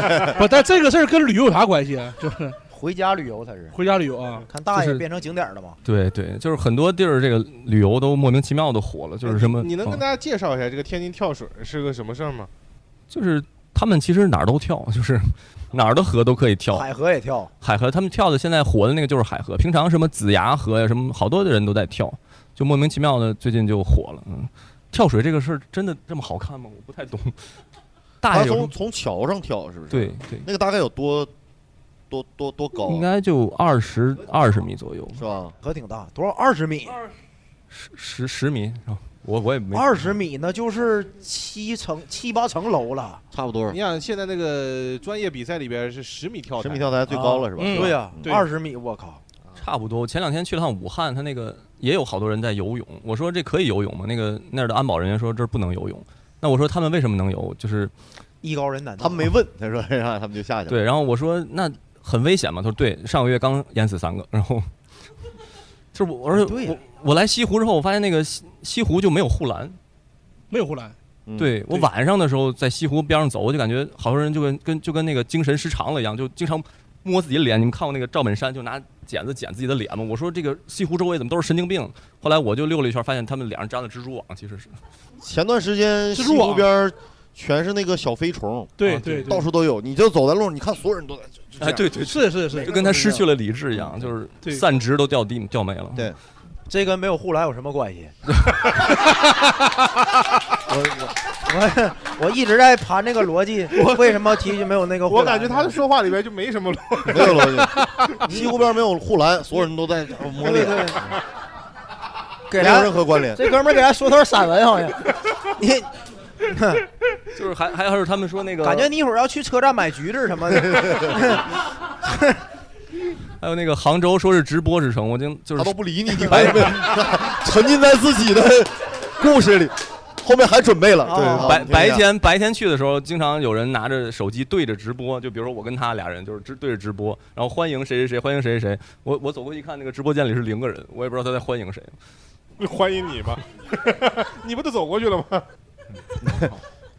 [SPEAKER 4] 不，但这个事儿跟旅游有啥关系啊？就是
[SPEAKER 7] 回家旅游才是。
[SPEAKER 4] 回家旅游啊，
[SPEAKER 7] 看大
[SPEAKER 12] 就
[SPEAKER 7] 爷
[SPEAKER 12] 是
[SPEAKER 7] 变成景点了吗？
[SPEAKER 12] 对对，就是很多地儿这个旅游都莫名其妙的火了，就是什么
[SPEAKER 6] 你能跟大
[SPEAKER 12] 嗯
[SPEAKER 6] 家介绍一下这个天津跳水是个什么事儿吗？
[SPEAKER 12] 就是他们其实哪儿都跳，就是哪儿的河都可以跳。
[SPEAKER 7] 海河也跳，
[SPEAKER 12] 海河，他们跳的现在火的那个就是海河，平常什么子牙河呀，什么好多的人都在跳，就莫名其妙的最近就火了。嗯，跳水这个事儿真的这么好看吗？我不太 懂。大
[SPEAKER 5] 他
[SPEAKER 12] 爷有什
[SPEAKER 5] 从
[SPEAKER 12] 么
[SPEAKER 5] 从桥上跳是不是？
[SPEAKER 12] 对，对，
[SPEAKER 5] 那个大概有多多多多高啊
[SPEAKER 12] 应该就二十二十米左右，
[SPEAKER 5] 是吧？
[SPEAKER 7] 河挺大，多少？二十米，
[SPEAKER 12] 十十十米。是吧我我也没
[SPEAKER 7] 二十米那就是七层七八层楼了。
[SPEAKER 5] 差不
[SPEAKER 4] 嗯
[SPEAKER 5] 多
[SPEAKER 6] 你。想现在那个专业比赛里边是十米跳台，啊
[SPEAKER 5] 十米跳台最高了是吧？
[SPEAKER 4] 嗯
[SPEAKER 7] 对呀，
[SPEAKER 4] 对
[SPEAKER 7] 二十米，我靠！
[SPEAKER 12] 差不多。我前两天去了趟武汉，他那个也有好多人在游泳。我说这可以游泳吗？那个那儿的安保人员说这儿不能游泳。那我说他们为什么能游？就是
[SPEAKER 7] 艺高人胆大。
[SPEAKER 5] 他们没问，他说 让他们就下去了。
[SPEAKER 12] 对。然后我说那很危险吗？他说对，上个月刚淹死三个。然后就是我，而
[SPEAKER 7] 对
[SPEAKER 12] 且
[SPEAKER 7] 呀
[SPEAKER 12] 我我来西湖之后，我发现那个西西湖就没有护栏。
[SPEAKER 4] 没有护栏，
[SPEAKER 5] 嗯
[SPEAKER 12] 对我
[SPEAKER 4] 对
[SPEAKER 12] 晚上的时候在西湖边上走，我就感觉好多人就跟跟就跟那个精神失常了一样，就经常摸自己脸。你们看过那个赵本山就拿剪子剪自己的脸吗？我说这个西湖周围怎么都是神经病？后来我就溜了一圈，发现他们脸上粘了蜘蛛网，其实是
[SPEAKER 5] 前段时间西
[SPEAKER 4] 蜘蛛网
[SPEAKER 6] 啊
[SPEAKER 5] 湖边儿全是那个小飞虫，
[SPEAKER 4] 对
[SPEAKER 12] 啊
[SPEAKER 4] 对哎对，
[SPEAKER 5] 到处都有。你就走在路上，你看所有人都在就就这样。
[SPEAKER 12] 哎对对
[SPEAKER 4] 是是是
[SPEAKER 12] 就，跟他失去了理智一样，就是
[SPEAKER 4] 对
[SPEAKER 12] 散值都掉地掉没了。
[SPEAKER 5] 对
[SPEAKER 7] 这跟没有护栏有什么关 系？
[SPEAKER 5] 我我
[SPEAKER 7] 我我一直在盘这个逻辑，为什么提起没有那个护
[SPEAKER 6] 我
[SPEAKER 7] 栏？
[SPEAKER 6] 感觉他的说话里边就没什么了。
[SPEAKER 5] 没有 逻辑。西湖边儿没有护栏，所有人都在摸
[SPEAKER 7] 对对，
[SPEAKER 5] 脸，
[SPEAKER 7] 给
[SPEAKER 5] 没有任
[SPEAKER 7] 咱
[SPEAKER 5] 何关联。
[SPEAKER 7] 这哥们儿给咱说段散文， 好像你
[SPEAKER 12] 就是还还有就是他们说那个
[SPEAKER 7] 感觉你一会儿要去车站买橘子什么的，
[SPEAKER 12] 还有那个杭州说是直播之城，我就就
[SPEAKER 5] 他
[SPEAKER 12] 是
[SPEAKER 5] 都不 理你，你看见没有？沉浸在自己的故事里，后面还准备了。对，
[SPEAKER 7] 哦
[SPEAKER 5] 啊
[SPEAKER 12] 白
[SPEAKER 5] 你听一
[SPEAKER 12] 白
[SPEAKER 5] 下
[SPEAKER 12] 天白天去的时候，经常有人拿着手机对着直播，就比如说我跟他俩人就是直对着直播，然后欢迎谁谁谁，欢迎谁谁谁。我我走过去一看，那个直播间里是零个人，我也不知道他在欢迎谁。
[SPEAKER 6] 欢迎你吧，你不都走过去了吗？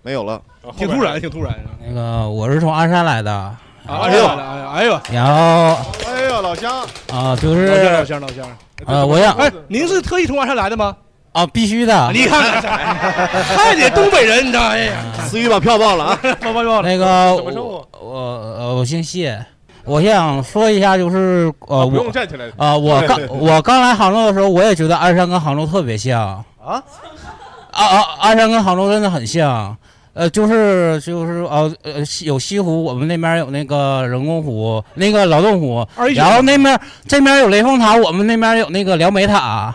[SPEAKER 5] 没有了。
[SPEAKER 6] 啊后
[SPEAKER 4] 哦挺
[SPEAKER 6] 边
[SPEAKER 4] 突然，挺突然的。
[SPEAKER 13] 那个我是从鞍山来的，
[SPEAKER 4] 啊哎呦哎呦，
[SPEAKER 13] 然后
[SPEAKER 6] 哎呀，老乡，
[SPEAKER 13] 啊、就
[SPEAKER 4] 老乡老
[SPEAKER 13] 是
[SPEAKER 4] 乡老乡，
[SPEAKER 13] 呃，我想
[SPEAKER 4] 哎，您是特意从鞍山来的吗？
[SPEAKER 13] 啊，必须的。
[SPEAKER 4] 你看看， 还得东北人，你知道？哎呀，
[SPEAKER 5] 思雨把票报了啊！
[SPEAKER 4] 报报报，
[SPEAKER 13] 那个
[SPEAKER 6] 怎么称呼
[SPEAKER 4] 啊
[SPEAKER 13] 我我呃我姓谢，我想说一下，就是呃
[SPEAKER 6] 不
[SPEAKER 13] 我
[SPEAKER 6] 用站起来，
[SPEAKER 13] 啊、我刚我刚来杭州的时候，我也觉得鞍山跟杭州特别像
[SPEAKER 7] 啊
[SPEAKER 13] 啊啊！鞍山跟杭州真的很像，呃，就是就是呃呃西有西湖，我们那边有那个人工湖，那个劳动湖，
[SPEAKER 4] 二一九
[SPEAKER 13] 然后那边这边有雷峰塔，我们那边有那个辽美 塔，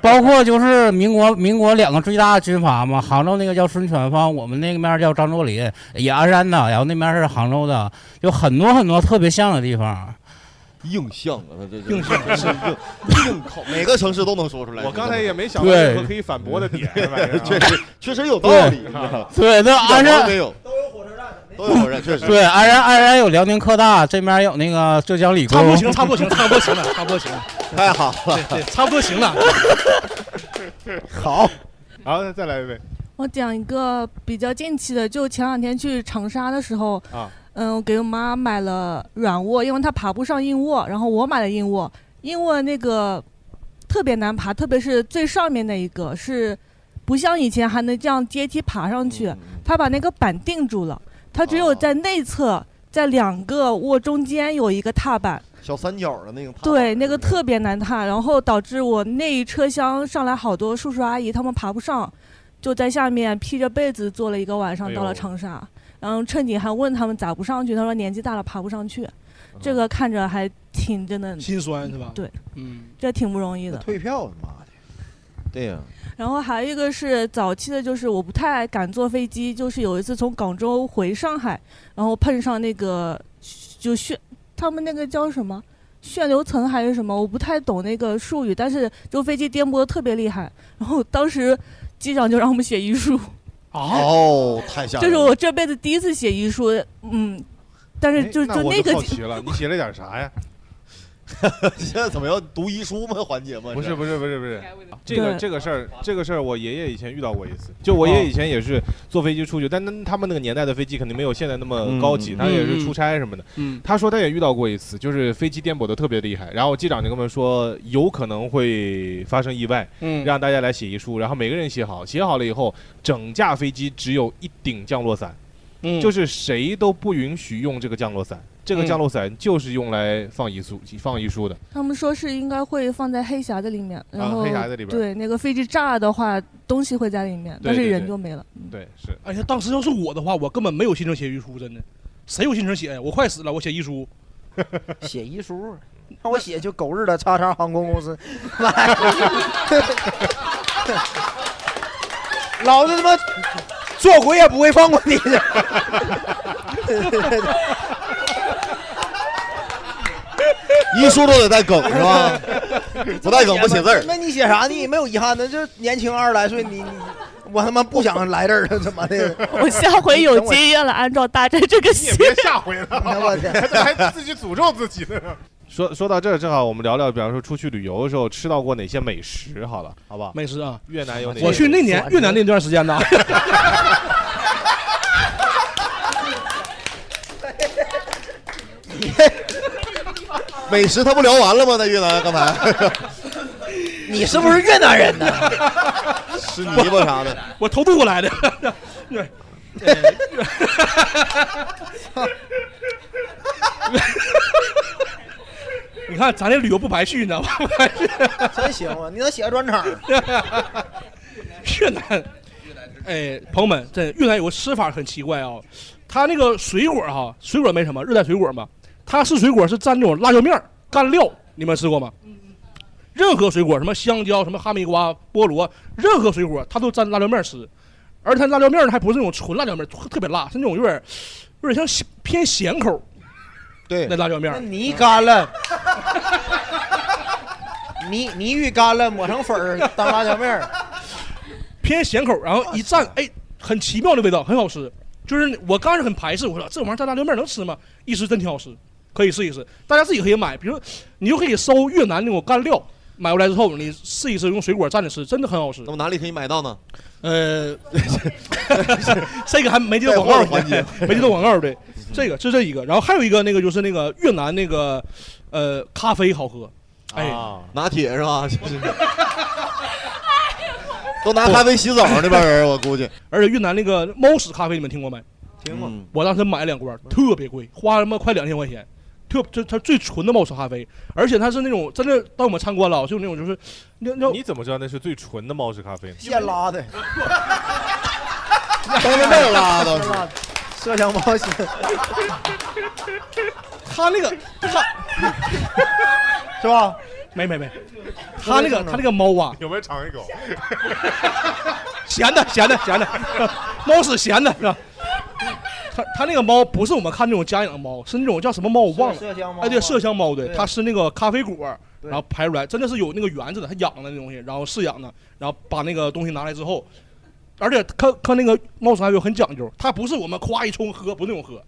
[SPEAKER 13] 包括就是民国民国两个最大的军阀嘛，杭州那个叫孙传芳，我们那边叫张作霖，也鞍山的，然后那边是杭州的，有很多很多特别像的地方。
[SPEAKER 5] 硬像啊，他这
[SPEAKER 4] 硬像
[SPEAKER 5] 是硬硬靠，每个城市都能说出来。
[SPEAKER 6] 我刚才
[SPEAKER 5] 你
[SPEAKER 6] 也没想到
[SPEAKER 13] 对
[SPEAKER 6] 有什么可以反驳的点，
[SPEAKER 5] 知
[SPEAKER 6] 确
[SPEAKER 5] 道吗确实确实有道理，你知道吗
[SPEAKER 13] 对，那
[SPEAKER 5] 一
[SPEAKER 13] 鞍
[SPEAKER 5] 点毛
[SPEAKER 13] 山
[SPEAKER 5] 都没有，都有火车站，都有火车站，确实。
[SPEAKER 13] 对，鞍山鞍山有辽宁科大，这边有那个浙江理
[SPEAKER 4] 差不多
[SPEAKER 13] 工。
[SPEAKER 4] 行，差不多行，差不多行了，差不多行了，
[SPEAKER 5] 太好了。
[SPEAKER 4] 对对，差不多行了。
[SPEAKER 7] 好，
[SPEAKER 6] 然后再来一位，
[SPEAKER 2] 我讲一个比较近期的，就前两天去长沙的时候，
[SPEAKER 6] 啊
[SPEAKER 2] 嗯，我给我妈买了软卧，因为她爬不上硬卧，然后我买了硬卧，硬卧那个特别难爬，特别是最上面那一个是不像以前还能这样阶梯爬上去，她把那个板定住了，她只有
[SPEAKER 5] 哦
[SPEAKER 2] 在内侧，在两个卧中间有一个踏板，
[SPEAKER 5] 小三角的那个，
[SPEAKER 2] 对，那个特别难踏，然后导致我那一车厢上来好多叔叔阿姨，他们爬不上，就在下面披着被子坐了一个晚
[SPEAKER 6] 哎
[SPEAKER 2] 上，
[SPEAKER 6] 呦
[SPEAKER 2] 到了长沙。然后趁景还问他们咋不上去，他说年纪大了爬不上去，这个看着还挺真的，
[SPEAKER 4] 心酸是吧？
[SPEAKER 2] 对，
[SPEAKER 4] 嗯，
[SPEAKER 2] 这挺不容易的。
[SPEAKER 7] 退票，妈的，
[SPEAKER 5] 对呀，
[SPEAKER 2] 然后还有一个是早期的，就是我不太敢坐飞机，就是有一次从广州回上海，然后碰上那个就旋，他们那个叫什么旋流层还是什么，我不太懂那个术语，但是就飞机颠簸得特别厉害，然后当时。机长就让我们写遗书，
[SPEAKER 4] 啊，
[SPEAKER 5] 哦，太吓
[SPEAKER 2] 这
[SPEAKER 5] 人
[SPEAKER 2] 是
[SPEAKER 5] 了。
[SPEAKER 2] 我这辈子第一次写遗书，嗯，但是
[SPEAKER 6] 哎
[SPEAKER 2] 就就
[SPEAKER 6] 我
[SPEAKER 2] 那个
[SPEAKER 6] 好奇了，你写了点啥呀？
[SPEAKER 5] 现在怎么样？读遗书吗？环节吗？
[SPEAKER 6] 不是不是不是不是，这
[SPEAKER 2] 对
[SPEAKER 6] 个这个事儿，这个事儿我爷爷以前遇到过一次，就我爷爷以前也是坐飞机出去，但那他们那个年代的飞机肯定没有现在那么高级，
[SPEAKER 5] 嗯
[SPEAKER 6] 他也是出差什么的。
[SPEAKER 4] 嗯，
[SPEAKER 6] 他说他也遇到过一次，就是飞机颠簸的特别厉害，然后机长就跟我们说有可能会发生意外，
[SPEAKER 4] 嗯，
[SPEAKER 6] 让大家来写遗书，然后每个人写好，写好了以后，整架飞机只有一顶降落伞，
[SPEAKER 4] 嗯
[SPEAKER 6] 就是谁都不允许用这个降落伞，这个降落伞就是用来放遗书、放遗书 的。
[SPEAKER 2] 他们说是应该会放在黑匣子里面，然后、
[SPEAKER 6] 啊黑匣子里边
[SPEAKER 2] 对那个飞机炸的话，东西会在里面，但
[SPEAKER 4] 对
[SPEAKER 2] 是
[SPEAKER 4] 对
[SPEAKER 2] 人
[SPEAKER 4] 对
[SPEAKER 2] 就没了。
[SPEAKER 7] 嗯
[SPEAKER 6] 对，是。
[SPEAKER 4] 而且哎当时要是我的话，我根本没有心情写遗书，真的。谁有心情写呀？哎我快死了，我写遗书。
[SPEAKER 7] 写遗书，让我写就狗日的叉叉航空 公司，老子他妈做鬼也不会放过你的。
[SPEAKER 5] 遗书都得带梗是吧？ 不带梗不写字儿。
[SPEAKER 7] 那你写啥？你没有遗憾呢？这年轻二十来岁，你你我他妈不想来这儿了，他妈的！
[SPEAKER 2] 我下回有经验了，按照大战这个戏。
[SPEAKER 6] 别下 回了，
[SPEAKER 7] 我天，
[SPEAKER 6] 还自己诅咒自己呢。说说到这儿，正好我们聊聊，比方说出去旅游的时候吃到过哪些美食，好了，好不好？
[SPEAKER 4] 美食啊，
[SPEAKER 6] 越
[SPEAKER 7] 哎
[SPEAKER 6] 南有哪些？
[SPEAKER 4] 我去那年 越南那段时 间 呢，
[SPEAKER 5] 美食他不聊完了吗？在越南刚才，
[SPEAKER 7] 你是不是越南人呢？
[SPEAKER 5] 吃泥巴啥的。
[SPEAKER 4] 我偷渡过 来的。你看咱这旅游不排序呢，不排序
[SPEAKER 7] 真行啊！你能写个专场？
[SPEAKER 4] 越南，哎，朋友们，这越南有个吃法很奇怪啊、它那个水果哈、水果没什么，热带水果嘛，它是水果是蘸那种辣椒面儿干料，你们吃过吗？任何水果，什么香蕉、什么哈密瓜、菠萝，任何水果它都蘸辣椒面儿吃，而它辣椒面儿呢还不是那种纯辣椒面儿，特特别辣，是那种有点儿有点像咸偏咸口。
[SPEAKER 5] 对，
[SPEAKER 4] 那辣椒面儿，
[SPEAKER 7] 泥干了， 泥泥浴干了，抹成粉儿当辣椒面儿。
[SPEAKER 4] 偏咸口，然后一蘸，哎，很奇妙的味道，很好吃。就是我刚开始很排斥，我说这玩意儿蘸辣椒面能吃吗？一吃真挺好吃，可以试一试。大家自己可以买，比如你就可以搜越南那种干料，买回来之后你试一试，用水果蘸着吃，真的很好吃。那
[SPEAKER 5] 么哪里可以买到呢？
[SPEAKER 4] 呃，这个还没接到广告， 没接到广 告，对，这个这是这一个。然后还有一个那个就是那个越南那个呃咖啡好喝，哎，
[SPEAKER 5] 啊拿铁是吧？就是 都 拿咖啡洗澡那帮人，我估计。
[SPEAKER 4] 而且越南那个猫屎咖啡，你们听过没？
[SPEAKER 7] 听
[SPEAKER 5] 过。
[SPEAKER 4] 我当时买了两罐，特别贵，花他妈快两千块钱。特这它最纯的猫屎咖啡，而且它是那种真的当我们参观了，就那种就是，那那
[SPEAKER 6] 你怎么知道那是最纯的猫屎咖啡 呢？
[SPEAKER 7] 现拉的，
[SPEAKER 5] 当着面拉 都是
[SPEAKER 7] 麝香猫血，
[SPEAKER 4] 他那个他
[SPEAKER 7] 是吧？
[SPEAKER 4] 没没没，他那 个他那个猫啊，
[SPEAKER 6] 有没有尝一口？
[SPEAKER 4] 咸的咸的咸的， 猫屎咸的是吧？它它那个猫不是我们看那种家养的猫，是那种叫什么猫我忘了，
[SPEAKER 7] 麝香猫
[SPEAKER 4] 哎对，麝香猫对，
[SPEAKER 7] 对
[SPEAKER 4] 它是那个咖啡果，
[SPEAKER 7] 对
[SPEAKER 4] 然后排出来，真的是有那个园子的，它养的那东西，然后饲养的，然后把那个东西拿来之后，而且看看那个猫屎咖啡很讲究，它不是我们夸一冲喝，不是那种喝，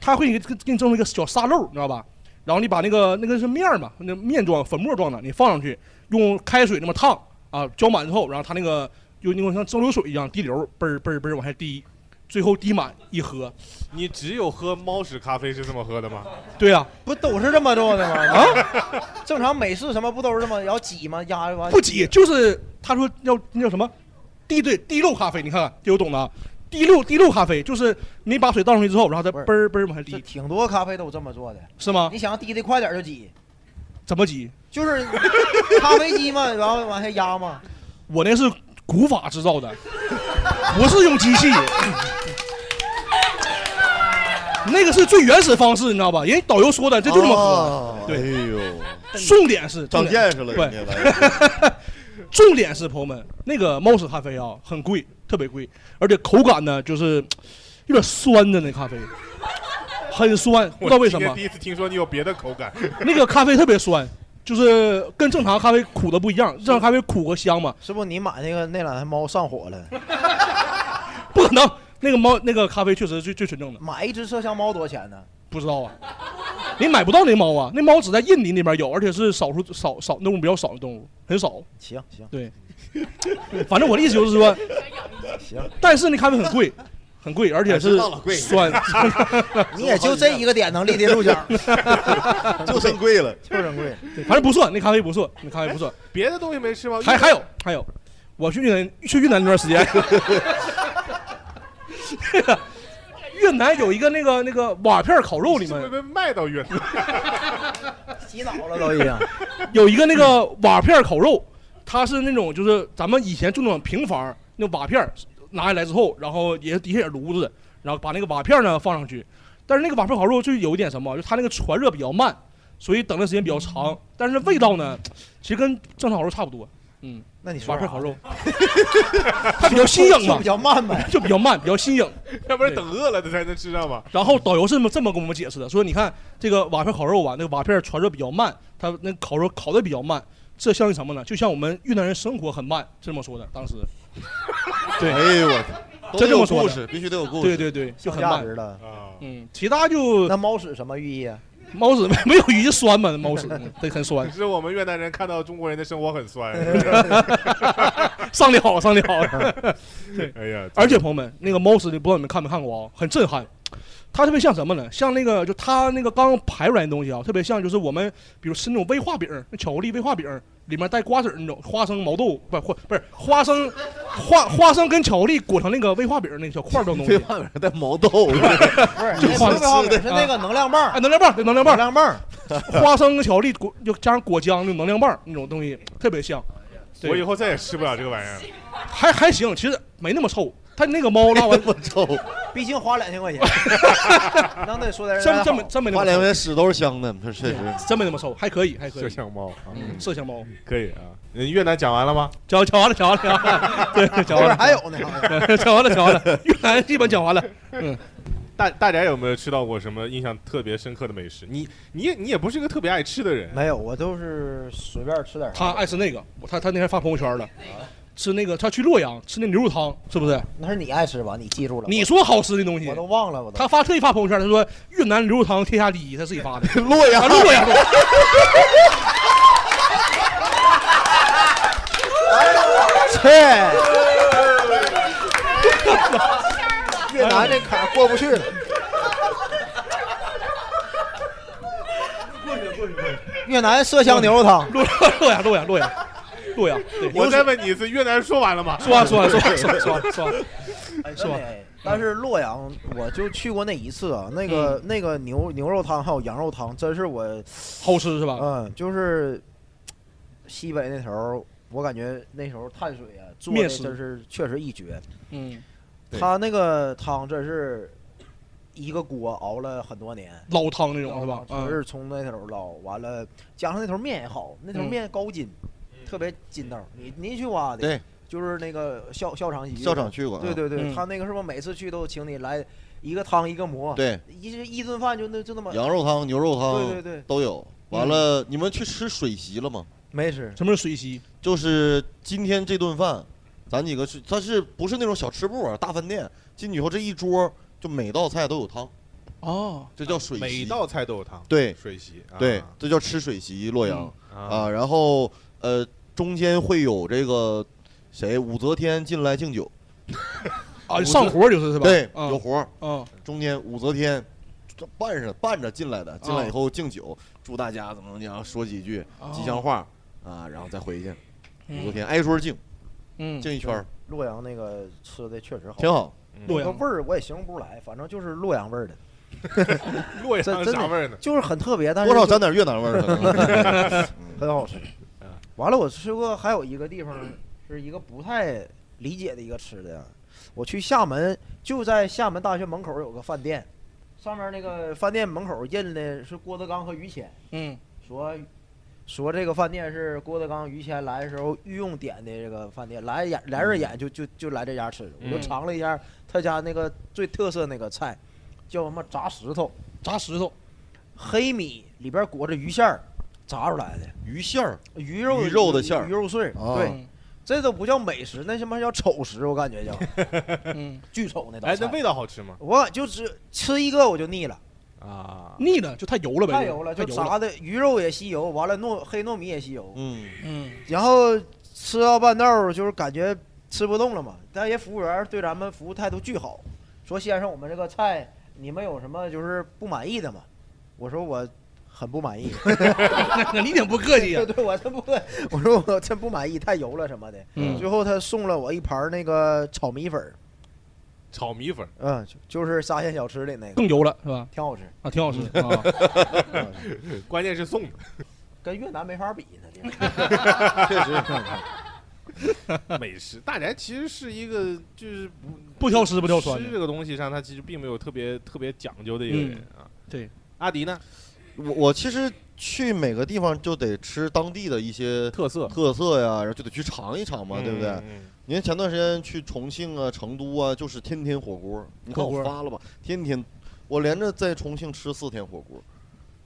[SPEAKER 4] 它会给给你蒸一个小沙漏，你知道吧？然后你把那个那个是面儿嘛，那面状粉末状的，你放上去，用开水那么烫啊，浇满之后，然后它那个就那种像蒸馏水一样滴流，嘣儿嘣儿嘣儿往下滴，最后滴满一喝。
[SPEAKER 6] 你只有喝猫屎咖啡是这么喝 的吗？
[SPEAKER 4] 对呀、
[SPEAKER 7] 不都是这么做的吗？啊，正常美式什么不都是这么，然后挤吗？压完
[SPEAKER 4] 不挤，就是他说要那叫什么滴对滴漏咖啡，你看看有懂的啊，滴漏滴漏咖啡就是你把水倒上去之后，然后再嘣儿嘣儿往下滴，
[SPEAKER 7] 挺多咖啡都这么做的，
[SPEAKER 4] 是吗？
[SPEAKER 7] 你想滴的快点就挤，
[SPEAKER 4] 怎么挤？
[SPEAKER 7] 就是咖啡机嘛，然后往下压嘛。
[SPEAKER 4] 我那是古法制造的，不是用机器。 那个是最原始方式，你知道吧？人家导游说的，这就这么喝。
[SPEAKER 5] 哦
[SPEAKER 4] 对，
[SPEAKER 5] 哎呦，
[SPEAKER 4] 重点是
[SPEAKER 5] 长
[SPEAKER 4] 重点
[SPEAKER 5] 见识了，
[SPEAKER 4] 对
[SPEAKER 5] 人家来。
[SPEAKER 4] 重点是朋友们，那个猫屎咖啡啊，很贵，特别贵，而且口感呢，就是有点酸的那咖啡，很酸，不知道为什
[SPEAKER 6] 我今天
[SPEAKER 4] 么
[SPEAKER 6] 第。一次听说你有别的口 感。
[SPEAKER 4] 那个咖啡特别酸，就是跟正常咖啡苦的不一样，正常咖啡苦和香嘛，
[SPEAKER 7] 是不是你买那个那两天猫上火了？
[SPEAKER 4] 不可能。那个猫那个咖啡确实是最最纯正的，
[SPEAKER 7] 买一只麝香猫多少钱呢？
[SPEAKER 4] 不知道啊，你买不到那猫啊，那猫只在印尼那边有，而且是少数少少那种比较少的动物，很少。
[SPEAKER 7] 行行
[SPEAKER 4] 对，反正我的意思就是说，
[SPEAKER 7] 行，
[SPEAKER 4] 但是那咖啡很 贵，很贵，而且
[SPEAKER 5] 哎知
[SPEAKER 4] 是
[SPEAKER 5] 道了贵
[SPEAKER 4] 酸。
[SPEAKER 7] 你也就这一个点能立得住脚，
[SPEAKER 5] 就剩贵了。
[SPEAKER 7] 就珍贵。
[SPEAKER 4] 对反正不错，那咖啡不错，那咖啡不错。
[SPEAKER 6] 别的东西没吃吗？
[SPEAKER 4] 还还有还有， 我去越南去越南那段时间， 越南有一个那个那个瓦片烤肉，里面
[SPEAKER 6] 被卖到越南，
[SPEAKER 7] 洗脑了都已经。嗯
[SPEAKER 4] 有一个那个瓦片烤肉，它是那种就是咱们以前住那种平房，那瓦片拿下来之后，然后也底下也是炉子，然后把那个瓦片呢放上去。但是那个瓦片烤肉就有一点什么，就它那个传热比较慢，所以等的时间比较长。但是味道呢，其实跟正常烤肉差不多。嗯，
[SPEAKER 7] 那你
[SPEAKER 4] 瓦片烤肉，它比较新颖嘛，
[SPEAKER 7] 就比较慢呗，
[SPEAKER 4] 就比较慢，比较新颖。
[SPEAKER 6] 要不然等饿了它才能吃上吧。
[SPEAKER 4] 然后导游是这么这么跟我们解释的，说你看这个瓦片烤肉啊，那个瓦片传热比较慢，它那烤肉烤的比较慢，这像什么呢？就像我们越南人生活很慢，是这么说的。当时，对，
[SPEAKER 5] 哎呦我
[SPEAKER 4] 真这么说
[SPEAKER 5] 故
[SPEAKER 4] 的
[SPEAKER 5] 事，必须得有故
[SPEAKER 4] 对
[SPEAKER 5] 事，
[SPEAKER 4] 对对，就
[SPEAKER 7] 上
[SPEAKER 4] 很
[SPEAKER 7] 价
[SPEAKER 4] 慢
[SPEAKER 7] 值了。
[SPEAKER 6] 啊
[SPEAKER 4] 嗯，其他就
[SPEAKER 7] 那猫屎什么寓意啊？
[SPEAKER 4] 猫屎没 没有鱼酸嘛？那猫屎嗯对很酸
[SPEAKER 6] 只，是我们越南人看到中国人的生活很酸。
[SPEAKER 4] 上的好上的好。对，
[SPEAKER 6] 哎呀，
[SPEAKER 4] 而且朋友们，那个猫屎的不知道你们看没看过啊，很震撼。它特别像什么呢？像那个就它那个刚排出来的东西啊，特别像就是我们比如吃那种威化饼，那巧克力威化饼里面带瓜子儿那种花生毛豆，不花不是花生花花生跟巧克力裹成那个威化饼那个小块儿状东西。
[SPEAKER 5] 废话，带毛 豆，，
[SPEAKER 7] 不是，
[SPEAKER 4] 就
[SPEAKER 7] 那
[SPEAKER 4] 花
[SPEAKER 7] 不是好饼
[SPEAKER 4] 吃的
[SPEAKER 7] 是那个能量棒
[SPEAKER 4] 哎，，能量棒，对，能量
[SPEAKER 7] 能
[SPEAKER 4] 棒，
[SPEAKER 7] 量棒。
[SPEAKER 4] 花生跟巧克力裹，就加上果浆，那种能量棒那种东西，特别像。对
[SPEAKER 6] 我以后再也吃不了这个玩意儿。
[SPEAKER 4] 还还行，其实没那么臭。它那个猫拉完
[SPEAKER 5] 我 臭，
[SPEAKER 7] 毕竟花两千块钱，能得说点
[SPEAKER 4] 真
[SPEAKER 7] 啥
[SPEAKER 4] 真没真没那
[SPEAKER 5] 花
[SPEAKER 4] 么
[SPEAKER 5] 两
[SPEAKER 4] 臭，
[SPEAKER 5] 元屎都是香的，这确实。
[SPEAKER 4] 真没那么臭，还可以，还可
[SPEAKER 6] 麝
[SPEAKER 4] 以。
[SPEAKER 6] 香猫，啊
[SPEAKER 4] 嗯，麝香猫，
[SPEAKER 6] 可以啊。嗯越南讲完了吗？
[SPEAKER 4] 讲讲完了，讲完了，讲完了，对，讲
[SPEAKER 7] 后
[SPEAKER 4] 完
[SPEAKER 7] 边
[SPEAKER 4] 了，
[SPEAKER 7] 还有呢，好像
[SPEAKER 4] 对 讲完了，讲完了，越南基本讲完了。嗯
[SPEAKER 6] 大大家有没有吃到过什么印象特别深刻的美食？你你也你也不是一个特别爱吃的人，
[SPEAKER 7] 没有，我都是随便吃点啥。
[SPEAKER 4] 他爱吃那个，我他他那天发朋友圈了，吃那个他去洛阳吃那牛肉汤，是不是？
[SPEAKER 7] 那是你爱吃吧？你记住了？
[SPEAKER 4] 你说好吃的东西
[SPEAKER 7] 我，都忘了，我都
[SPEAKER 4] 他发特意发朋友圈，他说越南牛肉汤天下第一，他自己发的。
[SPEAKER 5] 洛阳
[SPEAKER 4] 啊，洛阳，
[SPEAKER 7] 去。 越南这坎儿过不去了。 越南麝香牛肉汤，
[SPEAKER 4] 洛洛阳，洛阳，洛阳，洛阳，对，
[SPEAKER 6] 我再问你一次，越南说完了吗？
[SPEAKER 4] 说完说完说完说啊完说完说完，
[SPEAKER 5] 哎
[SPEAKER 7] 是吧？哎但是洛阳我就去过那一次啊，那
[SPEAKER 4] 嗯
[SPEAKER 7] 个那个牛牛肉汤还有羊肉汤，真是我
[SPEAKER 4] 好吃是吧？
[SPEAKER 7] 嗯，就是西北那头儿，我感觉那时候碳水啊做
[SPEAKER 4] 面
[SPEAKER 7] 的
[SPEAKER 4] 食
[SPEAKER 7] 真是确实一绝。
[SPEAKER 4] 嗯，
[SPEAKER 6] 对
[SPEAKER 7] 他那个汤真是一个锅熬了很多年，
[SPEAKER 4] 老汤那
[SPEAKER 7] 然
[SPEAKER 4] 种
[SPEAKER 7] 后
[SPEAKER 4] 是吧？
[SPEAKER 7] 哦全
[SPEAKER 4] 嗯，
[SPEAKER 7] 是从那头捞，完了加上那头面也好，那头
[SPEAKER 4] 嗯
[SPEAKER 7] 面高筋，特别筋道儿。你你去挖的，
[SPEAKER 5] 对，
[SPEAKER 7] 就是那个校校长席，
[SPEAKER 5] 校长去过啊，
[SPEAKER 7] 对对对，
[SPEAKER 4] 嗯
[SPEAKER 7] 他那个是不是每次去都请你来一个汤一个馍，
[SPEAKER 5] 对，
[SPEAKER 7] 一一顿饭就那就那么，
[SPEAKER 5] 羊肉汤、牛肉
[SPEAKER 7] 对对
[SPEAKER 5] 汤
[SPEAKER 7] 对，嗯
[SPEAKER 5] 都有。完了，你们去吃水席了吗？
[SPEAKER 7] 没吃，
[SPEAKER 4] 什么是水席？
[SPEAKER 5] 就是今天这顿饭，咱几个去，它是不是那种小吃部啊？大饭店进去以后，这一桌就每道菜都有汤，
[SPEAKER 4] 哦，
[SPEAKER 5] 这叫水席。
[SPEAKER 6] 每道菜都有汤，
[SPEAKER 5] 对
[SPEAKER 6] 水席，啊
[SPEAKER 5] 对，这叫吃水席。洛阳、
[SPEAKER 4] 嗯
[SPEAKER 6] 啊，
[SPEAKER 5] 啊，然后呃，中间会有这个谁，武则天进来敬酒，
[SPEAKER 4] 啊，上活就是是吧？
[SPEAKER 5] 对，
[SPEAKER 4] 嗯
[SPEAKER 5] 有活儿。
[SPEAKER 4] 嗯，
[SPEAKER 5] 中间武则天这伴着伴着进来的，进来
[SPEAKER 4] 嗯
[SPEAKER 5] 以后敬酒，祝大家怎么怎么样，说几句
[SPEAKER 4] 哦
[SPEAKER 5] 吉祥话啊，然后再回去。武则
[SPEAKER 4] 嗯
[SPEAKER 5] 天挨桌敬，
[SPEAKER 4] 嗯，
[SPEAKER 5] 敬一圈儿
[SPEAKER 7] 洛阳那个吃的确实好，
[SPEAKER 5] 挺好。
[SPEAKER 4] 洛
[SPEAKER 7] 那个
[SPEAKER 4] 阳
[SPEAKER 7] 味儿我也形容不出来，反正就是洛阳味儿的，
[SPEAKER 6] 洛阳
[SPEAKER 7] 真真的
[SPEAKER 6] 啥味儿呢？
[SPEAKER 7] 就是很特别，但是
[SPEAKER 5] 多少
[SPEAKER 7] 就
[SPEAKER 5] 沾点越南味儿可能。
[SPEAKER 7] 很好吃。
[SPEAKER 6] 嗯
[SPEAKER 7] 完了，我吃过还有一个地方是一个不太理解的一个吃的，我去厦门，就在厦门大学门口有个饭店，上面那个饭店门口印的是郭德纲和于谦，
[SPEAKER 4] 嗯，
[SPEAKER 7] 说说这个饭店是郭德纲、于谦来的时候御用点的这个饭店，来演来这儿
[SPEAKER 5] 嗯
[SPEAKER 7] 演就就就来这家吃，我就
[SPEAKER 4] 嗯
[SPEAKER 7] 尝了一下他家那个最特色那个菜，叫什么炸石头，
[SPEAKER 4] 炸石头，
[SPEAKER 7] 黑米里边裹着鱼馅儿炸出来的。
[SPEAKER 5] 鱼馅儿
[SPEAKER 7] 鱼肉
[SPEAKER 5] 鱼肉的馅儿
[SPEAKER 7] 鱼肉碎儿，
[SPEAKER 5] 啊
[SPEAKER 7] 对，
[SPEAKER 4] 嗯
[SPEAKER 7] 这都不叫美食，那他妈叫丑食，我感觉 叫
[SPEAKER 4] 嗯，
[SPEAKER 7] 巨丑那道
[SPEAKER 6] 哎，那
[SPEAKER 7] 菜。
[SPEAKER 6] 味道好吃吗？
[SPEAKER 7] 我就只吃一个我就腻了，
[SPEAKER 6] 啊，
[SPEAKER 4] 腻了就太油了呗，
[SPEAKER 7] 太油了，
[SPEAKER 4] 太
[SPEAKER 7] 就
[SPEAKER 4] 油了，
[SPEAKER 7] 炸的鱼肉也吸油，完了糯黑糯米也吸油，
[SPEAKER 5] 嗯，
[SPEAKER 4] 嗯，
[SPEAKER 7] 然后吃到半道儿就是感觉吃不动了嘛。但人服务员对咱们服务态度巨好，说先生，我们这个菜你们有什么就是不满意的吗？我说我很不满意，
[SPEAKER 4] 那你挺不客气呀啊
[SPEAKER 7] 对，对，我真不，我说我真不满意，太油了什么的。
[SPEAKER 4] 嗯
[SPEAKER 7] 最后他送了我一盘儿那个炒米粉儿，啊
[SPEAKER 6] 炒米粉，
[SPEAKER 3] 嗯，就就是沙县小吃里那个，
[SPEAKER 4] 更油了是吧？
[SPEAKER 3] 挺好吃
[SPEAKER 4] 啊，挺好吃
[SPEAKER 3] 嗯
[SPEAKER 4] 啊
[SPEAKER 3] 挺好吃
[SPEAKER 6] 关键是送的，
[SPEAKER 3] 跟越南没法比呢，这
[SPEAKER 6] 美食大宅其实是一个就是不
[SPEAKER 4] 不挑吃不挑穿的
[SPEAKER 6] 吃这个东西上，他其实并没有特别特别讲究的一个
[SPEAKER 5] 嗯
[SPEAKER 6] 人啊。
[SPEAKER 4] 对，
[SPEAKER 6] 阿迪呢？
[SPEAKER 5] 我我其实去每个地方就得吃当地的一些
[SPEAKER 6] 特色
[SPEAKER 5] 特色呀，然后就得去尝一尝嘛，
[SPEAKER 6] 嗯
[SPEAKER 5] 对不对
[SPEAKER 6] 嗯？
[SPEAKER 5] 你看前段时间去重庆啊、成都啊，就是天天火锅，你看
[SPEAKER 6] 火
[SPEAKER 5] 我
[SPEAKER 6] 锅
[SPEAKER 5] 发了吧，天天，我连着在重庆吃四天火锅，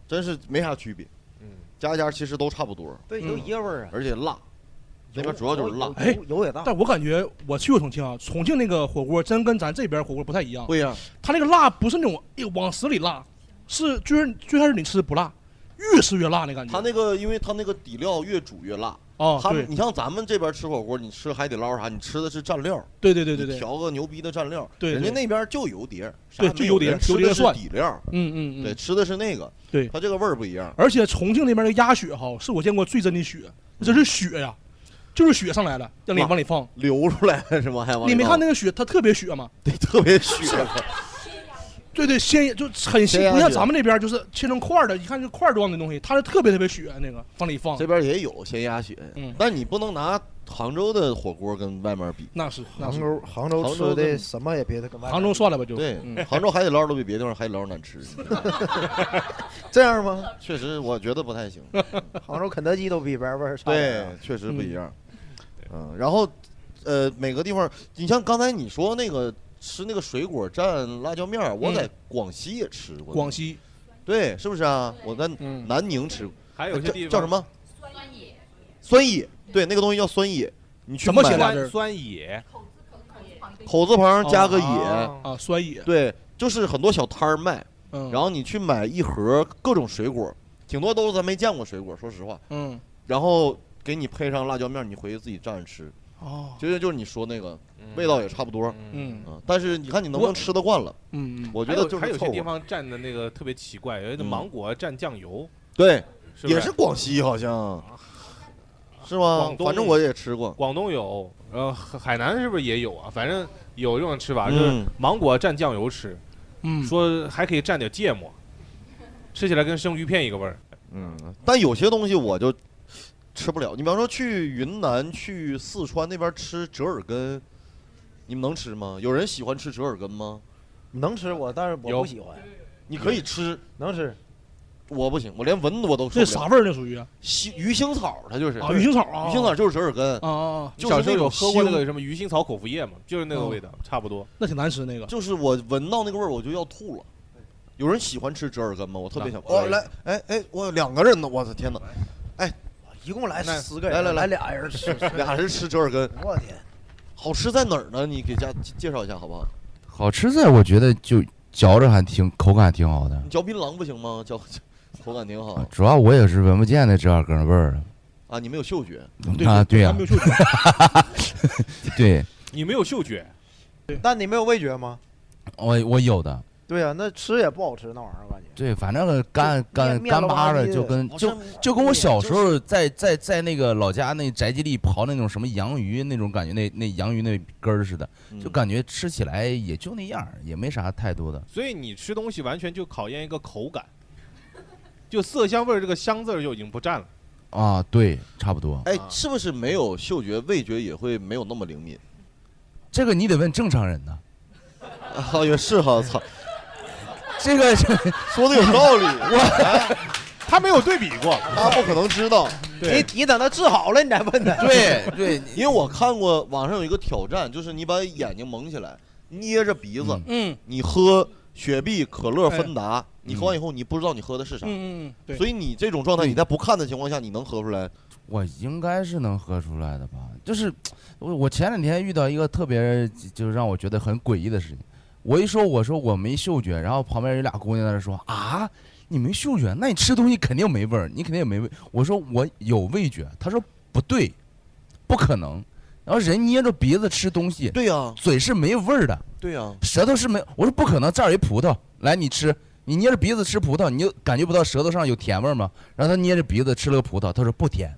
[SPEAKER 5] 真是没啥区别，
[SPEAKER 6] 嗯，
[SPEAKER 5] 家家其实都差不多，嗯
[SPEAKER 3] 对，都
[SPEAKER 7] 嗯
[SPEAKER 3] 一个味儿啊。
[SPEAKER 5] 而且辣，那边主要就是辣，
[SPEAKER 4] 哎，
[SPEAKER 3] 油也大。
[SPEAKER 4] 但我感觉我去过重庆啊，重庆那个火锅真跟咱这边火锅不太一样。
[SPEAKER 5] 不一样，
[SPEAKER 4] 它那个辣不是那种哎呦往死里辣，是就是最开始你吃不辣，越吃越辣那感觉。
[SPEAKER 5] 它那个，因为它那个底料越煮越辣。
[SPEAKER 4] 哦
[SPEAKER 5] 他们
[SPEAKER 4] 对
[SPEAKER 5] 你像咱们这边吃火锅，你吃海底捞啥，你吃的是蘸料。
[SPEAKER 4] 对对对对
[SPEAKER 5] 你
[SPEAKER 4] 对
[SPEAKER 5] 调个牛逼的蘸料。
[SPEAKER 4] 对对
[SPEAKER 5] 人家那边就油碟儿，
[SPEAKER 4] 对
[SPEAKER 5] 啥
[SPEAKER 4] 就
[SPEAKER 5] 没有
[SPEAKER 4] 油碟
[SPEAKER 5] 人
[SPEAKER 4] 油
[SPEAKER 5] 吃
[SPEAKER 4] 碟
[SPEAKER 5] 的是
[SPEAKER 4] 涮
[SPEAKER 5] 底料。
[SPEAKER 4] 嗯嗯嗯
[SPEAKER 5] 对，吃的是那个。
[SPEAKER 4] 对，
[SPEAKER 5] 它这个味儿不一样。
[SPEAKER 4] 而且重庆那边的鸭血哈，是我见过最真的血，那真是血呀，就是血上来了，让你往里放，
[SPEAKER 5] 流出来了是吗？还往里
[SPEAKER 4] 你没
[SPEAKER 5] 放
[SPEAKER 4] 看那个血，它特别血吗？
[SPEAKER 5] 对， 特别血。
[SPEAKER 4] 对对，鲜就很
[SPEAKER 5] 鲜
[SPEAKER 4] 鲜，
[SPEAKER 5] 鸭
[SPEAKER 4] 不像
[SPEAKER 5] 血
[SPEAKER 4] 咱们那边就是切成块儿的，一看就块儿状的东西，它是特别特别血啊那个 往里放。嗯
[SPEAKER 5] 这边也有鲜鸭血，但你不能拿杭州的火锅跟外面比。
[SPEAKER 4] 那是
[SPEAKER 3] 杭州杭州
[SPEAKER 5] 杭
[SPEAKER 3] 吃的
[SPEAKER 5] 州跟
[SPEAKER 3] 什么也别的跟外面
[SPEAKER 4] 杭州算了吧就
[SPEAKER 5] 对
[SPEAKER 4] 嗯，
[SPEAKER 5] 杭州海底捞都比别地方海底捞难吃。
[SPEAKER 3] 这样吗？
[SPEAKER 5] 确实，我觉得不太行。
[SPEAKER 3] 杭州肯德基都比外边儿差点
[SPEAKER 5] 对
[SPEAKER 3] 儿啊。，
[SPEAKER 5] 确实不一样。嗯，然后呃，每个地方，你像刚才你说那个吃那个水果蘸辣椒面儿，我在
[SPEAKER 6] 嗯
[SPEAKER 5] 广西也吃过。
[SPEAKER 4] 广西，嗯
[SPEAKER 5] 对，是不是啊？我在南宁吃过，呃
[SPEAKER 6] 还有一些
[SPEAKER 5] 叫
[SPEAKER 6] 地方
[SPEAKER 5] 叫什么酸野，对，那个东西叫酸野。你去
[SPEAKER 4] 怎么写俩
[SPEAKER 5] 买
[SPEAKER 4] 字儿
[SPEAKER 6] 酸野，
[SPEAKER 5] 口字旁加个野
[SPEAKER 4] 哦啊，酸野。
[SPEAKER 5] 对，就是很多小摊儿卖，
[SPEAKER 4] 嗯
[SPEAKER 5] 然后你去买一盒各种水果，挺多都是咱没见过水果，说实话，
[SPEAKER 4] 嗯，
[SPEAKER 5] 然后给你配上辣椒面儿，你回去自己蘸着吃。
[SPEAKER 4] 哦，
[SPEAKER 5] 其实就是你说那个味道也差不多，
[SPEAKER 4] 嗯
[SPEAKER 5] 啊，但是你看你能不能吃得惯了？
[SPEAKER 4] 嗯
[SPEAKER 5] 我觉得就是
[SPEAKER 6] 还有还有
[SPEAKER 5] 凑
[SPEAKER 6] 些
[SPEAKER 5] 合
[SPEAKER 6] 地方蘸的那个特别奇怪，有的
[SPEAKER 5] 嗯
[SPEAKER 6] 芒果蘸酱油，
[SPEAKER 5] 对，
[SPEAKER 6] 是不
[SPEAKER 5] 也
[SPEAKER 6] 是啊
[SPEAKER 5] 是广西好像，是吗
[SPEAKER 6] 广？东
[SPEAKER 5] 啊反正我也吃过，
[SPEAKER 6] 广东有，呃，海海南是不是也有啊？反正有这种吃法，
[SPEAKER 5] 嗯
[SPEAKER 6] 就是芒果蘸酱油吃，
[SPEAKER 4] 嗯
[SPEAKER 6] 说还可以蘸点芥末，吃起来跟生鱼片一个味儿。
[SPEAKER 5] 嗯，但有些东西我就吃不了。你比方说去云南、去四川那边吃折耳根，你们能吃吗？有人喜欢吃折耳根吗？
[SPEAKER 3] 能吃我，但是我不喜欢。
[SPEAKER 5] 你可以吃，
[SPEAKER 3] 能吃。
[SPEAKER 5] 我不行，我连闻我都受不
[SPEAKER 4] 这
[SPEAKER 5] 了。
[SPEAKER 4] 啥味儿？那属于？
[SPEAKER 5] 西鱼腥草，它就是
[SPEAKER 4] 啊鱼腥草啊
[SPEAKER 5] 鱼腥草就是折耳根
[SPEAKER 4] 啊啊啊
[SPEAKER 5] 就是
[SPEAKER 6] 小时候
[SPEAKER 5] 那
[SPEAKER 6] 有
[SPEAKER 5] 种
[SPEAKER 6] 喝过那
[SPEAKER 5] 腥
[SPEAKER 6] 个什么鱼腥草口服液嘛，就是那个
[SPEAKER 5] 嗯
[SPEAKER 6] 味道，差不多。
[SPEAKER 4] 那挺难吃那个。
[SPEAKER 5] 就是我闻到那个味儿我就要吐了。有人喜欢吃折耳根吗？我特别想。
[SPEAKER 6] 啊
[SPEAKER 5] 哦，来，哎哎，我有两个人呢，我的天哪！哎，
[SPEAKER 3] 一共来
[SPEAKER 5] 那
[SPEAKER 3] 十个
[SPEAKER 5] 来
[SPEAKER 3] 人
[SPEAKER 5] 来
[SPEAKER 3] 来俩人 吃
[SPEAKER 5] 俩人吃折耳根。
[SPEAKER 3] 我天，
[SPEAKER 5] 好吃在哪儿呢？你给家介绍一下好不好？
[SPEAKER 14] 好吃在我觉得就嚼着还挺口感挺好的，
[SPEAKER 5] 你嚼槟榔不行吗？嚼， 口感挺好
[SPEAKER 14] 主要我也是闻不见那折耳根的味儿了。
[SPEAKER 5] 啊。你没有嗅觉
[SPEAKER 14] 啊，对呀、 对，
[SPEAKER 6] 你没有嗅觉，
[SPEAKER 3] 但你没有味觉吗？
[SPEAKER 14] 我我有的，
[SPEAKER 3] 对呀、那吃也不好吃那玩意儿，我感觉。
[SPEAKER 14] 对，反正干干
[SPEAKER 3] 面面
[SPEAKER 14] 干
[SPEAKER 3] 了吧
[SPEAKER 14] 巴的，
[SPEAKER 3] 唧
[SPEAKER 14] 就
[SPEAKER 3] 的
[SPEAKER 14] 跟
[SPEAKER 3] 好
[SPEAKER 14] 就
[SPEAKER 3] 像
[SPEAKER 14] 就跟我小时候在在在那个老家那宅基地刨那种什么洋鱼那种感觉，那那洋鱼那根儿似的，就
[SPEAKER 6] 嗯
[SPEAKER 14] 感觉吃起来也就那样儿，也没啥太多的。
[SPEAKER 6] 所以你吃东西完全就考验一个口感，就色香味儿这个香字儿就已经不占了。
[SPEAKER 14] 啊，对，差不多。
[SPEAKER 5] 哎，是不是没有嗅觉，味觉也会没有那么灵敏？
[SPEAKER 14] 这个你得问正常人呢。
[SPEAKER 5] 啊，也是哈，操，
[SPEAKER 14] 这个
[SPEAKER 5] 说的有 道理。
[SPEAKER 14] 哎
[SPEAKER 5] 我
[SPEAKER 6] 他没有对比过，
[SPEAKER 5] 他不可能知道。哎
[SPEAKER 3] 你你等他治好了，你再问他。
[SPEAKER 14] 对对，
[SPEAKER 5] 因为我看过网上有一个挑战，就是你把眼睛蒙起来，捏着鼻子，
[SPEAKER 4] 嗯，
[SPEAKER 5] 你喝雪碧、可乐、芬达，你喝完以后你不知道你喝的是啥，
[SPEAKER 4] 嗯嗯嗯对
[SPEAKER 5] 所以你这种状态，你在不看的情况下，你能喝出来。
[SPEAKER 14] 我应该是能喝出来的吧？就是我我前两天遇到一个特别就是让我觉得很诡异的事情，我一说我说我没嗅觉，然后旁边有俩姑娘在那说啊。你没嗅觉，那你吃东西肯定没味儿，你肯定也没味。我说我有味觉，她说不对，不可能。然后人捏着鼻子吃东西，
[SPEAKER 5] 对呀、
[SPEAKER 14] 嘴是没味儿的，
[SPEAKER 5] 对呀、
[SPEAKER 14] 舌头是没，我说不可能，这儿有一葡萄，来你吃，你捏着鼻子吃葡萄，你就感觉不到舌头上有甜味儿吗？然后他捏着鼻子吃了个葡萄，他说不甜，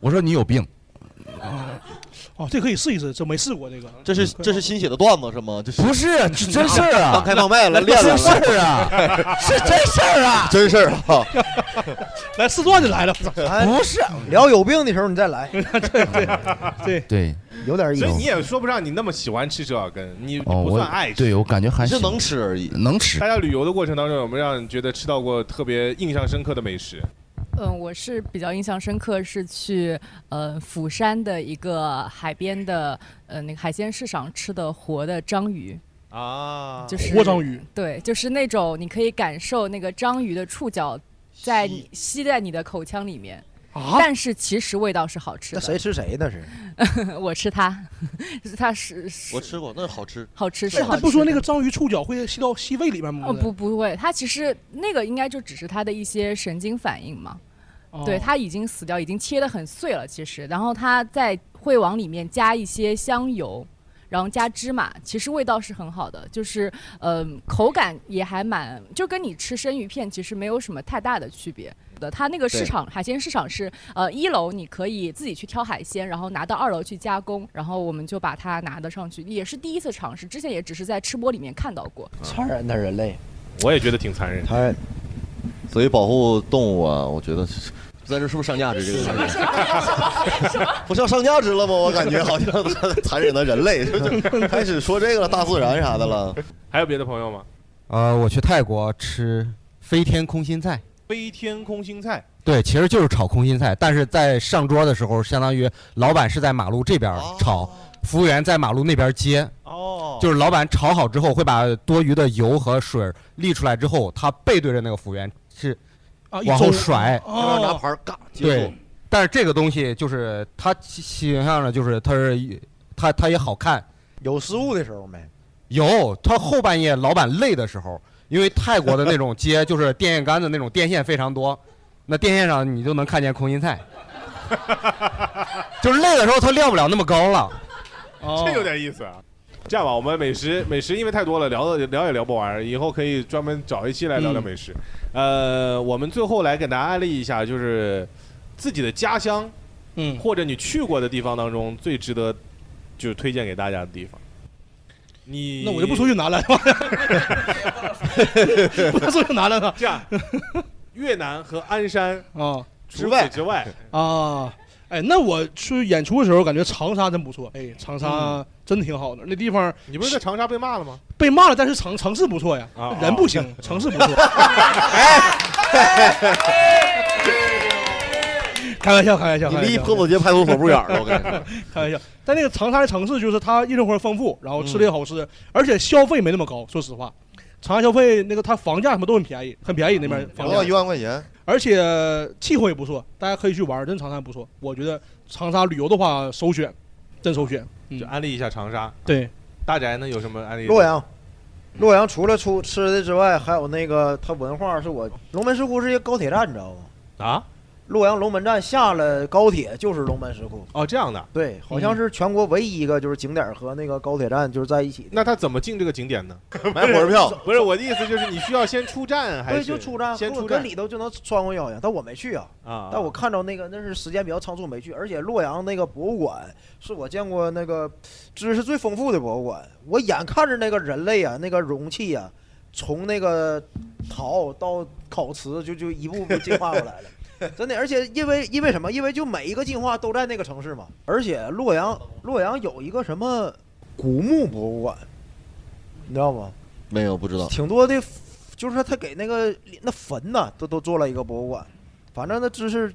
[SPEAKER 14] 我说你有病，
[SPEAKER 4] 哦，这可以试一试，这没试过这个。
[SPEAKER 5] 这是这是新写的段子是吗？这 是
[SPEAKER 14] 不 是真事儿啊
[SPEAKER 5] 当开放麦了，练了
[SPEAKER 14] 真事儿 啊 是真事儿啊
[SPEAKER 5] 真事儿 啊！
[SPEAKER 4] 来四段就来了，
[SPEAKER 3] 哎
[SPEAKER 7] 不
[SPEAKER 14] 是
[SPEAKER 7] 聊有病的时候你再来，
[SPEAKER 4] 对
[SPEAKER 14] 对，
[SPEAKER 7] 有点意思。
[SPEAKER 6] 啊所以你也说不上你那么喜欢吃折耳根，你
[SPEAKER 14] 哦，
[SPEAKER 6] 不
[SPEAKER 14] 我
[SPEAKER 6] 算爱吃。
[SPEAKER 14] 对我感觉还
[SPEAKER 6] 你是
[SPEAKER 14] 行
[SPEAKER 6] 能吃而已
[SPEAKER 14] 能吃
[SPEAKER 6] 大。家旅游的过程当中，有没有让你觉得吃到过特别印象深刻的美食？
[SPEAKER 8] 嗯，我是比较印象深刻，是去呃釜山的一个海边的呃那个海鲜市场吃的活的章鱼。
[SPEAKER 6] 啊，
[SPEAKER 8] 就是
[SPEAKER 4] 活章鱼，
[SPEAKER 8] 对，就是那种你可以感受那个章鱼的触角在你吸在你的口腔里面，
[SPEAKER 7] 啊
[SPEAKER 8] 但是其实味道是好吃
[SPEAKER 7] 那
[SPEAKER 8] 的。
[SPEAKER 7] 谁吃谁那是？
[SPEAKER 8] 我吃 它，它是
[SPEAKER 5] 我吃过，那好吃，
[SPEAKER 8] 好吃是
[SPEAKER 4] 哎
[SPEAKER 8] 好
[SPEAKER 4] 他
[SPEAKER 8] 吃。
[SPEAKER 4] 不说那个章鱼触角会吸到吸胃里面吗？
[SPEAKER 8] 哦不不会，它其实那个应该就只是它的一些神经反应嘛。
[SPEAKER 4] 哦
[SPEAKER 8] 对，它已经死掉，已经切得很碎了，其实，然后它再会往里面加一些香油。然后加芝麻，其实味道是很好的，就是呃口感也还蛮，就跟你吃生鱼片其实没有什么太大的区别的。它那个市
[SPEAKER 11] 对
[SPEAKER 8] 场海鲜市场是呃一楼你可以自己去挑海鲜，然后拿到二楼去加工，然后我们就把它拿得上去，也是第一次尝试，之前也只是在吃播里面看到过。
[SPEAKER 6] 啊
[SPEAKER 7] 残忍的人类，
[SPEAKER 6] 我也觉得挺残忍。
[SPEAKER 7] 他
[SPEAKER 5] 所以保护动物啊，我觉得是在这是不是上价值这个？ 不是要上价值了吗？我感觉好像 残忍的人类，就 就开始说这个了，大自然啥的了。
[SPEAKER 6] 还有别的朋友吗？
[SPEAKER 9] 呃，我去泰国吃飞天空心菜，
[SPEAKER 6] 飞天空心菜，
[SPEAKER 9] 对，其实就是炒空心菜，但是在上桌的时候，相当于老板是在马路这边
[SPEAKER 5] 哦
[SPEAKER 9] 炒，服务员在马路那边接。
[SPEAKER 6] 哦，
[SPEAKER 9] 就是老板炒好之后，会把多余的油和水沥出来之后，他背对着那个服务员是
[SPEAKER 4] 啊
[SPEAKER 9] 往后甩，
[SPEAKER 5] 然后拿盘儿嘎接
[SPEAKER 9] 对
[SPEAKER 5] 住。，
[SPEAKER 9] 但是这个东西就是它其形象上就是它是它它也好看。
[SPEAKER 7] 有失误的时候没？
[SPEAKER 9] 有，它后半夜老板累的时候，因为泰国的那种街就是电线杆子那种电线非常多，那电线上你就能看见空心菜。 就是累的时候它亮不了那么高了。
[SPEAKER 4] 哦
[SPEAKER 6] 这有点意思啊。这样吧，我们美食美食因为太多了，聊的聊也聊不完，以后可以专门找一期来聊
[SPEAKER 4] 嗯
[SPEAKER 6] 聊美食。呃，我们最后来给大家安利一下，就是自己的家乡，
[SPEAKER 4] 嗯，
[SPEAKER 6] 或者你去过的地方当中最值得就是推荐给大家的地方。你
[SPEAKER 4] 那我就 不说越南了， 不能说越南了。
[SPEAKER 6] 这样，越南和鞍山
[SPEAKER 4] 啊
[SPEAKER 6] 之外之外，
[SPEAKER 4] 啊，哎，那我去演出的时候，感觉长沙真不错，哎，长沙
[SPEAKER 6] 嗯
[SPEAKER 4] 真挺好的，那地方
[SPEAKER 6] 你不是在长沙被骂了吗？
[SPEAKER 4] 被骂了，但是城城市不错呀
[SPEAKER 6] 啊，
[SPEAKER 4] 人不行，城市 不错。哎 开玩笑，开玩笑，
[SPEAKER 5] 你
[SPEAKER 4] 开玩
[SPEAKER 5] 离
[SPEAKER 4] 笑
[SPEAKER 5] 坡走街拍出佛不远了，我跟你说。
[SPEAKER 4] 开玩笑。但那个长沙的城市就是它夜生活丰富，然后吃的也好吃，而且消费没那么高。说实话，长沙消费那个它房价什么都很便宜，很便宜那边房
[SPEAKER 5] 不
[SPEAKER 4] 价
[SPEAKER 5] 到一万块钱，
[SPEAKER 4] 而且气候也不错，大家可以去玩儿，真长沙不错。我觉得长沙旅游的话首选，真首选。
[SPEAKER 6] 就安利一下长沙。
[SPEAKER 4] 嗯对，
[SPEAKER 6] 大宅呢有什么安利？
[SPEAKER 7] 洛阳，洛阳除了出吃的之外，还有那个它文化是我龙门石窟是一个高铁站，你知道吗？
[SPEAKER 6] 啊，
[SPEAKER 7] 洛阳龙门站下了高铁就是龙门石窟。
[SPEAKER 6] 哦，这样的。
[SPEAKER 7] 对，好像是全国唯一一个就是景点和那个高铁站就是在一起的。
[SPEAKER 6] 那他怎么进这个景点呢？
[SPEAKER 5] 买火车票
[SPEAKER 6] 不是我的意思，就是你需要先出站还
[SPEAKER 7] 对，
[SPEAKER 6] 是
[SPEAKER 7] 就出站，
[SPEAKER 6] 先
[SPEAKER 7] 跟
[SPEAKER 6] 出
[SPEAKER 7] 我
[SPEAKER 6] 站
[SPEAKER 7] 跟里头就能穿过去好像，但我没去啊。
[SPEAKER 6] 啊
[SPEAKER 7] 但我看着那个那是时间比较仓促没去，而且洛阳那个博物馆是我见过那个知识最丰富的博物馆。我眼看着那个人类啊，那个容器啊，从那个陶到烤瓷，就就一步步进化过 来了，真的。而且因为因为什么？因为就每一个进化都在那个城市嘛。而且洛阳洛阳有一个什么古墓博物馆，你知道吗？
[SPEAKER 5] 没有不知道。
[SPEAKER 7] 挺多的，就是说他给那个那坟呐、都都做了一个博物馆，反正那知识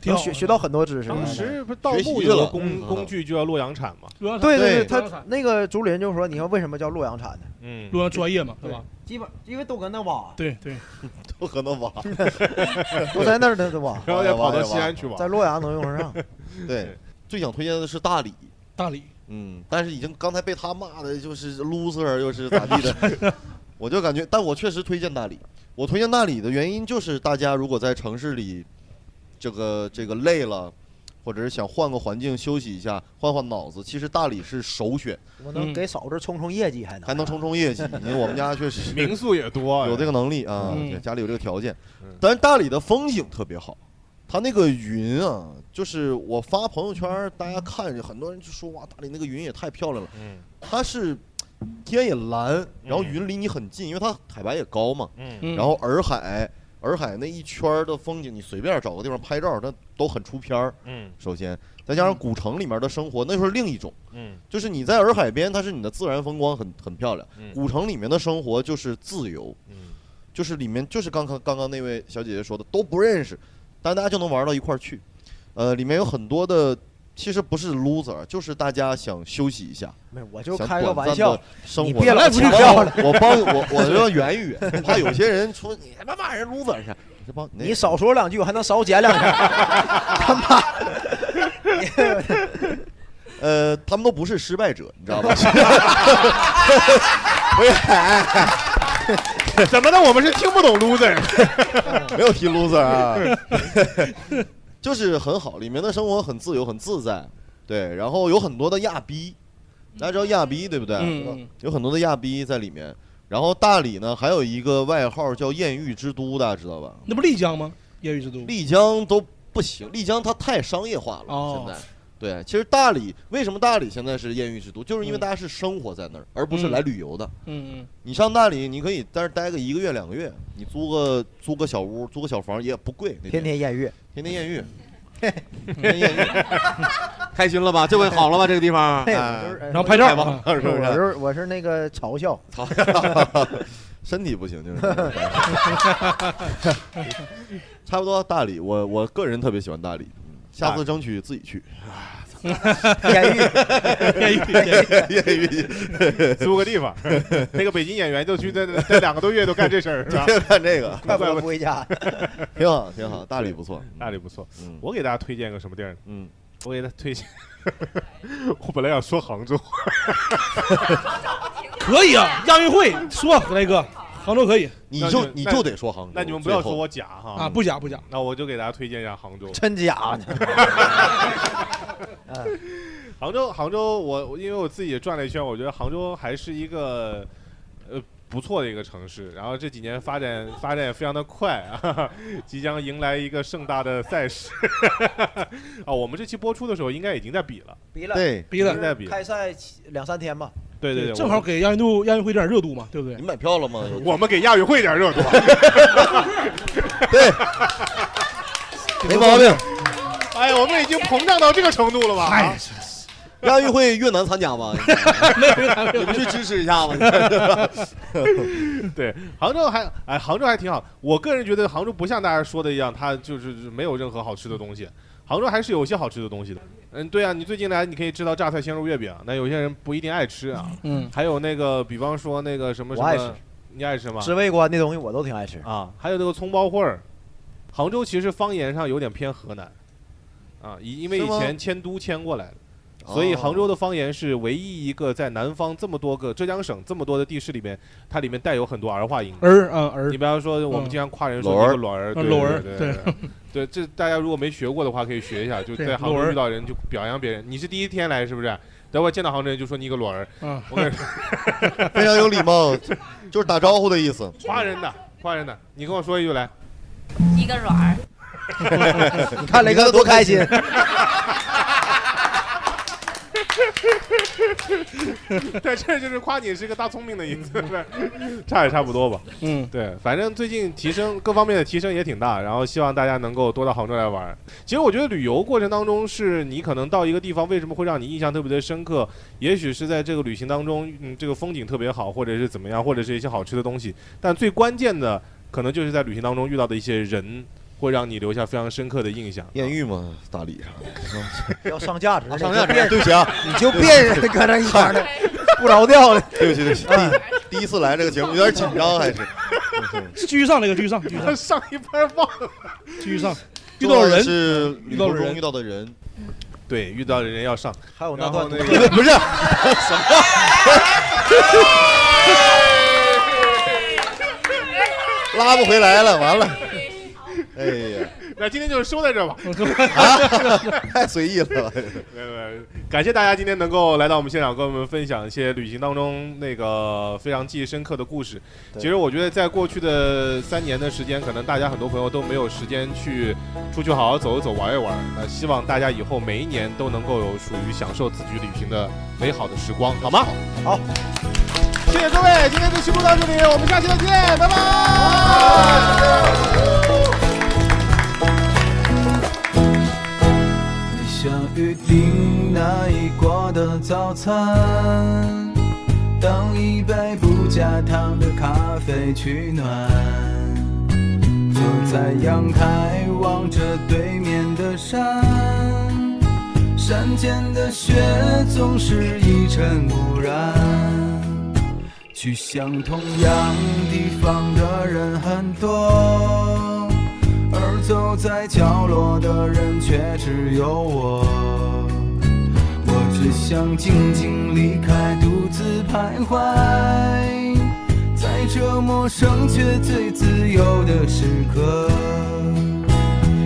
[SPEAKER 6] 挺
[SPEAKER 7] 能
[SPEAKER 6] 好
[SPEAKER 7] 学
[SPEAKER 6] 的
[SPEAKER 7] 学到很多知识。
[SPEAKER 6] 当时不是盗
[SPEAKER 7] 学习
[SPEAKER 6] 墓
[SPEAKER 7] 去
[SPEAKER 6] 有个
[SPEAKER 7] 了
[SPEAKER 6] 工
[SPEAKER 7] 嗯
[SPEAKER 6] 工具就叫洛阳铲嘛，
[SPEAKER 4] 洛阳
[SPEAKER 7] 对对，他那个竹林就说，你看为什么叫洛阳铲呢？
[SPEAKER 6] 嗯
[SPEAKER 4] 洛阳专业嘛，对吧？
[SPEAKER 7] 基本因为都跟那啊挖，
[SPEAKER 4] 对对，
[SPEAKER 5] 都搁那挖，
[SPEAKER 7] 都在那儿呢，都挖，
[SPEAKER 5] 然后再跑到西安去挖
[SPEAKER 7] 在洛阳能用得上。
[SPEAKER 5] 对，最想推荐的是大理。
[SPEAKER 4] 大理，
[SPEAKER 5] 嗯，但是已经刚才被他骂的就是 loser，又是咋地 的，我就感觉，但我确实推荐大理。我推荐大理的原因就是，大家如果在城市里，这个这个累了，或者是想换个环境休息一下，换换脑子，其实大理是首选。
[SPEAKER 7] 我
[SPEAKER 4] 嗯
[SPEAKER 7] 能给嫂子冲冲业绩，还能
[SPEAKER 5] 还能冲冲 业绩，因为我们家确实
[SPEAKER 6] 哎民宿也多，
[SPEAKER 5] 有这个能力啊
[SPEAKER 6] 嗯，
[SPEAKER 5] 家里有这个条件。但是大理的风景特别好，它那个云啊，就是我发朋友圈，大家看，很多人就说哇，大理那个云也太漂亮了。
[SPEAKER 6] 嗯，
[SPEAKER 5] 它是天也蓝，然后云离你很近，因为它海拔也高嘛。
[SPEAKER 6] 嗯
[SPEAKER 5] 然后洱海，洱海那一圈儿的风景，你随便找个地方拍照，它都很出片儿。
[SPEAKER 6] 嗯
[SPEAKER 5] 首先，再加上古城里面的生活，那就是另一种。
[SPEAKER 6] 嗯
[SPEAKER 5] 就是你在洱海边，它是你的自然风光很很漂亮
[SPEAKER 6] 嗯。
[SPEAKER 5] 古城里面的生活就是自由，就是里面就是刚刚刚刚那位小姐姐说的都不认识，但大家就能玩到一块儿去。呃，里面有很多的，其实不是 loser，就是大家想休息一下。
[SPEAKER 3] 没有我就
[SPEAKER 5] 想
[SPEAKER 3] 开个
[SPEAKER 5] 短
[SPEAKER 3] 玩
[SPEAKER 5] 暂
[SPEAKER 3] 笑
[SPEAKER 5] 的生
[SPEAKER 3] 你
[SPEAKER 5] 活
[SPEAKER 3] 别
[SPEAKER 5] 的
[SPEAKER 3] 老
[SPEAKER 5] 我
[SPEAKER 3] 强调了
[SPEAKER 5] 我帮 我我要圆一圆，我怕有些人说你他妈骂人 loser 去，这帮
[SPEAKER 3] 你少说两句，我还能少减两句。
[SPEAKER 5] 呃，他们都不是失败者，你知道吧？ 不是，
[SPEAKER 6] 怎么的？我们是听不懂 loser，
[SPEAKER 5] 没有提 loser 啊， 就是很好，里面的生活很自由，很自在，对，然后有很多的亚逼，大家知道亚逼对不对？
[SPEAKER 6] 嗯
[SPEAKER 5] 有很多的亚逼在里面。然后大理呢，还有一个外号叫艳遇之都，大家知道吧？
[SPEAKER 4] 那不丽江吗？艳遇之都，
[SPEAKER 5] 丽江都不行，丽江它太商业化了。
[SPEAKER 4] 哦
[SPEAKER 5] 现在，对，其实大理为什么大理现在是艳遇之都，就是因为大家是生活在那儿，而不是来旅游的。
[SPEAKER 4] 嗯嗯，
[SPEAKER 5] 你上大理，你可以在那儿待个一个月、两个月，你租个租个小屋、租个小房也不贵。那
[SPEAKER 3] 天天艳遇，
[SPEAKER 5] 天天 艳遇，天天艳遇，
[SPEAKER 6] 开心 了吧？这回好了吧？这个地方，
[SPEAKER 3] 哎
[SPEAKER 5] 哎
[SPEAKER 3] 我就是哎
[SPEAKER 5] 然后拍照
[SPEAKER 3] 我
[SPEAKER 5] 嘛是不是
[SPEAKER 3] 我是我是那个嘲笑，
[SPEAKER 5] 嘲笑身体不行就是这样。 差不多大理，我我个人特别喜欢大理，嗯下次争取自己去。
[SPEAKER 6] 艳遇
[SPEAKER 5] 艳遇，艳遇，？
[SPEAKER 6] 租个地方。那个北京演员就去这这两个多月都干这事儿，是吧
[SPEAKER 5] 干这个
[SPEAKER 3] 怪不得不回家
[SPEAKER 5] 挺好，挺好，大理不错，
[SPEAKER 6] 大理不错。
[SPEAKER 5] 嗯
[SPEAKER 6] 我给大家推荐个什么地儿呢？
[SPEAKER 5] 嗯，
[SPEAKER 6] 我给大家推荐，我本来想说杭州，
[SPEAKER 4] 可以啊，亚运会说雷哥，杭州可以，
[SPEAKER 5] 你
[SPEAKER 6] 那
[SPEAKER 5] 就
[SPEAKER 6] 们
[SPEAKER 5] 你
[SPEAKER 6] 那
[SPEAKER 5] 就得说杭州
[SPEAKER 6] 那你们不要
[SPEAKER 5] 最后
[SPEAKER 6] 说我假哈
[SPEAKER 4] 啊不假不假。
[SPEAKER 6] 那我就给大家推荐一下杭 州，
[SPEAKER 3] 真假
[SPEAKER 6] 嗯杭州，杭州，我我因为我自己也转了一圈，我觉得杭州还是一个呃不错的一个城市。然后这几年发展发展也非常的快啊， 即将迎来一个盛大的赛事 啊。我们这期播出的时候应该已经在比了，
[SPEAKER 3] 逼了，
[SPEAKER 5] 对
[SPEAKER 4] 逼了
[SPEAKER 6] 已经在比 了。
[SPEAKER 3] 开赛起两三天吧，
[SPEAKER 6] 对对对，
[SPEAKER 4] 正好给亚运度亚运会点热度嘛，对不对
[SPEAKER 5] 你？买票了吗？
[SPEAKER 6] 我我们给亚运会点热 度。
[SPEAKER 5] 对，没毛病。
[SPEAKER 6] 哎呀，我们已经膨胀到这个程度了吧？啊
[SPEAKER 5] 亚运会越南参加 吗？你不去支持一下吗？
[SPEAKER 6] 对，杭州还哎，杭州还挺好。我个人觉得杭州不像大家说的一样，它就是没有任何好吃的东西。杭州还是有一些好吃的东西的。嗯，对啊，你最近来你可以吃到榨菜鲜肉月饼，啊那有些人不一定爱吃啊。
[SPEAKER 4] 嗯，
[SPEAKER 6] 还有那个，比方说那个什么什
[SPEAKER 3] 我爱吃
[SPEAKER 6] 么，你爱吃吗？
[SPEAKER 3] 知味观那东西我都挺爱吃
[SPEAKER 6] 啊，还有那个葱包烩儿。杭州其实方言上有点偏河南，啊，以因为
[SPEAKER 5] 是
[SPEAKER 6] 以
[SPEAKER 5] 吗
[SPEAKER 6] 前迁都迁过来的，所
[SPEAKER 4] 哦
[SPEAKER 6] 以杭州的方言是唯一一个在南方这么多个浙江省这么多的地市里面，它里面带有很多儿化音。
[SPEAKER 4] 儿啊儿
[SPEAKER 6] 你比方说，我们经常夸人说
[SPEAKER 5] 嗯
[SPEAKER 6] 那个卵儿，对
[SPEAKER 4] 裸儿
[SPEAKER 6] 对对对对，这大家如果没学过的话，可以学一下。就
[SPEAKER 4] 对
[SPEAKER 6] 在杭
[SPEAKER 4] 裸
[SPEAKER 6] 州
[SPEAKER 4] 儿
[SPEAKER 6] 遇到人就表扬别人，你是第一天来是不是？等会儿见到杭州人就说你个卵儿，
[SPEAKER 4] 嗯
[SPEAKER 6] 我跟你说
[SPEAKER 5] 非常有礼貌，就是打招呼的意 思。
[SPEAKER 6] 夸人的，夸人的，你跟我说一句来。
[SPEAKER 15] 一个软儿。
[SPEAKER 3] 你看雷哥多开 心，
[SPEAKER 6] 对，这就是夸你是个大聪明的意思，是吧差也差不多吧。
[SPEAKER 4] 嗯，
[SPEAKER 6] 对，反正最近提升各方面的提升也挺大，然后希望大家能够多到杭州来玩儿。其实我觉得旅游过程当中，是你可能到一个地方，为什么会让你印象特别的深刻？也许是在这个旅行当中，嗯，这个风景特别好，或者是怎么样，或者是一些好吃的东西。但最关键的，可能就是在旅行当中遇到的一些人，会让你留下非常深刻的印象。
[SPEAKER 5] 艳遇嘛，大理啊 上
[SPEAKER 3] 要上价值的，
[SPEAKER 5] 上价值
[SPEAKER 3] 你就别
[SPEAKER 5] 对不起啊
[SPEAKER 3] 你就别人搁那一圈的，不着调的，
[SPEAKER 5] 对不起，对不起，
[SPEAKER 4] 嗯
[SPEAKER 5] 第第 一次来这个节目有点紧张， 还是
[SPEAKER 4] 继续上那个，继续上，继续上，
[SPEAKER 6] 上一班忘了，
[SPEAKER 4] 继续上，遇
[SPEAKER 5] 重
[SPEAKER 4] 到
[SPEAKER 5] 要的
[SPEAKER 4] 人
[SPEAKER 5] 是旅
[SPEAKER 4] 遇到
[SPEAKER 5] 途
[SPEAKER 4] 人
[SPEAKER 5] 中遇到的人，
[SPEAKER 6] 对，遇到的人要上。
[SPEAKER 3] 还有那
[SPEAKER 6] 然后
[SPEAKER 3] 段
[SPEAKER 6] 那
[SPEAKER 3] 那
[SPEAKER 6] 个
[SPEAKER 3] 个
[SPEAKER 5] 不是什么？拉不回来了，完 了。哎呀，
[SPEAKER 6] 那今天就收在这儿吧。
[SPEAKER 5] 啊，太随意了。
[SPEAKER 6] 没有没有感谢大家今天能够来到我们现场，跟我们分享一些旅行当中那个非常记忆深刻的故事。
[SPEAKER 5] 对
[SPEAKER 6] 其实我觉得，在过去的三年的时间，可能大家很多朋友都没有时间去出去好好走一走、玩一玩。那希望大家以后每一年都能够有属于享受自己旅行的美好的时光，好吗？好，谢谢各位，今天这期播到这里，我们下期再见，拜拜。
[SPEAKER 16] 想预定那一国的早餐，当一杯不加糖的咖啡取暖，坐在阳台望着对面的山，山间的雪总是一尘不染。去向同样地方的人很多。而走在角落的人却只有我。我只想静静离开，独自徘徊，在这陌生却最自由的时刻。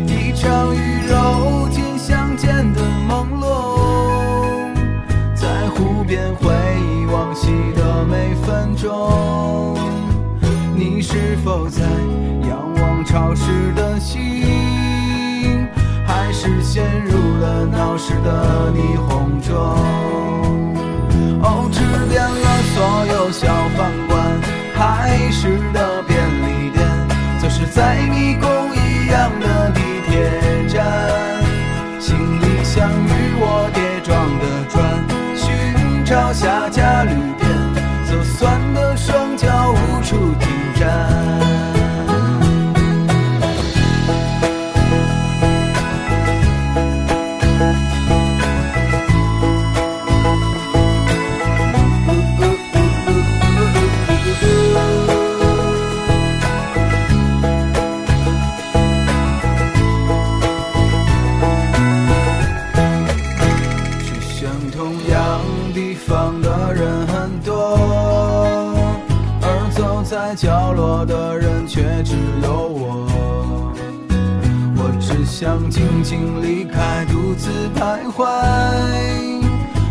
[SPEAKER 16] 一场雨揉进相见的朦胧，在湖边回忆往昔的每分钟。你是否在仰望潮湿的心，还是陷入了闹市的霓虹中？哦，吃遍了所有小饭馆、海市的便利店，总是在迷宫一样的地铁站，行李箱与我叠撞的转，寻找下家旅店。走酸的双脚无处停站。去向同样地方的人很多，而走在角落的人却只有我。我只想静静离开，独自徘徊，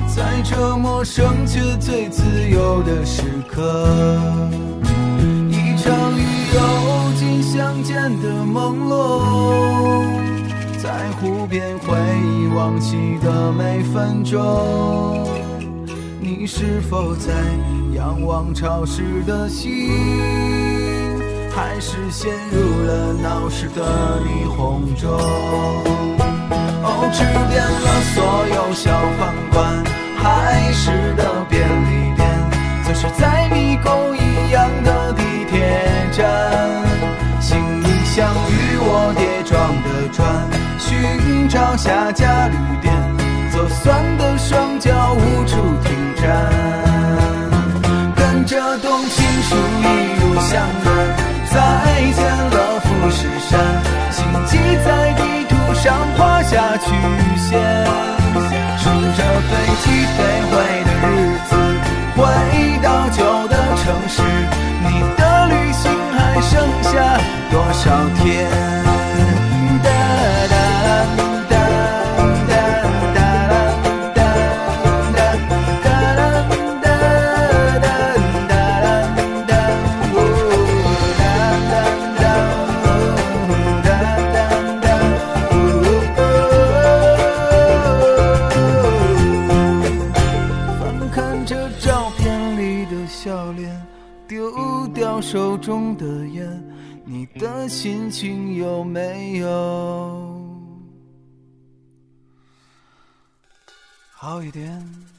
[SPEAKER 16] 在这陌生却最自由的时刻。一场雨揉进相见的朦胧。在湖边回忆往昔的每分钟。你是否在仰望潮湿的心，还是陷入了闹市的霓虹中？哦，吃遍了所有小饭馆、海市的便利店，总是在迷宫一样的地铁站。行李箱与我叠撞的转，寻找下家旅店，左酸的双脚无处停站，跟着动情书一路向南，再见了富士山，心迹在地图上画下曲线，数着飞机飞回的日子，回到旧的城市，你的旅行还剩下多少天？哒哒哒哒哒哒哒哒哒哒哒哒哒哒，呜哒哒哒呜哒哒哒呜。翻看着照片里的笑脸。丢掉手中的烟，你的心情有没有好一点？